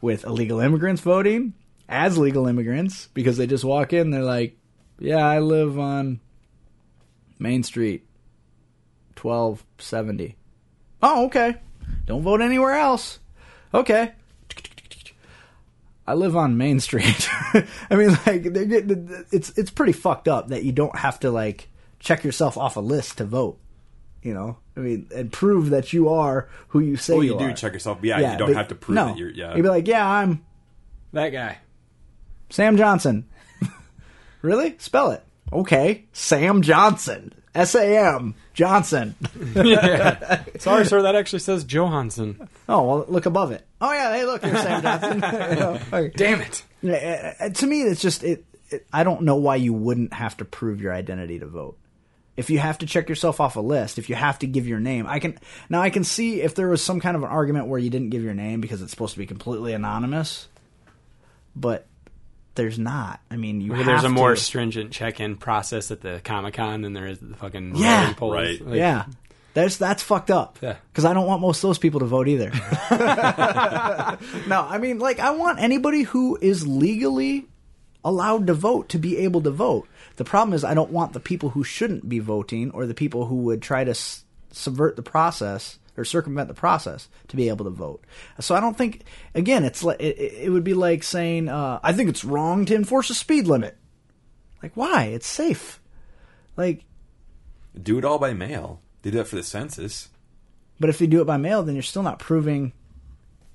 Speaker 1: with illegal immigrants voting as legal immigrants because they just walk in they're like, "Yeah, I live on Main Street 1270." Oh, okay. Don't vote anywhere else. Okay. I live on Main Street. I mean, like, they're getting, it's it's pretty fucked up that you don't have to like check yourself off a list to vote. You know, I mean, and prove that you are who you say
Speaker 6: Well,
Speaker 1: you,
Speaker 6: you do
Speaker 1: are.
Speaker 6: check yourself. But yeah, you don't
Speaker 1: but-
Speaker 6: have to prove
Speaker 1: no.
Speaker 6: that you're. Yeah,
Speaker 1: You'd be like, yeah, I'm
Speaker 5: That guy.
Speaker 1: Sam Johnson. really? Spell it. Okay, Sam Johnson. S A M Johnson.
Speaker 5: Sorry, sir. That actually says Johansson.
Speaker 1: Oh well, look above it. Oh yeah, hey, look, there's Sam Johnson. You know, okay.
Speaker 5: Damn it.
Speaker 1: Yeah, uh, uh, to me, it's just it, it. I don't know why you wouldn't have to prove your identity to vote. If you have to check yourself off a list, if you have to give your name, I can now I can see if there was some kind of an argument where you didn't give your name because it's supposed to be completely anonymous, but there's not. I mean, you have
Speaker 5: there's a more
Speaker 1: to.
Speaker 5: stringent check-in process at the Comic Con than there is at the fucking
Speaker 1: Yeah.
Speaker 5: voting polls.
Speaker 6: Right.
Speaker 5: Like,
Speaker 1: yeah. That's that's fucked up.
Speaker 5: Yeah.
Speaker 1: Because I don't want most of those people to vote either. no, I mean, like, I want anybody who is legally allowed to vote to be able to vote. The problem is, I don't want the people who shouldn't be voting or the people who would try to s- subvert the process or circumvent the process to be able to vote. So I don't think again it's like it, it would be like saying uh, I think it's wrong to enforce a speed limit. Like why? It's safe. Like
Speaker 6: Do it all by mail. They do that for the census.
Speaker 1: but if you do it by mail then you're still not proving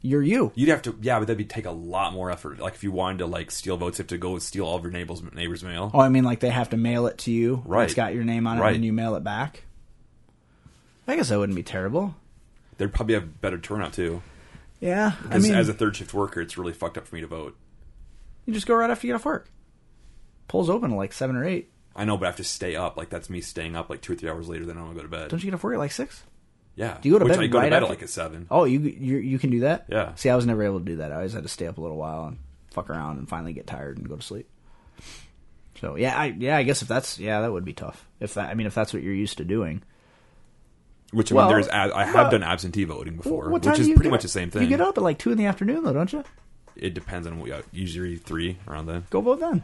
Speaker 1: you're you.
Speaker 6: You'd have to, yeah, but that'd be take a lot more effort. Like if you wanted to like steal votes, you have to go steal all of your neighbors' neighbors' mail.
Speaker 1: Oh, I mean like they have to mail it to you.
Speaker 6: Right.
Speaker 1: It's got your name on it
Speaker 6: Right.
Speaker 1: and you mail it back. I guess that wouldn't be terrible.
Speaker 6: They'd probably have better turnout too.
Speaker 1: Yeah. I
Speaker 6: Because
Speaker 1: mean
Speaker 6: as a third shift worker, it's really fucked up for me to vote.
Speaker 1: you just go right after you get off work. Polls open at like 7 or 8.
Speaker 6: I know, but I have to stay up. Like that's me staying up like two or three hours later than I'm gonna go to bed.
Speaker 1: Don't you get off work at like 6?
Speaker 6: yeah.
Speaker 1: you go to
Speaker 6: Which
Speaker 1: bed
Speaker 6: I go
Speaker 1: right
Speaker 6: to bed
Speaker 1: after-
Speaker 6: at like at seven.
Speaker 1: Oh, you you you can do that?
Speaker 6: Yeah.
Speaker 1: See, I was never able to do that. I always had to stay up a little while and fuck around and finally get tired and go to sleep. So yeah, I yeah, I guess if that's yeah, that would be tough. If that I mean if that's what you're used to doing.
Speaker 6: Which I
Speaker 1: Well,
Speaker 6: mean, there's ab- I have
Speaker 1: well-
Speaker 6: done absentee voting before,
Speaker 1: What time
Speaker 6: which
Speaker 1: do
Speaker 6: is
Speaker 1: you
Speaker 6: pretty
Speaker 1: get-
Speaker 6: much the same thing.
Speaker 1: You get up at like two in the afternoon though, don't you?
Speaker 6: It depends on what you usually three around then.
Speaker 1: Go vote then.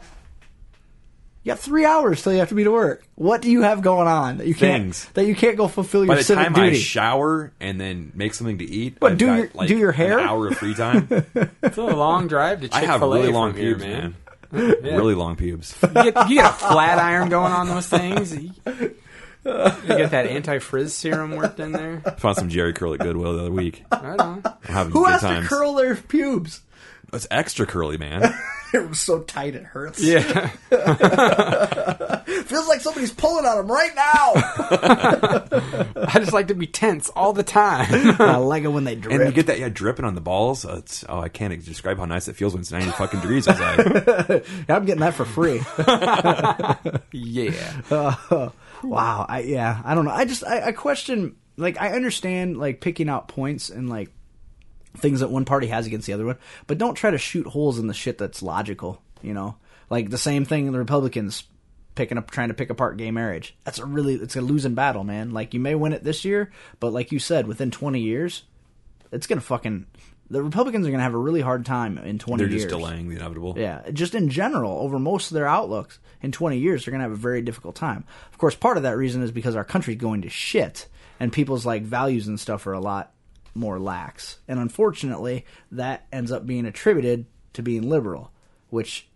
Speaker 1: You got three hours till you have to be to work. What do you have going on that you can't
Speaker 6: Things.
Speaker 1: that you can't go fulfill your
Speaker 6: By the
Speaker 1: civic
Speaker 6: time I
Speaker 1: duty?
Speaker 6: shower and then make something to eat,
Speaker 1: But
Speaker 6: I've
Speaker 1: do
Speaker 6: got,
Speaker 1: your-
Speaker 6: like,
Speaker 1: do your hair?
Speaker 6: An hour of free time.
Speaker 5: It's a long drive to
Speaker 6: I
Speaker 5: Chick
Speaker 6: have
Speaker 5: Fil A
Speaker 6: really long
Speaker 5: from here,
Speaker 6: pubes,
Speaker 5: man.
Speaker 6: man. Really long pubes.
Speaker 5: You get, you get a flat iron going on those things. You you get that anti frizz serum worked in there.
Speaker 6: Found some Jerry curl at Goodwill the other week. I'm
Speaker 5: Right on.
Speaker 6: having
Speaker 1: Who
Speaker 6: good
Speaker 1: has
Speaker 6: times.
Speaker 1: to curl their pubes?
Speaker 6: It's extra curly, man.
Speaker 1: It was so tight it hurts.
Speaker 5: Yeah.
Speaker 1: Feels like somebody's pulling on them right now.
Speaker 5: I just like to be tense all the time.
Speaker 1: I like it when they drip.
Speaker 6: and you get that yeah dripping on the balls. Uh, it's, oh, I can't describe how nice it feels when it's 90 fucking degrees outside.
Speaker 1: I'm getting that for free.
Speaker 5: yeah.
Speaker 1: wow. I yeah. I don't know. I just I, I question like I understand like picking out points and like things that one party has against the other one, but don't try to shoot holes in the shit that's logical. You know, like the same thing the Republicans picking up trying to pick apart gay marriage. That's a really it's a losing battle, man. Like you may win it this year, but like you said, within 20 years, it's gonna fucking the Republicans are gonna have a really hard time in 20
Speaker 6: They're
Speaker 1: years.
Speaker 6: just delaying the inevitable.
Speaker 1: Yeah, just in general, over most of their outlooks in 20 years, they're going to have a very difficult time. Of course, part of that reason is because our country's going to shit, and people's like values and stuff are a lot more lax. And unfortunately, that ends up being attributed to being liberal, which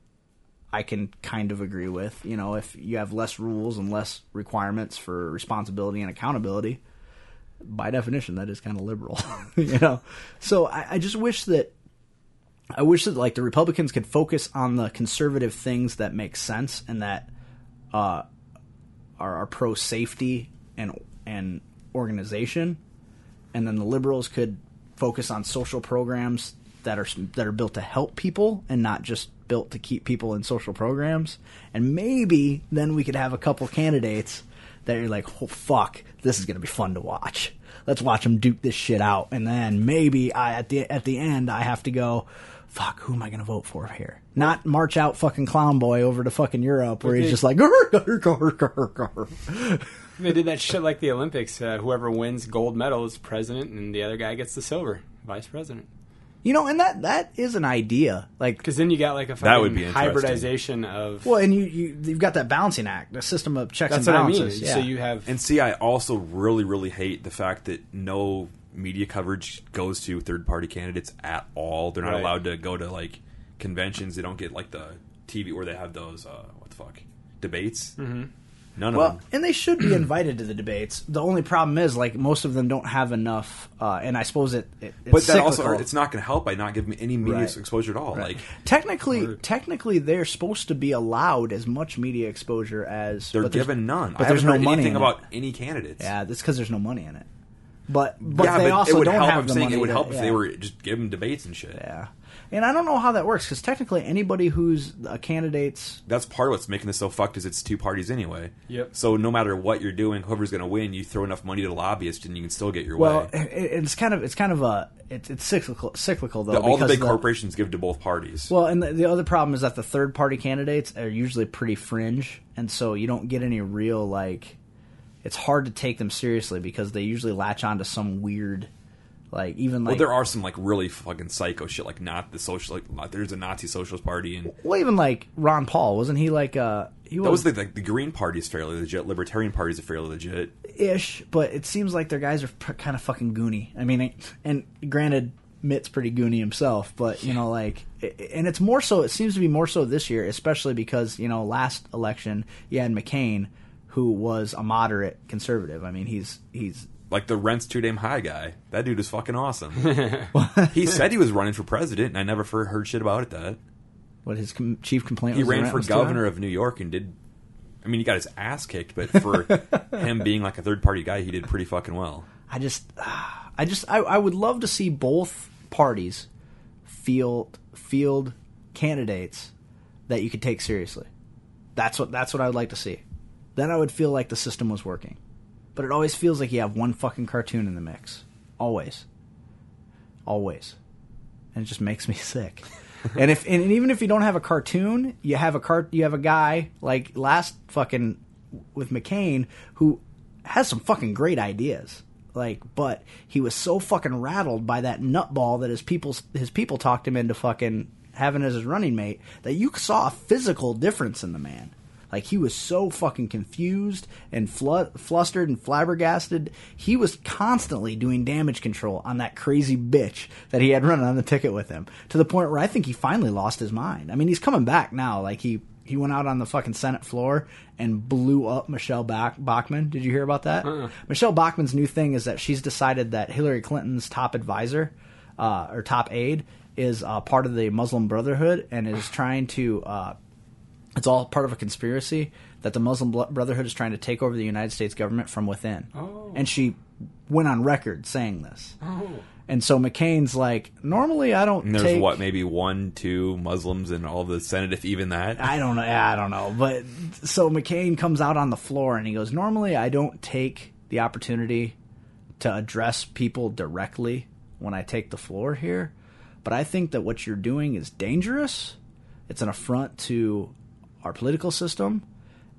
Speaker 1: I can kind of agree with. You know, if you have less rules and less requirements for responsibility and accountability, by definition, that is kind of liberal. you know, so I, I just wish that I wish that like the Republicans could focus on the conservative things that make sense and that uh, are, are pro safety and and organization, and then the liberals could focus on social programs that are that are built to help people and not just built to keep people in social programs. And maybe then we could have a couple candidates that you're like, oh fuck, this is gonna be fun to watch. Let's watch them duke this shit out, and then maybe I at the at the end I have to go. Fuck, who am I going to vote for here? Not march out fucking clown boy over to fucking Europe where he's just like, "Grr, grr, grr, grr, grr."
Speaker 5: They did that shit like the Olympics. Uh, whoever wins gold medal is president, and the other guy gets the silver, vice president.
Speaker 1: you know, and that that is an idea. Like,
Speaker 5: Because then you got like a fucking
Speaker 6: That would be interesting.
Speaker 5: hybridization of.
Speaker 1: well, and you, you you've got that balancing act, the system of checks
Speaker 5: that's
Speaker 1: and
Speaker 5: what I mean.
Speaker 1: balances.
Speaker 5: So
Speaker 1: yeah.
Speaker 5: you have.
Speaker 6: And see, I also really, really hate the fact that no media coverage goes to third party candidates at all. They're not
Speaker 5: Right.
Speaker 6: allowed to go to like conventions. They don't get like the TV where they have those uh, what the fuck debates. Mm-hmm. None of
Speaker 1: Well,
Speaker 6: them.
Speaker 1: and they should be invited to the debates. The only problem is, like, most of them don't have enough. Uh, and I suppose it, it it's
Speaker 6: But that also
Speaker 1: cyclical.
Speaker 6: it's not going to help by not giving any media
Speaker 1: Right.
Speaker 6: exposure at all.
Speaker 1: Right.
Speaker 6: Like
Speaker 1: technically, technically, they're supposed to be allowed as much media exposure as
Speaker 6: they're
Speaker 1: but there's-
Speaker 6: given none.
Speaker 1: But
Speaker 6: I
Speaker 1: there's
Speaker 6: haven't
Speaker 1: no
Speaker 6: heard
Speaker 1: money
Speaker 6: anything
Speaker 1: in it.
Speaker 6: about any candidates.
Speaker 1: Yeah, that's because there's no money in it. But but
Speaker 6: yeah,
Speaker 1: they
Speaker 6: but
Speaker 1: also
Speaker 6: it would
Speaker 1: don't
Speaker 6: help.
Speaker 1: have
Speaker 6: I'm
Speaker 1: the
Speaker 6: saying
Speaker 1: money
Speaker 6: it would
Speaker 1: to-
Speaker 6: help if
Speaker 1: yeah.
Speaker 6: they were just give them debates and shit.
Speaker 1: Yeah, and I don't know how that works because technically anybody who's a candidate's
Speaker 6: that's part of what's making this so fucked is it's two parties anyway.
Speaker 5: Yep.
Speaker 6: So no matter what you're doing, whoever's going to win, you throw enough money to the lobbyists and you can still get your
Speaker 1: well,
Speaker 6: way.
Speaker 1: it, it's kind of it's kind of a it's, it's cyclical cyclical though.
Speaker 6: The- all the
Speaker 1: because uh,
Speaker 6: big corporations give to both parties.
Speaker 1: Well, and the, the other problem is that the third party candidates are usually pretty fringe, and so you don't get any real like. It's hard to take them seriously because they usually latch on to some weird, like even
Speaker 6: Well,
Speaker 1: like
Speaker 6: there are some like really fucking psycho shit, like not the social. Like, like, there's a Nazi Socialist Party, and
Speaker 1: well even like Ron Paul wasn't he like uh he
Speaker 6: that was the, the, the Green Party is fairly legit. Libertarian Party is fairly legit.
Speaker 1: ish, but it seems like their guys are pr- kind of fucking goony. I mean, I- and granted, Mitt's pretty goony himself, but you know, like, i- and it's more so. It seems to be more so this year, especially because you know, last election you had McCain, who was a moderate conservative. I mean, he's he's
Speaker 6: Like the rent's too damn high guy. That dude is fucking awesome. he said he was running for president, and I never fir- heard shit about it. That
Speaker 1: what his com- chief complaint.
Speaker 6: he
Speaker 1: was the
Speaker 6: ran
Speaker 1: rent
Speaker 6: for
Speaker 1: was too high?
Speaker 6: governor of New York and did. I mean, he got his ass kicked, but for him being like a third party guy, he did pretty fucking well.
Speaker 1: I just, I just, I, I would love to see both parties field field candidates that you could take seriously. That's what that's what I would like to see. Then I would feel like the system was working. But it always feels like you have one fucking cartoon in the mix. Always. Always. And it just makes me sick. and if and even if you don't have a cartoon, you have a cart you have a guy like last fucking with McCain who has some fucking great ideas. Like, but he was so fucking rattled by that nutball that his people his people talked him into fucking having as his running mate that you saw a physical difference in the man. Like he was so fucking confused and flu- flustered and flabbergasted. He was constantly doing damage control on that crazy bitch that he had running on the ticket with him to the point where I think he finally lost his mind. I mean, he's coming back now. Like he he went out on the fucking Senate floor and blew up Michelle Bach- Bachman. Did you hear about that? Michelle Bachman's new thing is that she's decided that Hillary Clinton's top advisor uh, or top aide is uh, part of the Muslim Brotherhood and is trying to. Uh, it's all part of a conspiracy that the Muslim Bl- Brotherhood is trying to take over the United States government from within. Oh. And she went on record saying this. Oh. And so McCain's like, normally I don't
Speaker 6: And there's
Speaker 1: take
Speaker 6: what maybe one, two Muslims in all the Senate, if even that.
Speaker 1: I don't know. I don't know. But so McCain comes out on the floor and he goes, "Normally, I don't take the opportunity to address people directly when I take the floor here, but I think that what you're doing is dangerous. It's an affront to our political system."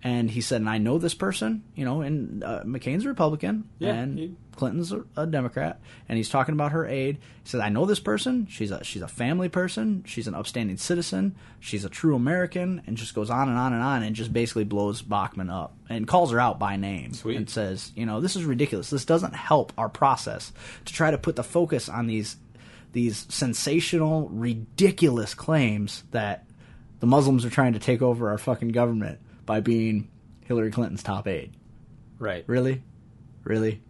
Speaker 1: And he said, "And I know this person, you know, and uh, McCain's a Republican,
Speaker 5: Yeah,
Speaker 1: and
Speaker 5: he-
Speaker 1: Clinton's a, a Democrat, and he's talking about her aide. He said, "I know this person. She's a she's a family person. She's an upstanding citizen. She's a true American," and just goes on and on and on, and just basically blows Bachman up and calls her out by name
Speaker 5: Sweet.
Speaker 1: and says, "You know, this is ridiculous. This doesn't help our process to try to put the focus on these these sensational, ridiculous claims that the Muslims are trying to take over our fucking government by being Hillary Clinton's top aide."
Speaker 5: Right.
Speaker 1: Really? Really?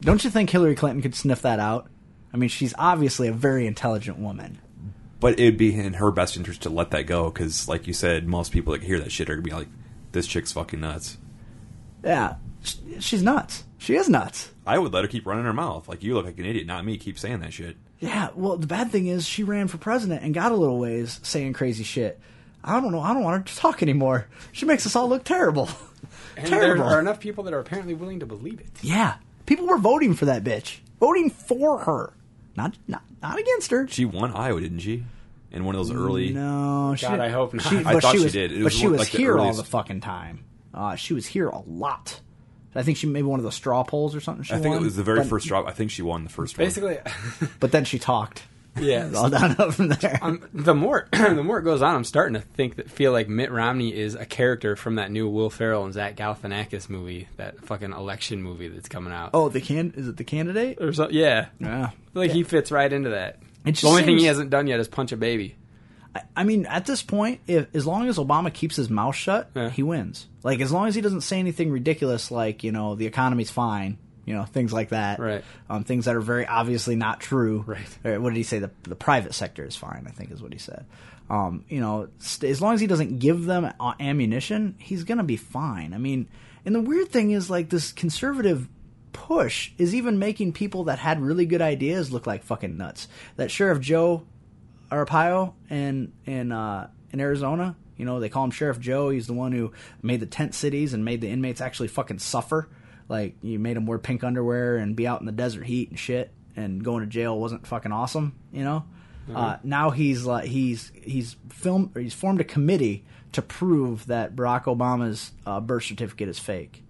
Speaker 1: Don't you think Hillary Clinton could sniff that out? I mean, she's obviously a very intelligent woman.
Speaker 6: But it'd be in her best interest to let that go, because, like you said, most people that hear that shit are gonna be like, "This chick's fucking nuts."
Speaker 1: Yeah, sh- she's nuts. She is nuts.
Speaker 6: I would let her keep running her mouth. Like you look like an idiot, not me. Keep saying that shit.
Speaker 1: Yeah, well, the bad thing is she ran for president and got a little ways saying crazy shit. I don't know. I don't want her to talk anymore. She makes us all look terrible.
Speaker 5: And
Speaker 1: terrible.
Speaker 5: there are enough people that are apparently willing to believe it.
Speaker 1: yeah, people were voting for that bitch, voting for her, not not not against her.
Speaker 6: She won Iowa, didn't she? In one of those early.
Speaker 1: No, she,
Speaker 5: God, I hope not. I
Speaker 1: but
Speaker 6: thought she
Speaker 1: was,
Speaker 6: did. It
Speaker 1: but
Speaker 6: was
Speaker 1: she
Speaker 6: one-
Speaker 1: was
Speaker 6: like the
Speaker 1: here all
Speaker 6: earliest-
Speaker 1: the fucking time. Uh, she was here a lot. I think she made one of those straw polls or something. She
Speaker 6: I think it
Speaker 1: won,
Speaker 6: was the very
Speaker 1: but-
Speaker 6: first drop. I think she won the first one.
Speaker 5: Basically,
Speaker 1: But then she talked. It's
Speaker 5: yeah.
Speaker 1: all down up from there.
Speaker 5: Um, the more the more it goes on, I'm starting to think that feel like Mitt Romney is a character from that new Will Ferrell and Zach Galifianakis movie, that fucking election movie that's coming out.
Speaker 1: oh, the can is it the candidate?
Speaker 5: or so, yeah.
Speaker 1: Yeah.
Speaker 5: Like he fits right into that.
Speaker 1: It just
Speaker 5: the only thing he
Speaker 1: seems-
Speaker 5: hasn't done yet is punch a baby.
Speaker 1: I mean, at this point, if as long as Obama keeps his mouth shut,
Speaker 5: Yeah.
Speaker 1: he wins. Like as long as he doesn't say anything ridiculous, like you know the economy's fine, you know things like that,
Speaker 5: Right.
Speaker 1: Um, things that are very obviously not true.
Speaker 5: Right.
Speaker 1: Uh, What did he say? The the private sector is fine. I think is what he said. Um, you know, st- as long as he doesn't give them a- ammunition, he's gonna be fine. I mean, and the weird thing is like this conservative push is even making people that had really good ideas look like fucking nuts. That Sheriff Joe Arpaio in in uh, in Arizona. You know, they call him Sheriff Joe. He's the one who made the tent cities and made the inmates actually fucking suffer. Like you made them wear pink underwear and be out in the desert heat and shit. And going to jail wasn't fucking awesome. You know. Uh, now he's like he's he's film or he's formed a committee to prove that Barack Obama's uh, birth certificate is fake.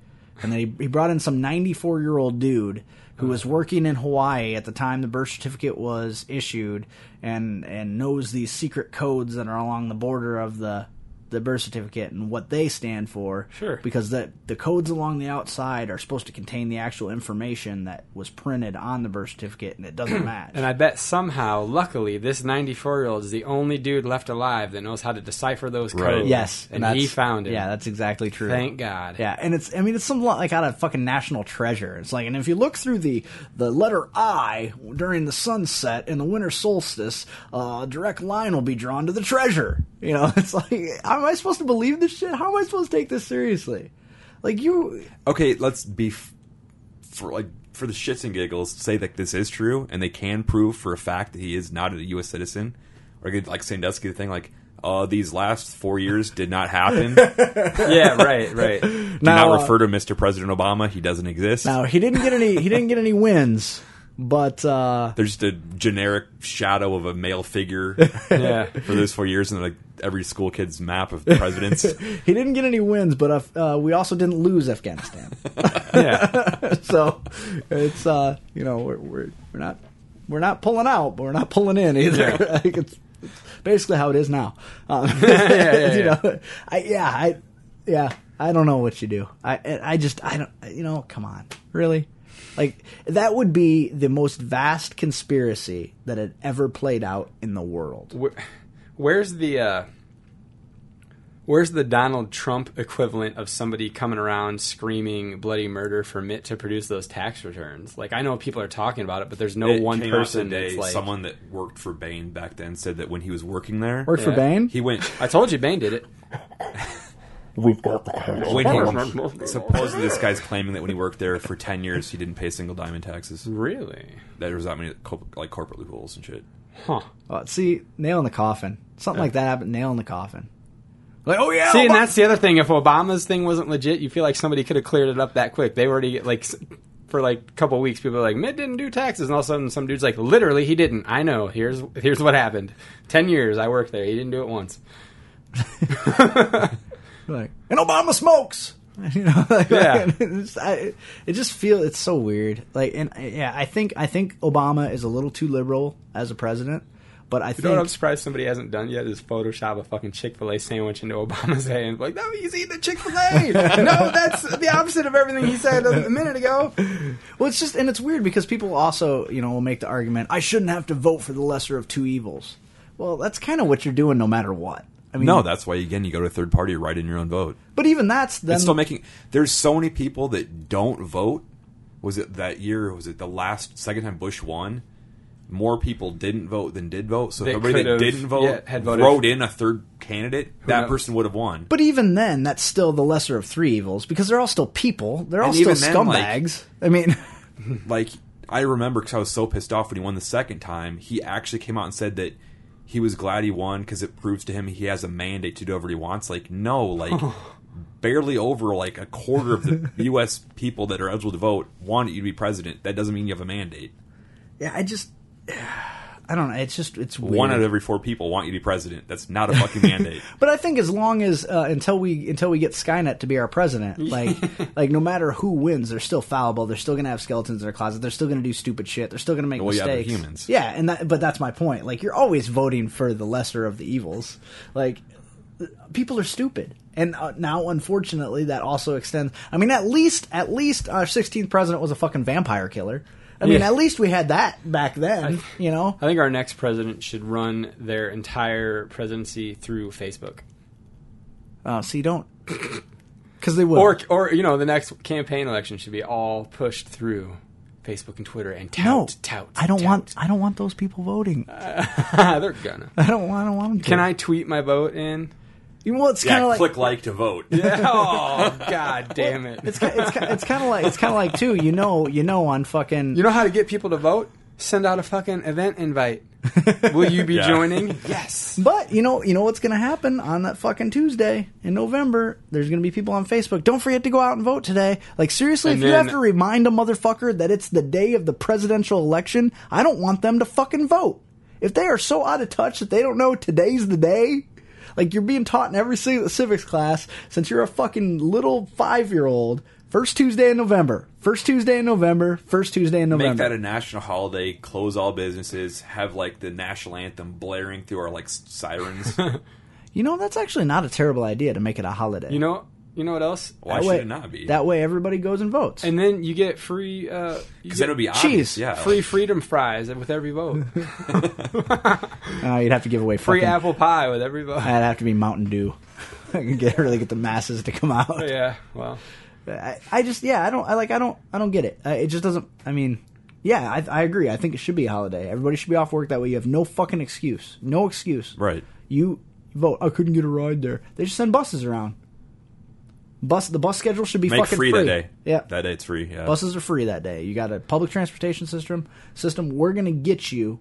Speaker 1: And then he, he brought in some 94 year old dude who was working in Hawaii at the time the birth certificate was issued and, and knows these secret codes that are along the border of the the birth certificate and what they stand for.
Speaker 5: Sure.
Speaker 1: Because that the codes along the outside are supposed to contain the actual information that was printed on the birth certificate, and it doesn't match.
Speaker 5: And I bet somehow, luckily, this 94 year old is the only dude left alive that knows how to decipher those codes.
Speaker 6: Right.
Speaker 1: yes,
Speaker 5: And
Speaker 1: that's-
Speaker 5: he found it.
Speaker 1: Yeah, that's exactly true.
Speaker 5: Thank God.
Speaker 1: Yeah, and it's I mean it's some lo- like out of fucking national treasure. It's like and if you look through the the letter I during the sunset and the winter solstice, uh, a direct line will be drawn to the treasure. You know, it's like how am I supposed to believe this shit? How am I supposed to take this seriously? Like you
Speaker 6: Okay, let's be f- for like for the shits and giggles. Say that this is true, and they can prove for a fact that he is not a U.S. citizen, or get, like Sandusky the thing, like uh, these last four years did not happen. Do
Speaker 5: Yeah, right, right.
Speaker 1: Now, uh,
Speaker 6: not refer to Mr. President Obama; he doesn't exist.
Speaker 1: now he didn't get any he didn't get any wins, but uh
Speaker 6: They're just a generic shadow of a male figure
Speaker 5: Yeah.
Speaker 6: for those four years, and like every school kid's map of presidents.
Speaker 1: he didn't get any wins, but uh, we also didn't lose Afghanistan.
Speaker 5: Yeah.
Speaker 1: so it's uh you know we're, we're we're not we're not pulling out but we're not pulling in either like it's, it's basically how it is now um, you know i yeah i yeah i don't know what you do i I- i just i don't you know come on really like that would be the most vast conspiracy that had ever played out in the world
Speaker 5: Where, where's the uh, where's the Donald Trump equivalent of somebody coming around screaming bloody murder for Mitt to produce those tax returns? Like I know people are talking about it, but there's no
Speaker 6: It
Speaker 5: one
Speaker 6: came out
Speaker 5: person
Speaker 6: today,
Speaker 5: that's like
Speaker 6: someone that worked for Bain back then said that when he was working there,
Speaker 1: worked for
Speaker 5: Yeah.
Speaker 1: bain
Speaker 6: he went
Speaker 5: I told you, Bain did it.
Speaker 7: We've got the cash.
Speaker 6: when he supposedly this guy's claiming that when he worked there for ten years he didn't pay a single dime in taxes.
Speaker 5: Really?
Speaker 6: There was that many co- like corporate loopholes and shit.
Speaker 5: Huh.
Speaker 1: Uh, see nail in the coffin something like that happened nail in the coffin like oh yeah
Speaker 5: See, and
Speaker 1: Obama-
Speaker 5: that's the other thing. If Obama's thing wasn't legit, you feel like somebody could have cleared it up that quick. They already like s- for like a couple weeks, people are like, "Mitt didn't do taxes," and all of a sudden, some dude's like, "Literally, he didn't." I know. Here's here's what happened. Ten years I worked there. He didn't do it once.
Speaker 1: like and Obama smokes. You know, like,
Speaker 5: Yeah.
Speaker 1: it's, I, it just feel it's so weird. Like, and uh, yeah, I think I think Obama is a little too liberal as a president, but I
Speaker 5: You know what I'm
Speaker 1: think
Speaker 5: surprised somebody hasn't done yet is Photoshop a fucking Chick Fil A sandwich into Obama's hand. Like, no, he's eating a Chick Fil A. no, that's the opposite of everything he said a minute ago.
Speaker 1: well, it's just and it's weird because people also you know will make the argument I shouldn't have to vote for the lesser of two evils. Well, that's kind of what you're doing no matter what. I mean,
Speaker 6: No, that's why again you go to a third party, write in your own vote.
Speaker 1: but even that's then
Speaker 6: it's still making. There's so many people that don't vote. Was it that year? Was it the last second time Bush won? More people didn't vote than did vote. So if
Speaker 5: That
Speaker 6: everybody that
Speaker 5: could've,
Speaker 6: didn't vote
Speaker 5: yeah, had voted.
Speaker 6: wrote in a third candidate, that
Speaker 5: knows?
Speaker 6: person would have won.
Speaker 1: But even then, that's still the lesser of three evils because they're all still people. They're all
Speaker 6: And
Speaker 1: still
Speaker 6: even then, like-
Speaker 1: scumbags. I mean,
Speaker 6: like I remember because I was so pissed off when he won the second time. He actually came out and said that he was glad he won because it proves to him he has a mandate to do whatever he wants. Like no, like barely over like a quarter of the U.S. people that are eligible to vote want you to be president. That doesn't mean you have a mandate.
Speaker 1: yeah, I just I don't know. It's just it's weird.
Speaker 6: One out of every four people want you to be president. That's not a fucking mandate.
Speaker 1: But I think as long as uh, until we until we get Skynet to be our president, like like no matter who wins, they're still fallible. They're still going to have skeletons in their closet. They're still going to do stupid shit. They're still going to make
Speaker 6: Well, yeah, they're
Speaker 1: mistakes.
Speaker 6: humans.
Speaker 1: Yeah, and that, but that's my point. Like you're always voting for the lesser of the evils. Like people are stupid. And uh, now, unfortunately, that also extends. I mean, at least, at least our 16th president was a fucking vampire killer. I mean,
Speaker 5: Yeah.
Speaker 1: at least we had that back then. you know,
Speaker 5: I think our next president should run their entire presidency through Facebook.
Speaker 1: uh, so you don't because they would
Speaker 5: Or, or you know, the next campaign election should be all pushed through Facebook and Twitter and tout,
Speaker 1: No,
Speaker 5: tout.
Speaker 1: I don't
Speaker 5: tout.
Speaker 1: want. I don't want those people voting.
Speaker 5: They're gonna.
Speaker 1: I don't want. I don't want them. To.
Speaker 5: Can I tweet my vote in?
Speaker 1: You well, it's kind
Speaker 6: yeah,
Speaker 1: of like.
Speaker 6: click like to vote.
Speaker 5: oh God, damn it!
Speaker 1: It's, ki- it's, ki- it's kind of like it's kind of like too. You know, you know, on fucking.
Speaker 5: You know how to get people to vote? Send out a fucking event invite. Will you be
Speaker 6: Yeah.
Speaker 5: joining? Yes.
Speaker 1: but you know, you know what's going to happen on that fucking Tuesday in November. There's going to be people on Facebook. Don't forget to go out and vote today. Like seriously,
Speaker 5: And
Speaker 1: if you
Speaker 5: then-
Speaker 1: have to remind a motherfucker that it's the day of the presidential election, I don't want them to fucking vote. If they are so out of touch that they don't know today's the day, like you're being taught in every ci- civics class since you're a fucking little five year old. First Tuesday in November. First Tuesday in November. First Tuesday in November.
Speaker 6: Make that a national holiday. Close all businesses. Have like the national anthem blaring through our like s- sirens.
Speaker 1: You know, that's actually not a terrible idea to make it a holiday.
Speaker 5: You know, you know what else?
Speaker 6: Why
Speaker 1: That
Speaker 6: should
Speaker 1: way-
Speaker 6: it not be?
Speaker 1: That way everybody goes and votes.
Speaker 5: And then you get free. Uh, you
Speaker 6: Because
Speaker 5: get
Speaker 6: then it would be obvious.
Speaker 1: Cheese.
Speaker 6: Yeah.
Speaker 5: free freedom fries with every vote.
Speaker 1: Uh, you'd have to give away
Speaker 5: free
Speaker 1: fucking,
Speaker 5: apple pie with every vote.
Speaker 1: That'd have to be Mountain Dew. get really get the masses to come out.
Speaker 5: Oh, yeah. Well.
Speaker 1: I, I just yeah I don't I like I don't I don't get it. Uh, it just doesn't. I mean, yeah, I, I agree. I think it should be a holiday. Everybody should be off work that way. You have no fucking excuse. No excuse.
Speaker 6: Right.
Speaker 1: You vote. I couldn't get a ride there. They just send buses around. Bus the bus schedule should be
Speaker 6: Make
Speaker 1: fucking
Speaker 6: free,
Speaker 1: free
Speaker 6: that day.
Speaker 1: Yeah.
Speaker 6: That day it's free. Yeah.
Speaker 1: Buses are free that day. You got a public transportation system. System. We're gonna get you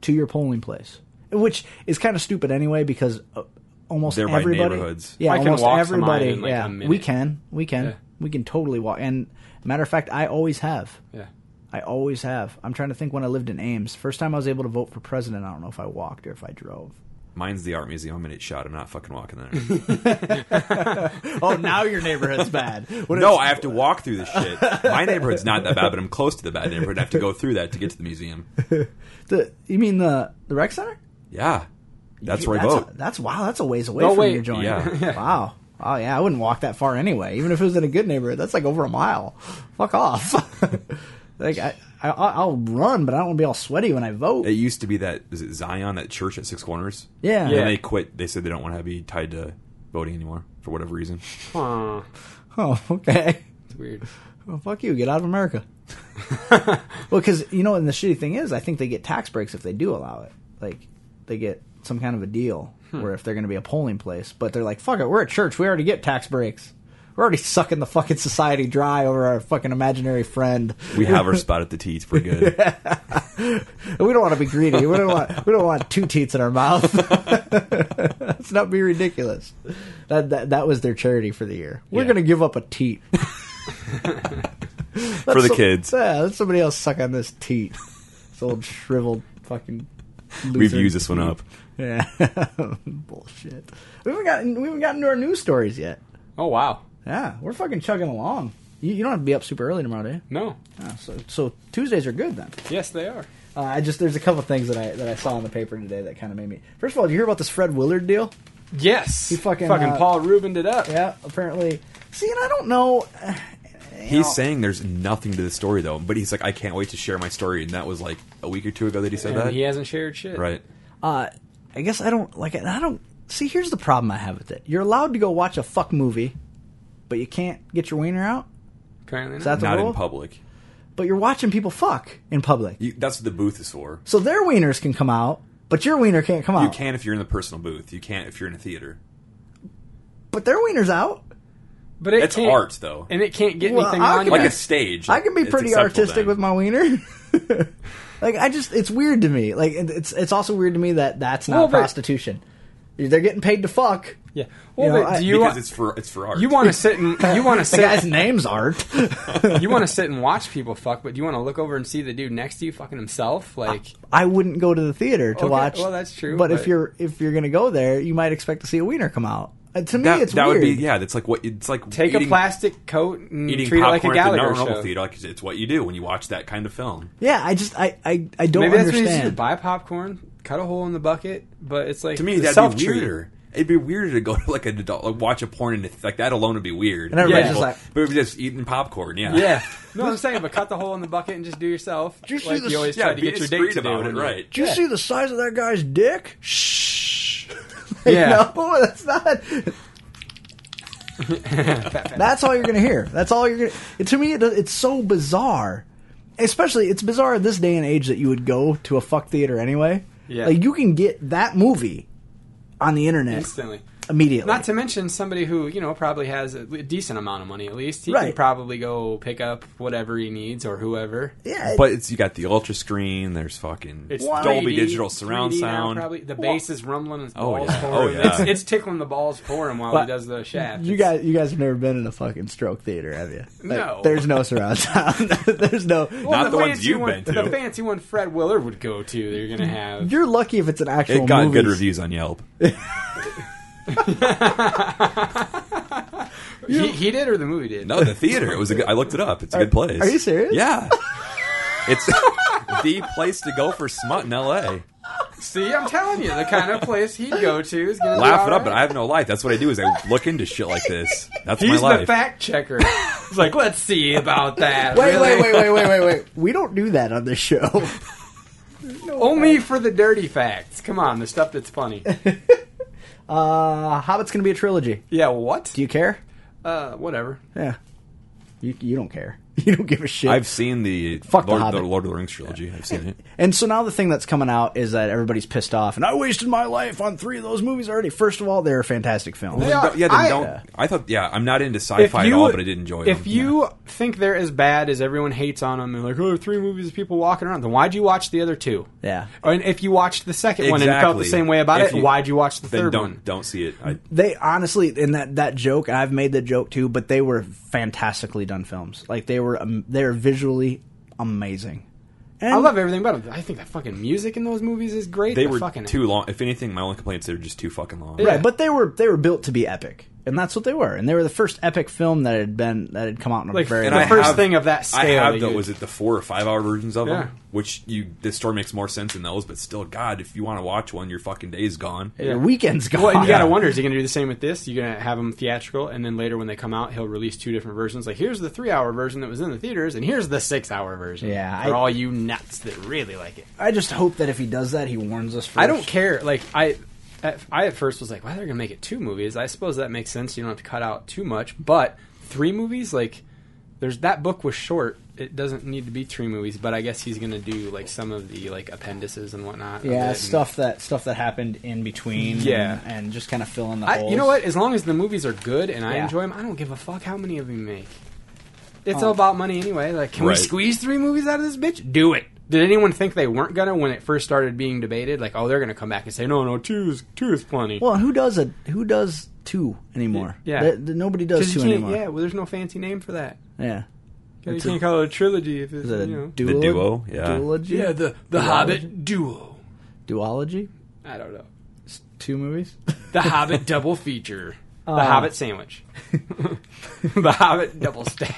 Speaker 1: to your polling place, which is kind of stupid anyway because uh, almost
Speaker 6: They're by
Speaker 1: everybody.
Speaker 6: neighborhoods.
Speaker 1: Yeah,
Speaker 5: I can
Speaker 1: almost
Speaker 5: walk to
Speaker 1: everybody.
Speaker 5: mine in, like,
Speaker 1: yeah,
Speaker 5: a minute.
Speaker 1: we can. We can.
Speaker 5: Yeah.
Speaker 1: We can totally walk. And matter of fact, I always have.
Speaker 5: Yeah.
Speaker 1: I always have. I'm trying to think when I lived in Ames. First time I was able to vote for president. I don't know if I walked or if I drove.
Speaker 6: Mine's the art museum. I'm an eight shot. I'm not fucking walking there.
Speaker 1: Oh, now your neighborhood's bad. What
Speaker 6: no,
Speaker 1: if-
Speaker 6: I have to walk through this shit. My neighborhood's not that bad, but I'm close to the bad neighborhood. I have to go through that to get to the museum.
Speaker 1: the, you mean the the rec center?
Speaker 6: Yeah. That's where I
Speaker 1: that's
Speaker 6: vote.
Speaker 1: A, that's wow. That's a ways away
Speaker 5: Oh,
Speaker 1: from
Speaker 5: wait,
Speaker 1: your joint.
Speaker 6: yeah.
Speaker 1: wow. Oh yeah, I wouldn't walk that far anyway. Even if it was in a good neighborhood, that's like over a mile. Fuck off. like I, I, I'll run, but I don't want to be all sweaty when I vote.
Speaker 6: It used to be that is it Zion, that church at Six Corners.
Speaker 1: yeah.
Speaker 6: And they quit. They said they don't want to be tied to voting anymore for whatever reason.
Speaker 5: Huh.
Speaker 1: Oh, okay.
Speaker 5: It's weird.
Speaker 1: Well, fuck you. Get out of America. well, because you know, and the shitty thing is, I think they get tax breaks if they do allow it. Like they get some kind of a deal where if they're going to be a polling place, but they're like, fuck it, we're a church. We already get tax breaks. We're already sucking the fucking society dry over our fucking imaginary friend.
Speaker 6: We have our spot at the tee. It's pretty good.
Speaker 1: And we don't want to be greedy. We don't want we don't want two teats in our mouth. Let's not be ridiculous. That that, that was their charity for the year. We're
Speaker 6: Yeah.
Speaker 1: going to give up a teat
Speaker 6: for the kids.
Speaker 1: Yeah, let somebody else suck on this teat. This old shriveled fucking.
Speaker 6: We've
Speaker 1: loser.
Speaker 6: used this one up.
Speaker 1: Yeah, bullshit. We haven't gotten we haven't gotten to our news stories yet.
Speaker 5: Oh wow.
Speaker 1: Yeah, we're fucking chugging along. You, you don't have to be up super early tomorrow, do you?
Speaker 5: No.
Speaker 1: Yeah, so so Tuesdays are good then.
Speaker 5: Yes, they are.
Speaker 1: Uh, I just there's a couple things that I that I saw in the paper today that kind of made me. First of all, did you hear about this Fred Willard deal?
Speaker 5: Yes.
Speaker 1: fucking,
Speaker 5: fucking
Speaker 1: uh,
Speaker 5: Paul Rubin did up.
Speaker 1: Yeah, apparently. See, and I don't know.
Speaker 6: He's saying there's nothing to the story though, but he's like, I can't wait to share my story, and that was like a week or two ago that he said
Speaker 5: And
Speaker 6: that.
Speaker 5: he hasn't shared shit.
Speaker 6: Right.
Speaker 1: Uh, I guess I don't like it. I don't see. Here's the problem I have with it. You're allowed to go watch a fuck movie, but you can't get your wiener out.
Speaker 5: Apparently
Speaker 1: Is
Speaker 5: not.
Speaker 1: that the
Speaker 6: Not
Speaker 1: rule?
Speaker 6: in public.
Speaker 1: But you're watching people fuck in public,
Speaker 6: You, that's what the booth is for.
Speaker 1: so their wieners can come out, but your wiener can't come out.
Speaker 6: You can if you're in the personal booth. You can't if you're in a theater.
Speaker 1: But their wiener's out.
Speaker 5: But it
Speaker 6: It's
Speaker 5: can't,
Speaker 6: art though.
Speaker 5: and it can't get
Speaker 1: Well,
Speaker 5: anything
Speaker 1: I
Speaker 5: on
Speaker 1: can-
Speaker 5: you.
Speaker 6: Like a stage.
Speaker 1: I can be
Speaker 6: it's
Speaker 1: pretty
Speaker 6: acceptable
Speaker 1: artistic
Speaker 6: then.
Speaker 1: with my wiener. like I just, it's weird to me. Like it- it's it's also weird to me that that's not
Speaker 5: Well, but-
Speaker 1: prostitution. They're getting paid to fuck.
Speaker 5: yeah. Well,
Speaker 1: You know,
Speaker 5: but
Speaker 1: I-
Speaker 5: do you
Speaker 6: because
Speaker 5: want
Speaker 6: it's for it's for art.
Speaker 5: you want to sit and you want to
Speaker 1: The guy's
Speaker 5: sit
Speaker 1: name's Art.
Speaker 5: you want to sit and watch people fuck, but do you want to look over and see the dude next to you fucking himself? Like
Speaker 1: I wouldn't go to the theater to
Speaker 5: Okay,
Speaker 1: watch.
Speaker 5: well, that's true,
Speaker 1: But, if
Speaker 5: but-
Speaker 1: you're if you're gonna go there, you might expect to see a wiener come out. Uh, to me,
Speaker 6: that,
Speaker 1: it's
Speaker 6: that
Speaker 1: weird.
Speaker 6: would be yeah. That's like what it's like.
Speaker 5: take a
Speaker 6: eating-
Speaker 5: plastic coat and
Speaker 6: Eating
Speaker 5: treat it like a
Speaker 6: popcorn at the
Speaker 5: Gallagher
Speaker 6: normal
Speaker 5: show.
Speaker 6: theater, like it's what you do when you watch that kind of film.
Speaker 1: Yeah, I just I I, I don't
Speaker 5: Maybe that's what you
Speaker 1: understand.
Speaker 5: should buy popcorn, cut a hole in the bucket, but it's like
Speaker 6: To me,
Speaker 5: it's
Speaker 6: that'd be
Speaker 5: self-treat.
Speaker 6: weirder. It'd be weirder to go to like an adult, like watch a porn, and it's- like that alone would be weird.
Speaker 1: And everybody's
Speaker 5: Yeah.
Speaker 1: just like-
Speaker 6: but if you're just eating popcorn, yeah,
Speaker 5: Yeah. no, I'm saying, but cut the hole in the bucket and just do yourself.
Speaker 1: you see
Speaker 5: like
Speaker 1: this-
Speaker 5: you always
Speaker 6: yeah.
Speaker 5: try to
Speaker 6: be
Speaker 5: get your
Speaker 6: discreet
Speaker 5: date to do
Speaker 6: about
Speaker 5: when
Speaker 6: it,
Speaker 5: you-
Speaker 6: right?
Speaker 1: Did you see the size of that guy's dick? Shh.
Speaker 5: Yeah.
Speaker 1: no, that's not. that's all you're gonna hear. That's all you're gonna. It, to me, it, it's so bizarre. Especially, it's bizarre in this day and age that you would go to a fuck theater anyway.
Speaker 5: Yeah.
Speaker 1: Like you can get that movie on the internet
Speaker 5: Instantly.
Speaker 1: immediately.
Speaker 5: Not to mention somebody who you know probably has a le- decent amount of money at least. He can
Speaker 1: Right.
Speaker 5: probably go pick up whatever he needs or whoever.
Speaker 1: yeah,
Speaker 6: But it's you got the ultra screen. There's fucking
Speaker 5: It's
Speaker 6: Dolby
Speaker 5: 3D,
Speaker 6: digital surround
Speaker 5: 3D now,
Speaker 6: sound.
Speaker 5: probably the bass is rumbling his
Speaker 6: Oh,
Speaker 5: balls
Speaker 6: yeah.
Speaker 5: for
Speaker 6: Oh,
Speaker 5: him.
Speaker 6: yeah.
Speaker 5: It's, it's tickling the balls for him while
Speaker 1: But
Speaker 5: he does the shaft.
Speaker 1: You
Speaker 5: It's-
Speaker 1: guys, you guys have never been in a fucking stroke theater, have you? Like,
Speaker 5: No.
Speaker 1: There's no surround sound. there's no.
Speaker 5: Well,
Speaker 6: Not the ones
Speaker 5: fancy
Speaker 6: you've
Speaker 5: one,
Speaker 6: been to.
Speaker 5: The fancy one Fred Willard would go to. They're gonna have.
Speaker 1: You're lucky if it's an actual.
Speaker 6: it got good
Speaker 1: movies.
Speaker 6: reviews on Yelp.
Speaker 5: he, he did or the movie did.
Speaker 6: No, the theater. It was. A good, I looked it up. It's a good place.
Speaker 1: are you serious?
Speaker 6: Yeah, it's the place to go for smut in L.A.
Speaker 5: See, I'm telling you, the kind of place he'd go to is gonna
Speaker 6: Laugh it
Speaker 5: be
Speaker 6: up,
Speaker 5: all
Speaker 6: but I
Speaker 5: right.
Speaker 6: have no life. That's what I do is I look into shit like this. That's
Speaker 5: He's
Speaker 6: my life.
Speaker 5: the fact checker. He's like, let's see about that.
Speaker 1: Wait, wait,
Speaker 5: really.
Speaker 1: wait, wait, wait, wait, wait. We don't do that on this show.
Speaker 5: Only for the dirty facts. Come on, the stuff that's funny.
Speaker 1: Uh, Hobbit's gonna be a trilogy.
Speaker 5: Yeah, what?
Speaker 1: Do you care?
Speaker 5: Uh, whatever.
Speaker 1: Yeah. You you don't care. You don't give a shit.
Speaker 6: I've seen the
Speaker 1: Fuck the
Speaker 6: Lord,
Speaker 1: Hobbit.
Speaker 6: Lord of the Rings trilogy. I've seen it.
Speaker 1: And so now the thing that's coming out is that everybody's pissed off, and I wasted my life on three of those movies already. First of all, they're fantastic films.
Speaker 5: They are-
Speaker 6: Don't- yeah, then
Speaker 5: I-
Speaker 6: don't. I thought. Yeah, I'm not into sci-fi at all, but I did enjoy
Speaker 5: If
Speaker 6: them.
Speaker 5: you think they're as bad as everyone hates on them, and like, oh, three movies of people walking around, then why'd you watch the other two?
Speaker 1: Yeah.
Speaker 5: Or, and if you watched the second one and felt the
Speaker 6: Exactly.
Speaker 5: same way about
Speaker 6: If
Speaker 5: it,
Speaker 6: you-
Speaker 5: why'd you watch the
Speaker 6: then
Speaker 5: 3rd
Speaker 6: don't
Speaker 5: one?
Speaker 6: don't see it. I,
Speaker 1: They honestly, in that that joke, and I've made the joke too, but they were fantastically done films. Like they were, um, they were visually amazing. And
Speaker 5: I love everything about them. I think the fucking music in those movies is great.
Speaker 6: they
Speaker 5: The
Speaker 6: were
Speaker 5: fucking
Speaker 6: too long. If anything, my only complaints they're just too fucking long.
Speaker 5: Yeah.
Speaker 1: Right, but they were they were built to be epic, and that's what they were. And they were the first epic film that had been that had come out in a
Speaker 5: Like,
Speaker 1: very
Speaker 5: and
Speaker 1: long
Speaker 5: I first thing of that scale
Speaker 6: I
Speaker 5: that
Speaker 6: have the,
Speaker 5: you-
Speaker 6: was it the four or five hour versions of
Speaker 5: Yeah.
Speaker 6: them, which you the story makes more sense in those. But still, God, if you want to watch one, your fucking day is gone.
Speaker 1: Your weekend's gone.
Speaker 5: Well, and you
Speaker 6: Yeah.
Speaker 5: gotta wonder, is he gonna do the same with this? You gonna have them theatrical, and then later when they come out, he'll release two different versions. Like, here's the three hour version that was in the theaters, and here's the six hour version.
Speaker 1: Yeah,
Speaker 5: For
Speaker 1: I-
Speaker 5: all you nuts that really like it.
Speaker 1: I just hope that if he does that, he warns us. First.
Speaker 5: I don't care. Like I, at, I at first was like, "Why they're gonna make it two movies?" I suppose that makes sense. You don't have to cut out too much, but three movies, like, there's that book was short. It doesn't need to be three movies, but I guess he's gonna do like some of the like appendices and whatnot. of it
Speaker 1: Yeah,
Speaker 5: and-
Speaker 1: stuff that stuff that happened in between.
Speaker 5: Yeah.
Speaker 1: and, and just kind of fill in the
Speaker 5: I,
Speaker 1: holes.
Speaker 5: you know what? As long as the movies are good and I
Speaker 1: Yeah.
Speaker 5: enjoy them, I don't give a fuck how many of them make. It's
Speaker 1: Oh.
Speaker 5: all about money anyway. Like, can we
Speaker 6: Right.
Speaker 5: squeeze three movies out of this bitch? Do it. Did anyone think they weren't gonna when it first started being debated? Like, oh, they're gonna come back and say, no, no, two is two is plenty.
Speaker 1: Well, who does a who does two anymore?
Speaker 5: Yeah.
Speaker 1: Th- th- nobody does
Speaker 5: 'Cause you
Speaker 1: two
Speaker 5: can't-
Speaker 1: anymore.
Speaker 5: Yeah, well, there's no fancy name for that.
Speaker 1: Yeah.
Speaker 5: You
Speaker 1: It's
Speaker 5: can't
Speaker 1: a-
Speaker 5: call it a trilogy if it's,
Speaker 1: Is it a
Speaker 5: you know.
Speaker 1: duolo-
Speaker 6: duo? Yeah.
Speaker 1: duology?
Speaker 5: the the Hobbit duo.
Speaker 1: duology.
Speaker 5: I don't know.
Speaker 1: It's two movies.
Speaker 5: The Hobbit double feature.
Speaker 1: Uh.
Speaker 5: the Hobbit sandwich. the Hobbit double stack.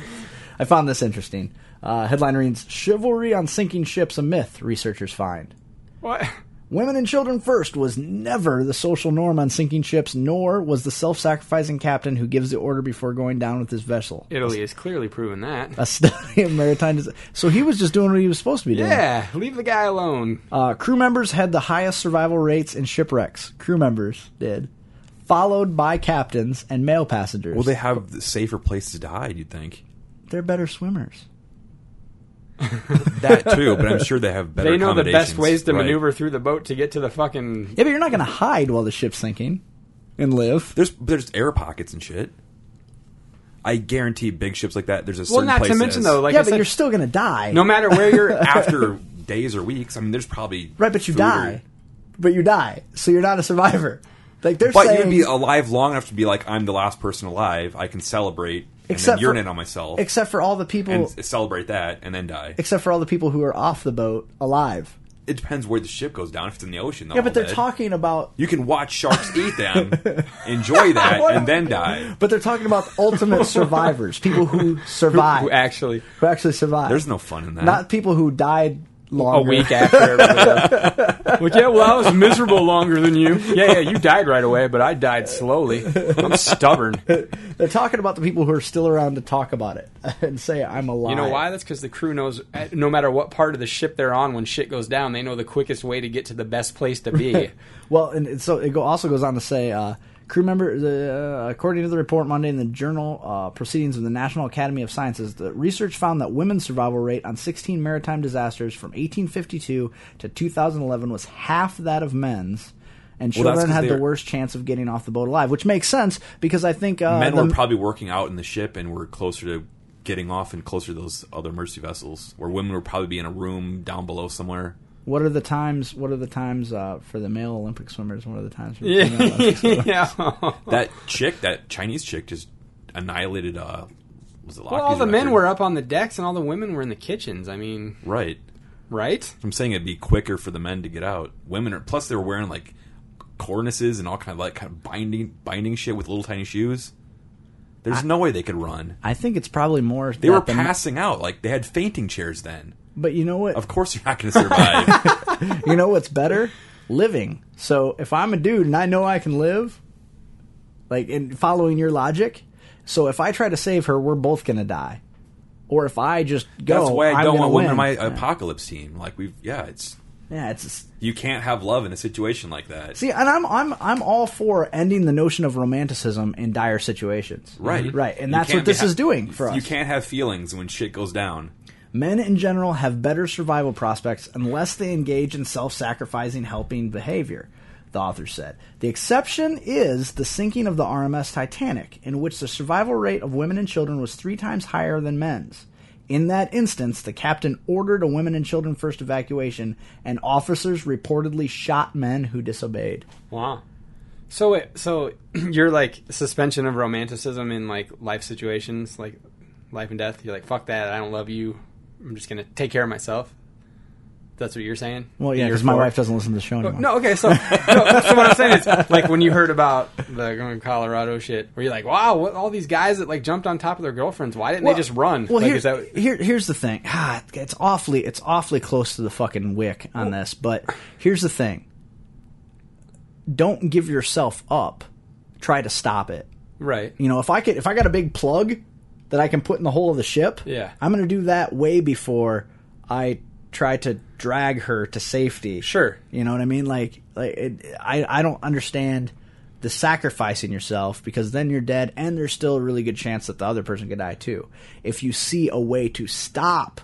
Speaker 1: I found this interesting. Uh, headline reads: Chivalry on sinking ships a myth. Researchers find.
Speaker 5: what?
Speaker 1: Women and children first was never the social norm on sinking ships, nor was the self-sacrificing captain who gives the order before going down with his vessel.
Speaker 5: Italy has clearly proven that.
Speaker 1: A study of maritime design. So he was just doing what he was supposed to be doing.
Speaker 5: Yeah, leave the guy alone.
Speaker 1: Uh, crew members had the highest survival rates in shipwrecks. Crew members did, followed by captains and male passengers.
Speaker 6: Well, they have the safer places to hide. You'd think
Speaker 1: they're better swimmers.
Speaker 6: that too, but I'm sure they have better.
Speaker 5: They know the best
Speaker 6: accommodations.
Speaker 5: ways to
Speaker 6: Right.
Speaker 5: maneuver through the boat to get to the fucking.
Speaker 1: Yeah, but you're not going to hide while the ship's sinking and live.
Speaker 6: There's there's air pockets and shit. I guarantee big ships like that. There's a certain
Speaker 5: Well, not
Speaker 6: place
Speaker 5: to
Speaker 6: that
Speaker 5: mention
Speaker 6: has-
Speaker 5: though, like
Speaker 1: yeah,
Speaker 5: I
Speaker 1: but
Speaker 5: said,
Speaker 1: you're still going to die.
Speaker 5: no matter where you're at,
Speaker 6: after days or weeks. I mean, there's probably
Speaker 1: right, but you
Speaker 6: food
Speaker 1: die.
Speaker 6: or-
Speaker 1: But you die, so you're not a survivor. Like they're
Speaker 6: But
Speaker 1: saying,
Speaker 6: you would be alive long enough to be like, I'm the last person alive. I can celebrate
Speaker 1: Except
Speaker 6: and
Speaker 1: for-
Speaker 6: then urinate on myself
Speaker 1: except for all the people,
Speaker 6: and s- celebrate that and then die.
Speaker 1: except for all the people who are off the boat alive.
Speaker 6: It depends where the ship goes down. If it's in the ocean,
Speaker 1: Yeah, but they're
Speaker 6: dead.
Speaker 1: talking about
Speaker 6: You can watch sharks eat them, enjoy that, and then die.
Speaker 1: But they're talking about ultimate survivors, people who survive,
Speaker 5: who actually
Speaker 1: who actually survive.
Speaker 6: There's no fun in that.
Speaker 1: not people who died
Speaker 5: a
Speaker 1: longer.
Speaker 5: week after everybody else. Like, yeah, well, I was miserable longer than you. Yeah, yeah, you died right away, but I died slowly. I'm stubborn.
Speaker 1: They're talking about the people who are still around to talk about it and say, "I'm alive."
Speaker 5: You know why? That's because the crew knows uh, no matter what part of the ship they're on, when shit goes down, they know the quickest way to get to the best place to be.
Speaker 1: Well, and it- so it go, also goes on to say, uh, crew member, the, uh, according to the report Monday in the Journal uh, Proceedings of the National Academy of Sciences, the research found that women's survival rate on 16 maritime disasters from 1852 to 2011 was half that of men's. And
Speaker 6: Well, that's
Speaker 1: children
Speaker 6: 'cause
Speaker 1: had the
Speaker 6: they're-
Speaker 1: worst chance of getting off the boat alive, which makes sense because I think uh,
Speaker 6: Men
Speaker 1: the-
Speaker 6: were probably working out in the ship and were closer to getting off and closer to those other mercy vessels, where women would probably be in a room down below somewhere.
Speaker 1: what are the times? What are the times uh, for the male Olympic swimmers? What are the times? For the female Olympic swimmers?
Speaker 5: yeah.
Speaker 6: That chick, that Chinese chick, just annihilated. Uh, was it
Speaker 5: Well, all the men were up on the decks and all the women were in the kitchens. I mean,
Speaker 6: right.
Speaker 5: right?
Speaker 6: I'm saying it'd be quicker for the men to get out. Women are plus they were wearing like cornices and all kind of like kind of binding binding shit with little tiny shoes. There's no way they could run.
Speaker 1: I think it's probably more.
Speaker 6: They were
Speaker 1: that the-
Speaker 6: passing out like they had fainting chairs then.
Speaker 1: but you know what?
Speaker 6: Of course you're not going to survive.
Speaker 1: you know what's better? Living. So if I'm a dude and I know I can live, like and following your logic, so if I try to save her, we're both gonna die. Or if I just go,
Speaker 6: That's why I
Speaker 1: I'm
Speaker 6: don't
Speaker 1: gonna
Speaker 6: want women on my
Speaker 1: win.
Speaker 6: apocalypse team. Like we've, yeah, it's
Speaker 1: yeah, it's
Speaker 6: you can't have love in a situation like that.
Speaker 1: see, and I'm I'm I'm all for ending the notion of romanticism in dire situations.
Speaker 6: Right.
Speaker 1: right, and
Speaker 6: You
Speaker 1: that's
Speaker 6: can't
Speaker 1: what
Speaker 6: be
Speaker 1: this
Speaker 6: ha-
Speaker 1: is doing for us.
Speaker 6: You can't have feelings when shit goes down.
Speaker 1: Men in general have better survival prospects unless they engage in self sacrificing helping behavior, the author said. The exception is the sinking of the RMS Titanic, in which the survival rate of women and children was three times higher than men's. In that instance, the captain ordered a women and children first evacuation, and officers reportedly shot men who disobeyed.
Speaker 5: Wow. So it, so you're like suspension of romanticism in like life situations, like life and death. You're like, fuck that. I don't love you. I'm just gonna take care of myself. That's what you're saying.
Speaker 1: Well, yeah,
Speaker 5: You're
Speaker 1: because my
Speaker 5: for-
Speaker 1: wife doesn't listen to the show anymore.
Speaker 5: No, okay, so, no, so what I'm saying is, like, when you heard about the going to Colorado shit, were you like, wow, what, all these guys that like jumped on top of their girlfriends, why didn't they just run?
Speaker 1: Well,
Speaker 5: like,
Speaker 1: here-
Speaker 5: is that,
Speaker 1: here- here's the thing. Ah, it's awfully, it's awfully close to the fucking wick on this. But here's the thing. Don't give yourself up. Try to stop it.
Speaker 5: right?
Speaker 1: You know, if I could, if I got a big plug that I can put in the hole of the ship,
Speaker 5: Yeah.
Speaker 1: I'm going to do that way before I try to drag her to safety.
Speaker 5: Sure.
Speaker 1: You know what I mean? Like, like it, I, I don't understand the sacrificing yourself because then you're dead, and there's still a really good chance that the other person could die too. If you see a way to stop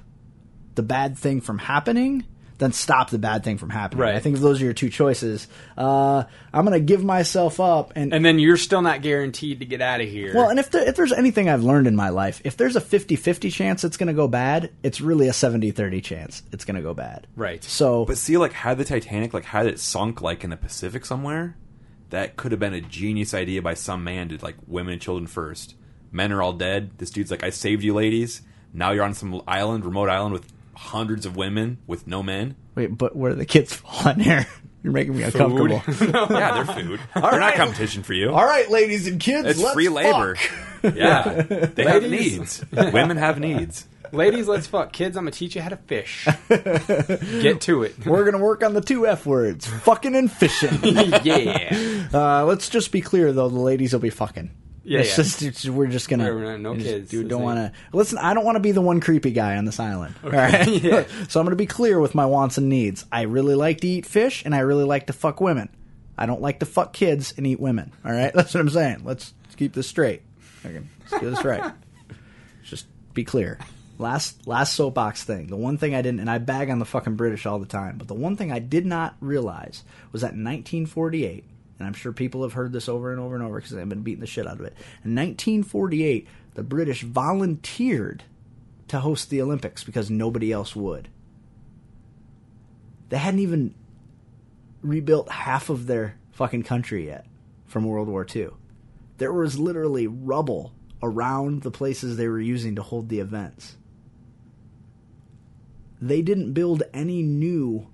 Speaker 1: the bad thing from happening, then stop the bad thing from happening.
Speaker 5: Right.
Speaker 1: I think those are your two choices. Uh, I'm gonna give myself up,
Speaker 5: And then you're still not guaranteed to get out of here.
Speaker 1: well, and if, there, if there's anything I've learned in my life, if there's a 50 50 chance it's going to go bad, it's really a 70 30 chance it's going to go bad.
Speaker 5: Right.
Speaker 1: So,
Speaker 6: But see, like, had the Titanic, like, had it sunk, like, in the Pacific somewhere, that could have been a genius idea by some man to, like, women and children first. Men are all dead. This dude's like, I saved you, ladies. Now you're on some island, remote island with hundreds of women with no men.
Speaker 1: wait, but where do the kids fall in here? You're making me uncomfortable.
Speaker 6: Yeah, they're food. they're not competition for you.
Speaker 1: All right, ladies and kids,
Speaker 6: it's
Speaker 1: let's
Speaker 6: free labor.
Speaker 1: fuck.
Speaker 6: Yeah. They have
Speaker 5: Ladies.
Speaker 6: needs. women have needs.
Speaker 5: Ladies, let's fuck. Kids, I'm gonna teach you how to fish. Get to it.
Speaker 1: We're going to work on the two F words fucking and fishing.
Speaker 5: yeah.
Speaker 1: uh, let's just be clear, though, the ladies will be fucking.
Speaker 5: Yeah,
Speaker 1: It's
Speaker 5: yeah.
Speaker 1: just- it's- we're just gonna
Speaker 5: We're gonna- no
Speaker 1: you just-
Speaker 5: kids,
Speaker 1: You
Speaker 5: it's
Speaker 1: don't
Speaker 5: like-
Speaker 1: want to listen. I don't want to be the one creepy guy on this island. All right, so I'm gonna be clear with my wants and needs. I really like to eat fish, and I really like to fuck women. I don't like to fuck kids and eat women. All right, that's what I'm saying. Let's, let's keep this straight. Okay, let's get this right. Just be clear. Last last soapbox thing. The one thing I didn't, and I bag on the fucking British all the time, but the one thing I did not realize was that in 1948, and I'm sure people have heard this over and over and over because they've been beating the shit out of it. In 1948, the British volunteered to host the Olympics because nobody else would. They hadn't even rebuilt half of their fucking country yet from World War II. There was literally rubble around the places they were using to hold the events. They didn't build any new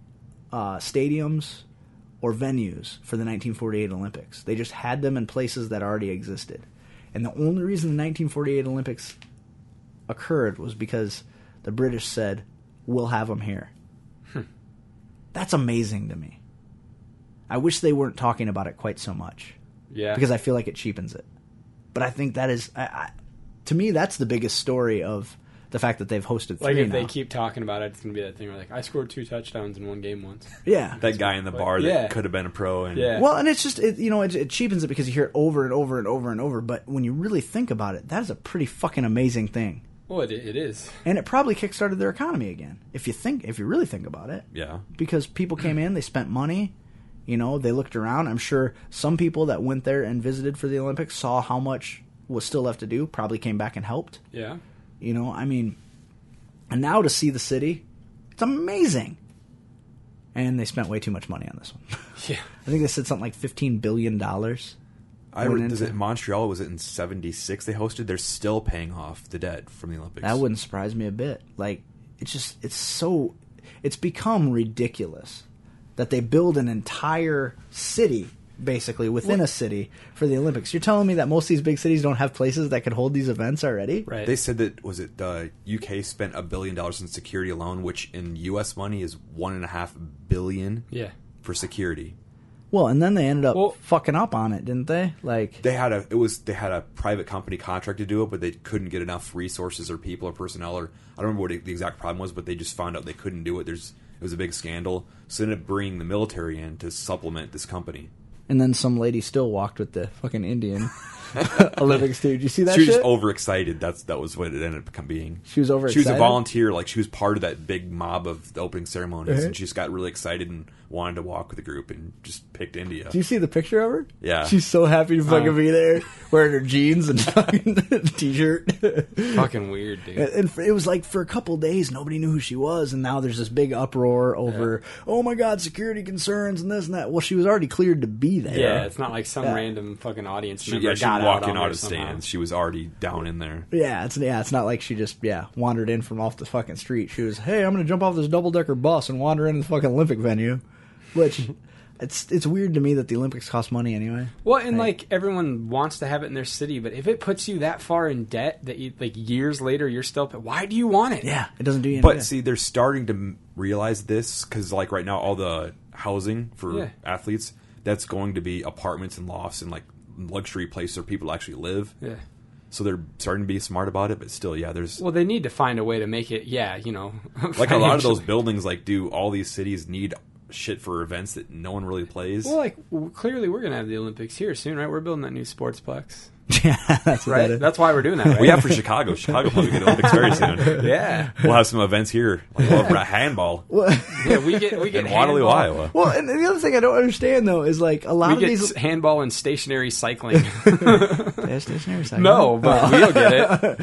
Speaker 1: uh, stadiums or venues for the 1948 Olympics. They just had them in places that already existed. And the only reason the 1948 Olympics occurred was because the British said, "We'll have them here." That's amazing to me. I wish they weren't talking about it quite so much
Speaker 5: Yeah.
Speaker 1: because I feel like it cheapens it. But I think that is, I, I, to me, that's the biggest story of the fact that they've hosted three
Speaker 5: like if they
Speaker 1: now.
Speaker 5: keep talking about it, it's gonna be that thing where like I scored two touchdowns in one game once.
Speaker 1: yeah.
Speaker 6: That guy in the bar that
Speaker 5: Yeah.
Speaker 6: could have been a pro. And
Speaker 5: Yeah.
Speaker 1: Well, and it's just it, you know it, it cheapens it because you hear it over and over and over and over. But when you really think about it, that is a pretty fucking amazing thing,
Speaker 5: Well, it, it is.
Speaker 1: and it probably kickstarted their economy again. If you think, if you really think about it,
Speaker 6: yeah.
Speaker 1: because people came in, they spent money. You know, they looked around. I'm sure some people that went there and visited for the Olympics saw how much was still left to do. Probably came back and helped.
Speaker 5: Yeah.
Speaker 1: You know, I mean, and now to see the city, it's amazing. And they spent way too much money on this one.
Speaker 5: Yeah.
Speaker 1: I think they said something like fifteen billion dollars.
Speaker 6: I
Speaker 1: Went
Speaker 6: re- does
Speaker 1: into-
Speaker 6: it Montreal was it in '76 they hosted? They're still paying off the debt from the Olympics.
Speaker 1: That wouldn't surprise me a bit. Like, it's just it's so it's become ridiculous that they build an entire city basically within a city for the Olympics. You're telling me that most of these big cities don't have places that could hold these events already?
Speaker 5: Right.
Speaker 6: They said that was it the UK spent a billion dollars in security alone, which in US money is one and a half billion
Speaker 5: yeah.
Speaker 6: for security.
Speaker 1: Well, and then they ended up
Speaker 5: Well-
Speaker 1: fucking up on it, didn't they? Like,
Speaker 6: They had a it was they had a private company contract to do it, but they couldn't get enough resources or people or personnel or I don't remember what the exact problem was, but they just found out they couldn't do it. There's it was a big scandal. So they ended up bringing the military in to supplement this company.
Speaker 1: and then some lady still walked with the fucking Indian Olympics dude. You see that
Speaker 6: she was
Speaker 1: shit?
Speaker 6: just overexcited. That's that was what it ended up being.
Speaker 1: She was
Speaker 6: She was a
Speaker 1: overexcited?
Speaker 6: volunteer, like she was part of that big mob of the opening ceremonies,
Speaker 1: Uh-huh.
Speaker 6: and she just got really excited and wanted to walk with the group and just picked India.
Speaker 1: Do you see the picture of her?
Speaker 6: Yeah. Um,
Speaker 1: She's so happy to fucking be there, wearing her jeans and fucking t-shirt.
Speaker 5: Fucking weird, dude.
Speaker 1: And f- it was like for a couple days, nobody knew who she was, and now there's this big uproar over, oh my god, security concerns and this and that. Well, she was already cleared to be there.
Speaker 5: Yeah, it's not like some
Speaker 1: Yeah.
Speaker 5: random fucking audience
Speaker 6: She,
Speaker 5: member
Speaker 6: yeah, she
Speaker 5: got
Speaker 6: was walking
Speaker 5: out,
Speaker 6: out
Speaker 5: on
Speaker 6: of
Speaker 5: her somehow.
Speaker 6: stands. She was already down in there.
Speaker 1: Yeah, it's yeah, it's not like she just yeah wandered in from off the fucking street. She was, hey, I'm gonna jump off this double decker bus and wander into the fucking Olympic venue, which it's it's weird to me that the Olympics cost money anyway.
Speaker 5: Well, and like everyone wants to have it in their city, but if it puts you that far in debt that you, like years later you're still, pay- why do you want it?
Speaker 1: Yeah, it doesn't do you. any
Speaker 6: But
Speaker 1: good.
Speaker 6: see, they're starting to m- realize this because, like, right now, all the housing for
Speaker 5: Yeah.
Speaker 6: athletes that's going to be apartments and lofts and like luxury places where people actually live.
Speaker 5: Yeah.
Speaker 6: So they're starting to be smart about it, but still, yeah, there's
Speaker 5: Well, they need to find a way to make it. Yeah, you know,
Speaker 6: like a lot of those
Speaker 5: financially-
Speaker 6: buildings like do all these cities need shit for events that no one really plays
Speaker 5: Well, like w- clearly we're gonna have the Olympics here soon, right? We're building that new sportsplex,
Speaker 1: yeah, that's what
Speaker 5: right?
Speaker 1: that is.
Speaker 5: That's why we're doing that. Right?
Speaker 6: we have for chicago chicago probably get olympics very soon
Speaker 5: yeah,
Speaker 6: we'll have some events here like we'll have a handball
Speaker 5: yeah. We get we get
Speaker 6: in waterloo
Speaker 5: handball-
Speaker 6: iowa
Speaker 1: well, and the other thing I don't understand though is like a lot
Speaker 5: We
Speaker 1: of
Speaker 5: get
Speaker 1: these
Speaker 5: s- handball and stationary cycling.
Speaker 1: They have stationary cycling?
Speaker 5: no, but we'll get it.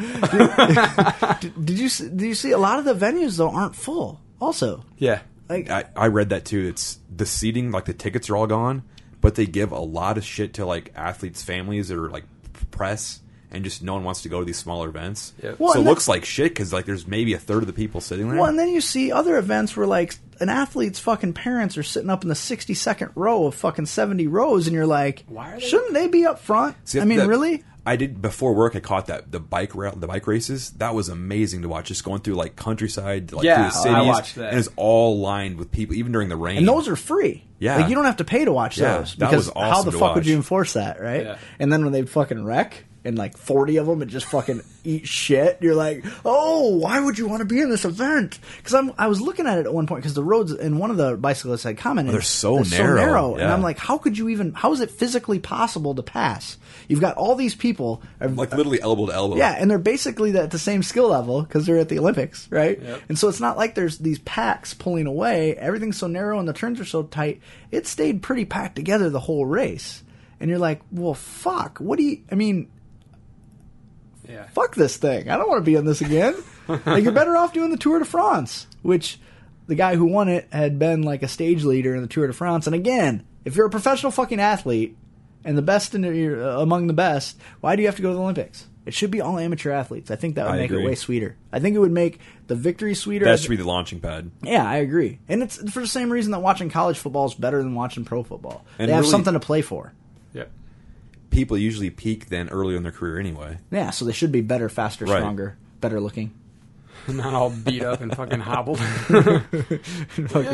Speaker 1: Did, did you s- do you see a lot of the venues though aren't full? Also,
Speaker 5: Yeah.
Speaker 1: like
Speaker 6: I, I read that too it's the seating like the tickets are all gone but they give a lot of shit to like athletes families or like press and just no one wants to go to these smaller events
Speaker 5: Yep.
Speaker 1: Well,
Speaker 6: so it
Speaker 1: and that-
Speaker 6: looks like shit because like there's maybe a third of the people sitting there
Speaker 1: well, and then you see other events where like an athlete's fucking parents are sitting up in the sixty second row of fucking seventy rows, and you're like,
Speaker 5: Why are they-
Speaker 1: shouldn't they be up front?
Speaker 6: See,
Speaker 1: I mean,
Speaker 6: that-
Speaker 1: really?
Speaker 6: I did before work. I caught that the bike ra- the bike races. That was amazing to watch. Just going through like countryside, like
Speaker 5: Yeah,
Speaker 6: through the
Speaker 5: I
Speaker 6: cities,
Speaker 5: watched that.
Speaker 6: and it's all lined with people, even during the rain.
Speaker 1: And those are free.
Speaker 6: Yeah.
Speaker 1: like you don't have to pay to watch
Speaker 6: Yeah,
Speaker 1: those
Speaker 6: that
Speaker 1: because
Speaker 6: was
Speaker 1: how
Speaker 6: awesome
Speaker 1: the
Speaker 6: to
Speaker 1: fuck would you
Speaker 6: watch.
Speaker 1: enforce that, right?
Speaker 5: Yeah.
Speaker 1: And then when they fucking wreck. And like forty of them, and just fucking eat shit. You're like, oh, why would you want to be in this event? Because I'm, I was looking at it at one point because the roads and one of the bicyclists had commented,
Speaker 6: Oh, They're so narrow,
Speaker 1: and
Speaker 6: yeah.
Speaker 1: I'm like, how could you even? How is it physically possible to pass? You've got all these people,
Speaker 6: like literally elbow to elbow.
Speaker 1: yeah, and they're basically at the same skill level because they're at the Olympics, right? And so it's not like there's these packs pulling away. Everything's so narrow and the turns are so tight. It stayed pretty packed together the whole race. And you're like, well, fuck. What do you? I mean,
Speaker 5: Yeah.
Speaker 1: fuck this thing. I don't want to be in this again. like you're better off doing the Tour de France, which the guy who won it had been like a stage leader in the Tour de France. And again, if you're a professional fucking athlete and the best in you're uh, among the best, why do you have to go to the Olympics? It should be all amateur athletes. I think that would
Speaker 6: I
Speaker 1: make
Speaker 6: agree.
Speaker 1: it way sweeter. I think it would make the victory sweeter.
Speaker 6: that should be the launching pad.
Speaker 1: yeah, I agree. And it's for the same reason that watching college football is better than watching pro football.
Speaker 6: And
Speaker 1: they have
Speaker 6: really-
Speaker 1: something to play for.
Speaker 5: Yep.
Speaker 6: People usually peak then early in their career anyway.
Speaker 1: Yeah, so they should be better, faster,
Speaker 6: Right.
Speaker 1: stronger, better looking.
Speaker 5: not all beat up and fucking hobbled. this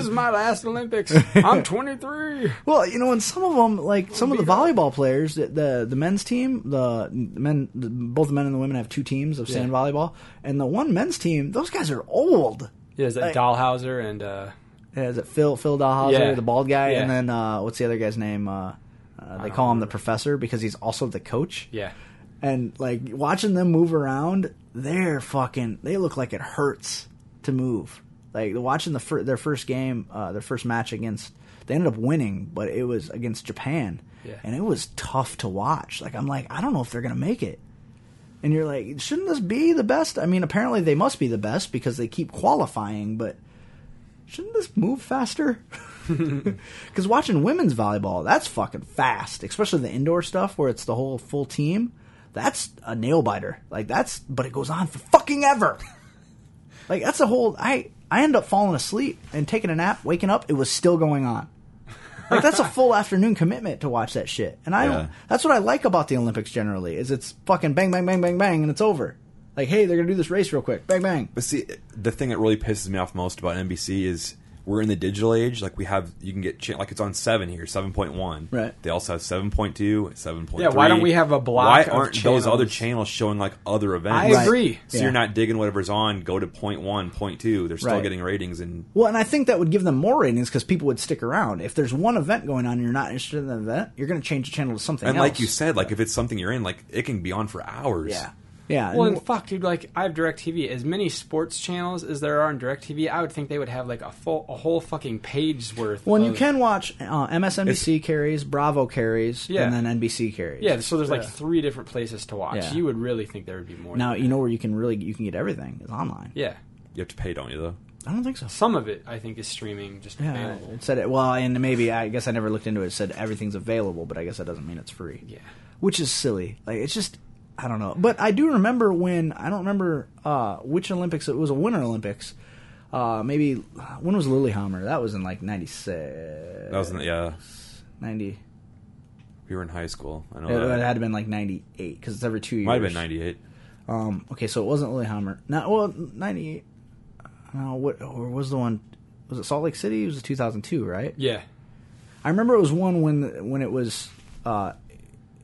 Speaker 5: is my last Olympics. I'm 23.
Speaker 1: Well, you know, and some of them, like some of the volleyball players, the the, the men's team, the men, the, both the men and the women have two teams of sand
Speaker 5: Yeah.
Speaker 1: volleyball, and the one men's team, those guys are old.
Speaker 5: Yeah, is
Speaker 1: Like-
Speaker 5: that Dahlhauser and uh,
Speaker 1: Yeah, Is it Phil Phil Dahlhauser,
Speaker 5: Yeah.
Speaker 1: the bald guy,
Speaker 5: Yeah.
Speaker 1: and then uh, what's the other guy's name? Uh, uh, they call him the professor because he's also the coach.
Speaker 5: yeah,
Speaker 1: And like watching them move around, they're fucking. They look like it hurts to move. Like watching the fir- their first game, uh, their first match against. They ended up winning, but it was against Japan,
Speaker 5: Yeah.
Speaker 1: and it was tough to watch. Like I'm like, I don't know if they're gonna make it. And you're like, shouldn't this be the best? I mean, apparently they must be the best because they keep qualifying, but shouldn't this move faster? Because watching women's volleyball, that's fucking fast, especially the indoor stuff where it's the whole full team. That's a nail biter. Like that's, but it goes on for fucking ever. like that's a whole. I I end up falling asleep and taking a nap, waking up, it was still going on. Like that's a full afternoon commitment to watch that shit. And I
Speaker 6: Yeah.
Speaker 1: don't. That's what I like about the Olympics generally is it's fucking bang bang bang bang bang and it's over. Like hey, they're gonna do this race real quick. Bang bang.
Speaker 6: But see, the thing that really pisses me off most about NBC is we're in the digital age. Like we have, you can get cha- like it's on seven here, seven point one.
Speaker 1: Right.
Speaker 6: They also have seven point two, seven point.
Speaker 5: Yeah, why don't we have a block
Speaker 6: Why
Speaker 5: of
Speaker 6: aren't
Speaker 5: channels?
Speaker 6: those other channels showing like other
Speaker 5: I
Speaker 6: events?
Speaker 1: Right.
Speaker 5: agree.
Speaker 6: So
Speaker 1: Yeah.
Speaker 6: you're not digging whatever's on. Go to point one, point two. They're still
Speaker 1: Right.
Speaker 6: getting ratings, and
Speaker 1: Well, and I think that would give them more ratings because people would stick around. If there's one event going on and you're not interested in the event, you're going to change the channel to something
Speaker 6: and
Speaker 1: else.
Speaker 6: like you said, like if it's something you're in, like it can be on for hours.
Speaker 1: yeah, yeah.
Speaker 5: Well,
Speaker 1: and-
Speaker 5: and fuck, dude. Like, I have DirecTV. As many sports channels as there are on DirecTV, I would think they would have like a full, a whole fucking page's worth.
Speaker 1: Well, and
Speaker 5: of,
Speaker 1: you can watch uh, MSNBC carries, Bravo carries,
Speaker 5: Yeah.
Speaker 1: and then NBC carries.
Speaker 5: Yeah, so there's like three different places to watch.
Speaker 1: Yeah.
Speaker 5: You would really think there would be more.
Speaker 1: Now
Speaker 5: than
Speaker 1: you
Speaker 5: that.
Speaker 1: know where you can really you can get everything is online.
Speaker 5: Yeah,
Speaker 6: You have to pay, don't you? Though.
Speaker 1: I don't think so.
Speaker 5: some of it I think is streaming, just
Speaker 1: Yeah,
Speaker 5: available.
Speaker 1: it said it. Well, and maybe I guess I never looked into it. It said everything's available, but I guess that doesn't mean it's free.
Speaker 5: Yeah.
Speaker 1: which is silly. Like it's just I don't know. But I do remember when I don't remember uh, which Olympics it was a Winter Olympics. Uh, maybe when was Lillehammer? That was in like 96,
Speaker 6: That was in the, yeah.
Speaker 1: 90.
Speaker 6: We were in high school. I know
Speaker 1: It,
Speaker 6: that.
Speaker 1: had to been like ninety eight because it's every two years.
Speaker 6: Oh, Might have been ninety eight.
Speaker 1: Um, okay, so it wasn't Lillehammer. Not well, ninety eight. No, what or was the one? Was it Salt Lake City? It was two thousand two, right?
Speaker 5: Yeah,
Speaker 1: I remember it was one when when it was uh,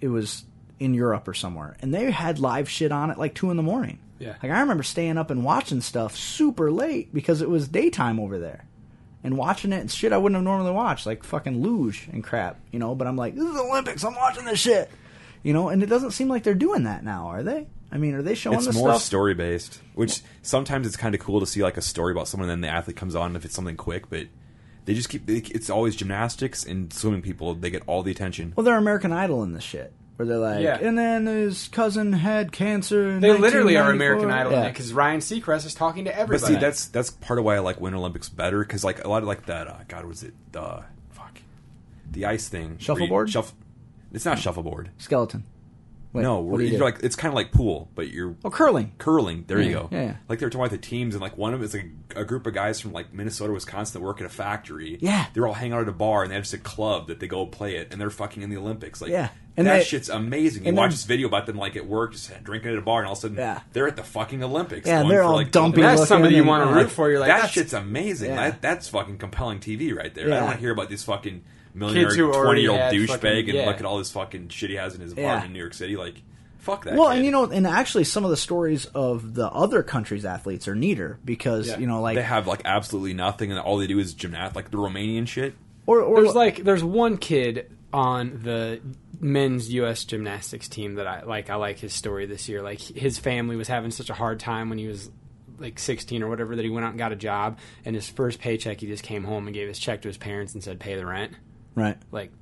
Speaker 1: it was in Europe or somewhere, and they had live shit on at like two in the morning.
Speaker 5: Yeah.
Speaker 1: like I remember staying up and watching stuff super late because it was daytime over there, and watching it and shit I wouldn't have normally watched, like fucking luge and crap, you know. But I'm like, this is the Olympics, I'm watching this shit, you know. And it doesn't seem like they're doing that now, are they? I mean, are they showing
Speaker 6: it's
Speaker 1: this
Speaker 6: more
Speaker 1: stuff?
Speaker 6: story based, which sometimes it's kind of cool to see like a story about someone, and then the athlete comes on if it's something quick. But they just keep they, it's always gymnastics and swimming people. They get all the attention.
Speaker 1: well, they're American Idol in this shit. Where they're like,
Speaker 5: Yeah.
Speaker 1: and then his cousin had cancer. In
Speaker 5: they literally are
Speaker 1: 1994."
Speaker 5: American Idol
Speaker 1: Yeah.
Speaker 5: because Ryan Seacrest is talking to
Speaker 6: but
Speaker 5: everybody.
Speaker 6: see, that's that's part of why I like Winter Olympics better because like a lot of like that. Uh, God, was it the fuck the ice thing where you
Speaker 1: Shuffleboard?
Speaker 6: Shuff- it's not shuffleboard.
Speaker 1: skeleton. Wait,
Speaker 6: no,
Speaker 1: what
Speaker 6: we're,
Speaker 1: do you
Speaker 6: you're
Speaker 1: do?
Speaker 6: like it's kind of like pool, but you're
Speaker 1: oh curling.
Speaker 6: curling. There you go.
Speaker 1: yeah, yeah.
Speaker 6: Like they were talking about the teams, and like one of them is like a group of guys from like Minnesota, Wisconsin that work at a factory.
Speaker 1: Yeah.
Speaker 6: they're all hanging out at a bar, and they have just a club that they go play it, and they're fucking in the Olympics. Like,
Speaker 1: Yeah.
Speaker 6: and
Speaker 1: And
Speaker 6: that
Speaker 1: they-
Speaker 6: shit's amazing. You
Speaker 1: and
Speaker 6: watch
Speaker 1: they're-
Speaker 6: this video about them like at work, just drinking at a bar, and all of a sudden,
Speaker 1: Yeah.
Speaker 6: they're at the fucking Olympics.
Speaker 1: Yeah, and
Speaker 6: going
Speaker 1: they're
Speaker 6: for,
Speaker 1: all
Speaker 6: like,
Speaker 1: dumpy
Speaker 6: the-
Speaker 5: that's
Speaker 1: looking
Speaker 5: somebody you
Speaker 1: and-
Speaker 5: want to
Speaker 1: yeah.
Speaker 5: root for. You're like,
Speaker 6: that
Speaker 5: that's
Speaker 6: shit's amazing.
Speaker 1: yeah.
Speaker 6: That, that's fucking compelling TV right there. I
Speaker 1: Yeah.
Speaker 6: don't want to hear about these fucking millionaire
Speaker 5: Kids who already
Speaker 6: twenty year old
Speaker 5: had
Speaker 6: douchebag
Speaker 5: fucking-
Speaker 6: and
Speaker 5: yeah.
Speaker 6: look at all this fucking shit he has in his
Speaker 1: Yeah.
Speaker 6: apartment in New York City. Like, fuck that.
Speaker 1: Well,
Speaker 6: kid.
Speaker 1: and you know, and actually, some of the stories of the other countries' athletes are neater because
Speaker 5: Yeah.
Speaker 1: you know, like
Speaker 6: they have like absolutely nothing, and all they do is gymnastics, like the Romanian shit.
Speaker 1: or or
Speaker 5: there's like there's one kid on the men's U.S. gymnastics team that I like. I like his story this year. Like his family was having such a hard time when he was like 16 or whatever that he went out and got a job, and his first paycheck he just came home and gave his check to his parents and said, "Pay the rent."
Speaker 1: right.
Speaker 5: Like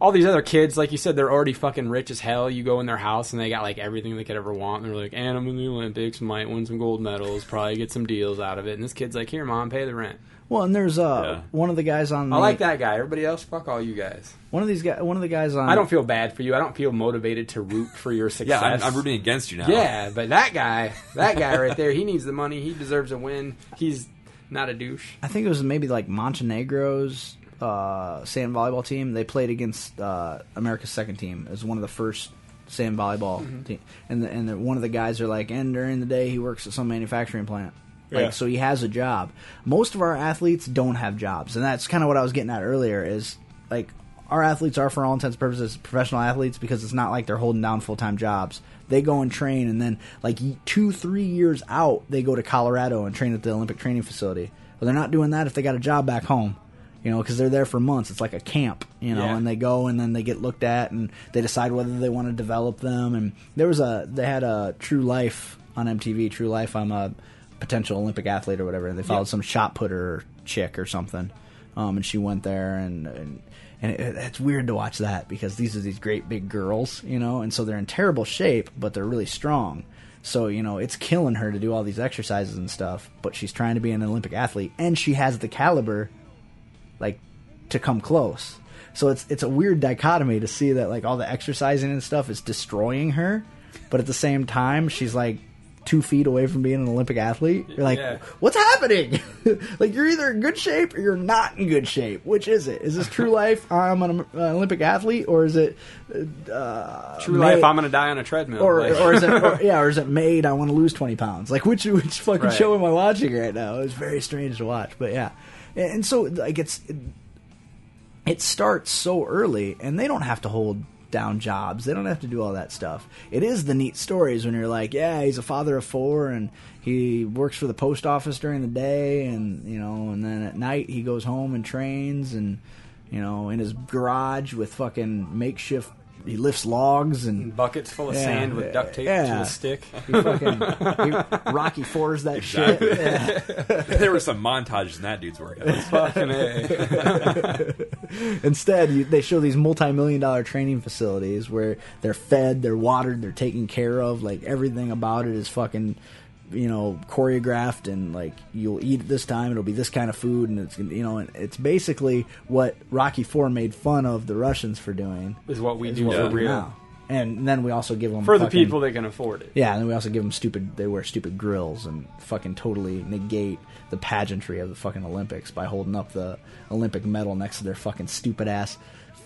Speaker 5: all these other kids, like you said, they're already fucking rich as hell. You go in their house and they got like everything they could ever want. And they're like, "And I'm in the Olympics, might win some gold medals, probably get some deals out of it." And this kid's like, "Here, mom, pay the rent." Mm.
Speaker 1: Well, and there's uh
Speaker 6: Yeah.
Speaker 1: one of the guys on.
Speaker 5: I
Speaker 1: the-
Speaker 5: like that guy. Everybody else, fuck all you guys.
Speaker 1: One of these guys. One of the guys on.
Speaker 5: I don't feel bad for you. I don't feel motivated to root for your
Speaker 6: Yeah,
Speaker 5: success.
Speaker 6: I'm, I'm rooting against you now.
Speaker 5: Yeah, but that guy, that guy right there, he needs the money. He deserves a win. He's not a douche.
Speaker 1: I think it was maybe like Montenegro's uh, sand volleyball team. They played against uh, America's second team. It was one of the first sand volleyball team, and the, and the, one of the guys are like, and during the day he works at some manufacturing plant. Like
Speaker 5: Yeah.
Speaker 1: so he has a job. Most of our athletes don't have jobs, and that's kind of what I was getting at earlier. Is like our athletes are for all intents and purposes professional athletes because it's not like they're holding down full time jobs. They go and train, and then like y- two three years out, they go to Colorado and train at the Olympic training facility. But they're not doing that if they got a job back home, you know, because they're there for months. It's like a camp, you know,
Speaker 5: Yeah.
Speaker 1: and they go and then they get looked at and they decide whether they want to develop them. And there was a they had a True Life on MTV. True Life. I'm a potential Olympic athlete or whatever. And they followed some shot putter chick or something, um, and she went there and. and and it, it- it's weird to watch that because these are these great big girls, you know, and so they're in terrible shape, but they're really strong. So, you know, it's killing her to do all these exercises and stuff, but she's trying to be an Olympic athlete and she has the caliber like to come close. So it's it's a weird dichotomy to see that like all the exercising and stuff is destroying her, but at the same time she's like two feet away from being an Olympic athlete. You're like,
Speaker 5: Yeah.
Speaker 1: what's happening? like, you're either in good shape or you're not in good shape. Which is it? Is this true life? I'm an um, uh, Olympic athlete, or is it,
Speaker 5: True
Speaker 1: May-
Speaker 5: life, Uh, I'm gonna die on a treadmill.
Speaker 1: or
Speaker 5: like-
Speaker 1: or is it, or, yeah, or is it made? I want to lose twenty pounds. Like, which which fucking
Speaker 5: Right.
Speaker 1: show am I watching right now? It's very strange to watch, but yeah, and, and so like it's it starts so early and they don't have to hold down jobs they don't have to do all that stuff it is the neat stories when you're like yeah he's a father of four and he works for the post office during the day and you know and then at night he goes home and trains and you know in his garage with fucking makeshift he lifts logs and
Speaker 5: buckets full of
Speaker 1: Yeah.
Speaker 5: sand with duct tape to
Speaker 1: Yeah.
Speaker 5: a stick.
Speaker 1: he fucking he rocky fours that shit Yeah.
Speaker 6: there were some montages in that dude's workouts.
Speaker 5: Fucking A.
Speaker 1: Instead, you, they show these multi-million dollar training facilities where they're fed, they're watered, they're taken care of. Like everything about it is fucking, you know, choreographed and like you'll eat at this time. It'll be this kind of food, and it's gonna- you know, and it's basically what Rocky Four made fun of the Russians for doing.
Speaker 5: Is what we
Speaker 1: is
Speaker 5: do
Speaker 1: what
Speaker 5: for
Speaker 1: we do
Speaker 5: real.
Speaker 1: now. And then we also give them
Speaker 5: For the
Speaker 1: fucking-
Speaker 5: people that can afford it.
Speaker 1: Yeah, and then we also give them stupid. They wear stupid grills and fucking totally negate the pageantry of the fucking Olympics by holding up the Olympic medal next to their fucking stupid ass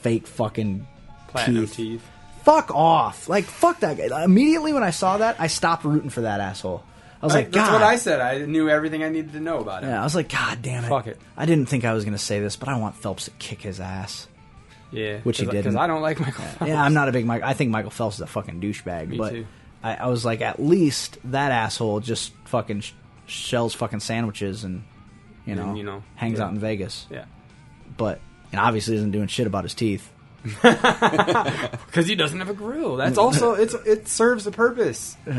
Speaker 1: fake fucking
Speaker 5: Platinum
Speaker 1: teeth.
Speaker 5: teeth.
Speaker 1: Fuck off! Like fuck that guy. Immediately when I saw that, I stopped rooting for that asshole. I was like,
Speaker 5: That's
Speaker 1: God.
Speaker 5: what I said. I knew everything I needed to know about it.
Speaker 1: yeah, I was like, God damn it.
Speaker 5: Fuck it.
Speaker 1: I didn't think I was gonna say this, but I want Phelps to kick his ass.
Speaker 5: Yeah,
Speaker 1: Which he
Speaker 5: cause,
Speaker 1: didn't.
Speaker 5: Because I don't like Michael. Phelps.
Speaker 1: Yeah, I'm not a big Mike. I think Michael Phelps is a fucking douchebag.
Speaker 5: Me
Speaker 1: but
Speaker 5: too.
Speaker 1: I, I was like, at least that asshole just fucking sh- shells fucking sandwiches and you know,
Speaker 5: And, you know,
Speaker 1: hangs
Speaker 5: yeah.
Speaker 1: out in Vegas.
Speaker 5: Yeah,
Speaker 1: But and obviously isn't doing shit about his teeth.
Speaker 5: because he doesn't have a grill. That's also it's it serves a purpose.
Speaker 1: This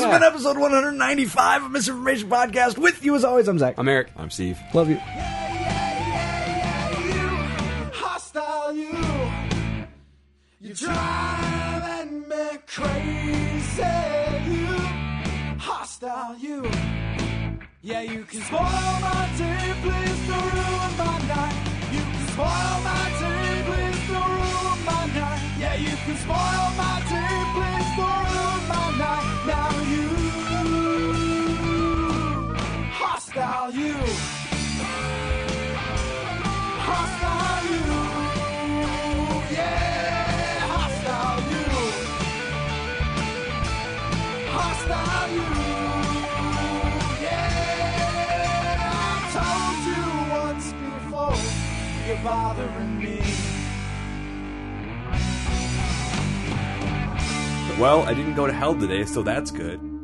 Speaker 5: Yeah.
Speaker 1: has been episode 195 of Misinformation Podcast. With you as always, I'm Zach.
Speaker 5: I'm Eric.
Speaker 6: I'm Steve.
Speaker 1: Love you.
Speaker 3: you, hostile you. You driving me crazy, you, hostile you. Yeah, you can spoil my day, please don't ruin my night. You can spoil my day, please don't ruin my night. Yeah, you can spoil my day, please don't ruin my night. Now you, hostile you. Hostile you, yeah, hostile you, hostile you, yeah. I told you once before, you're bothering me.
Speaker 4: Well, I didn't go to hell today, so that's good.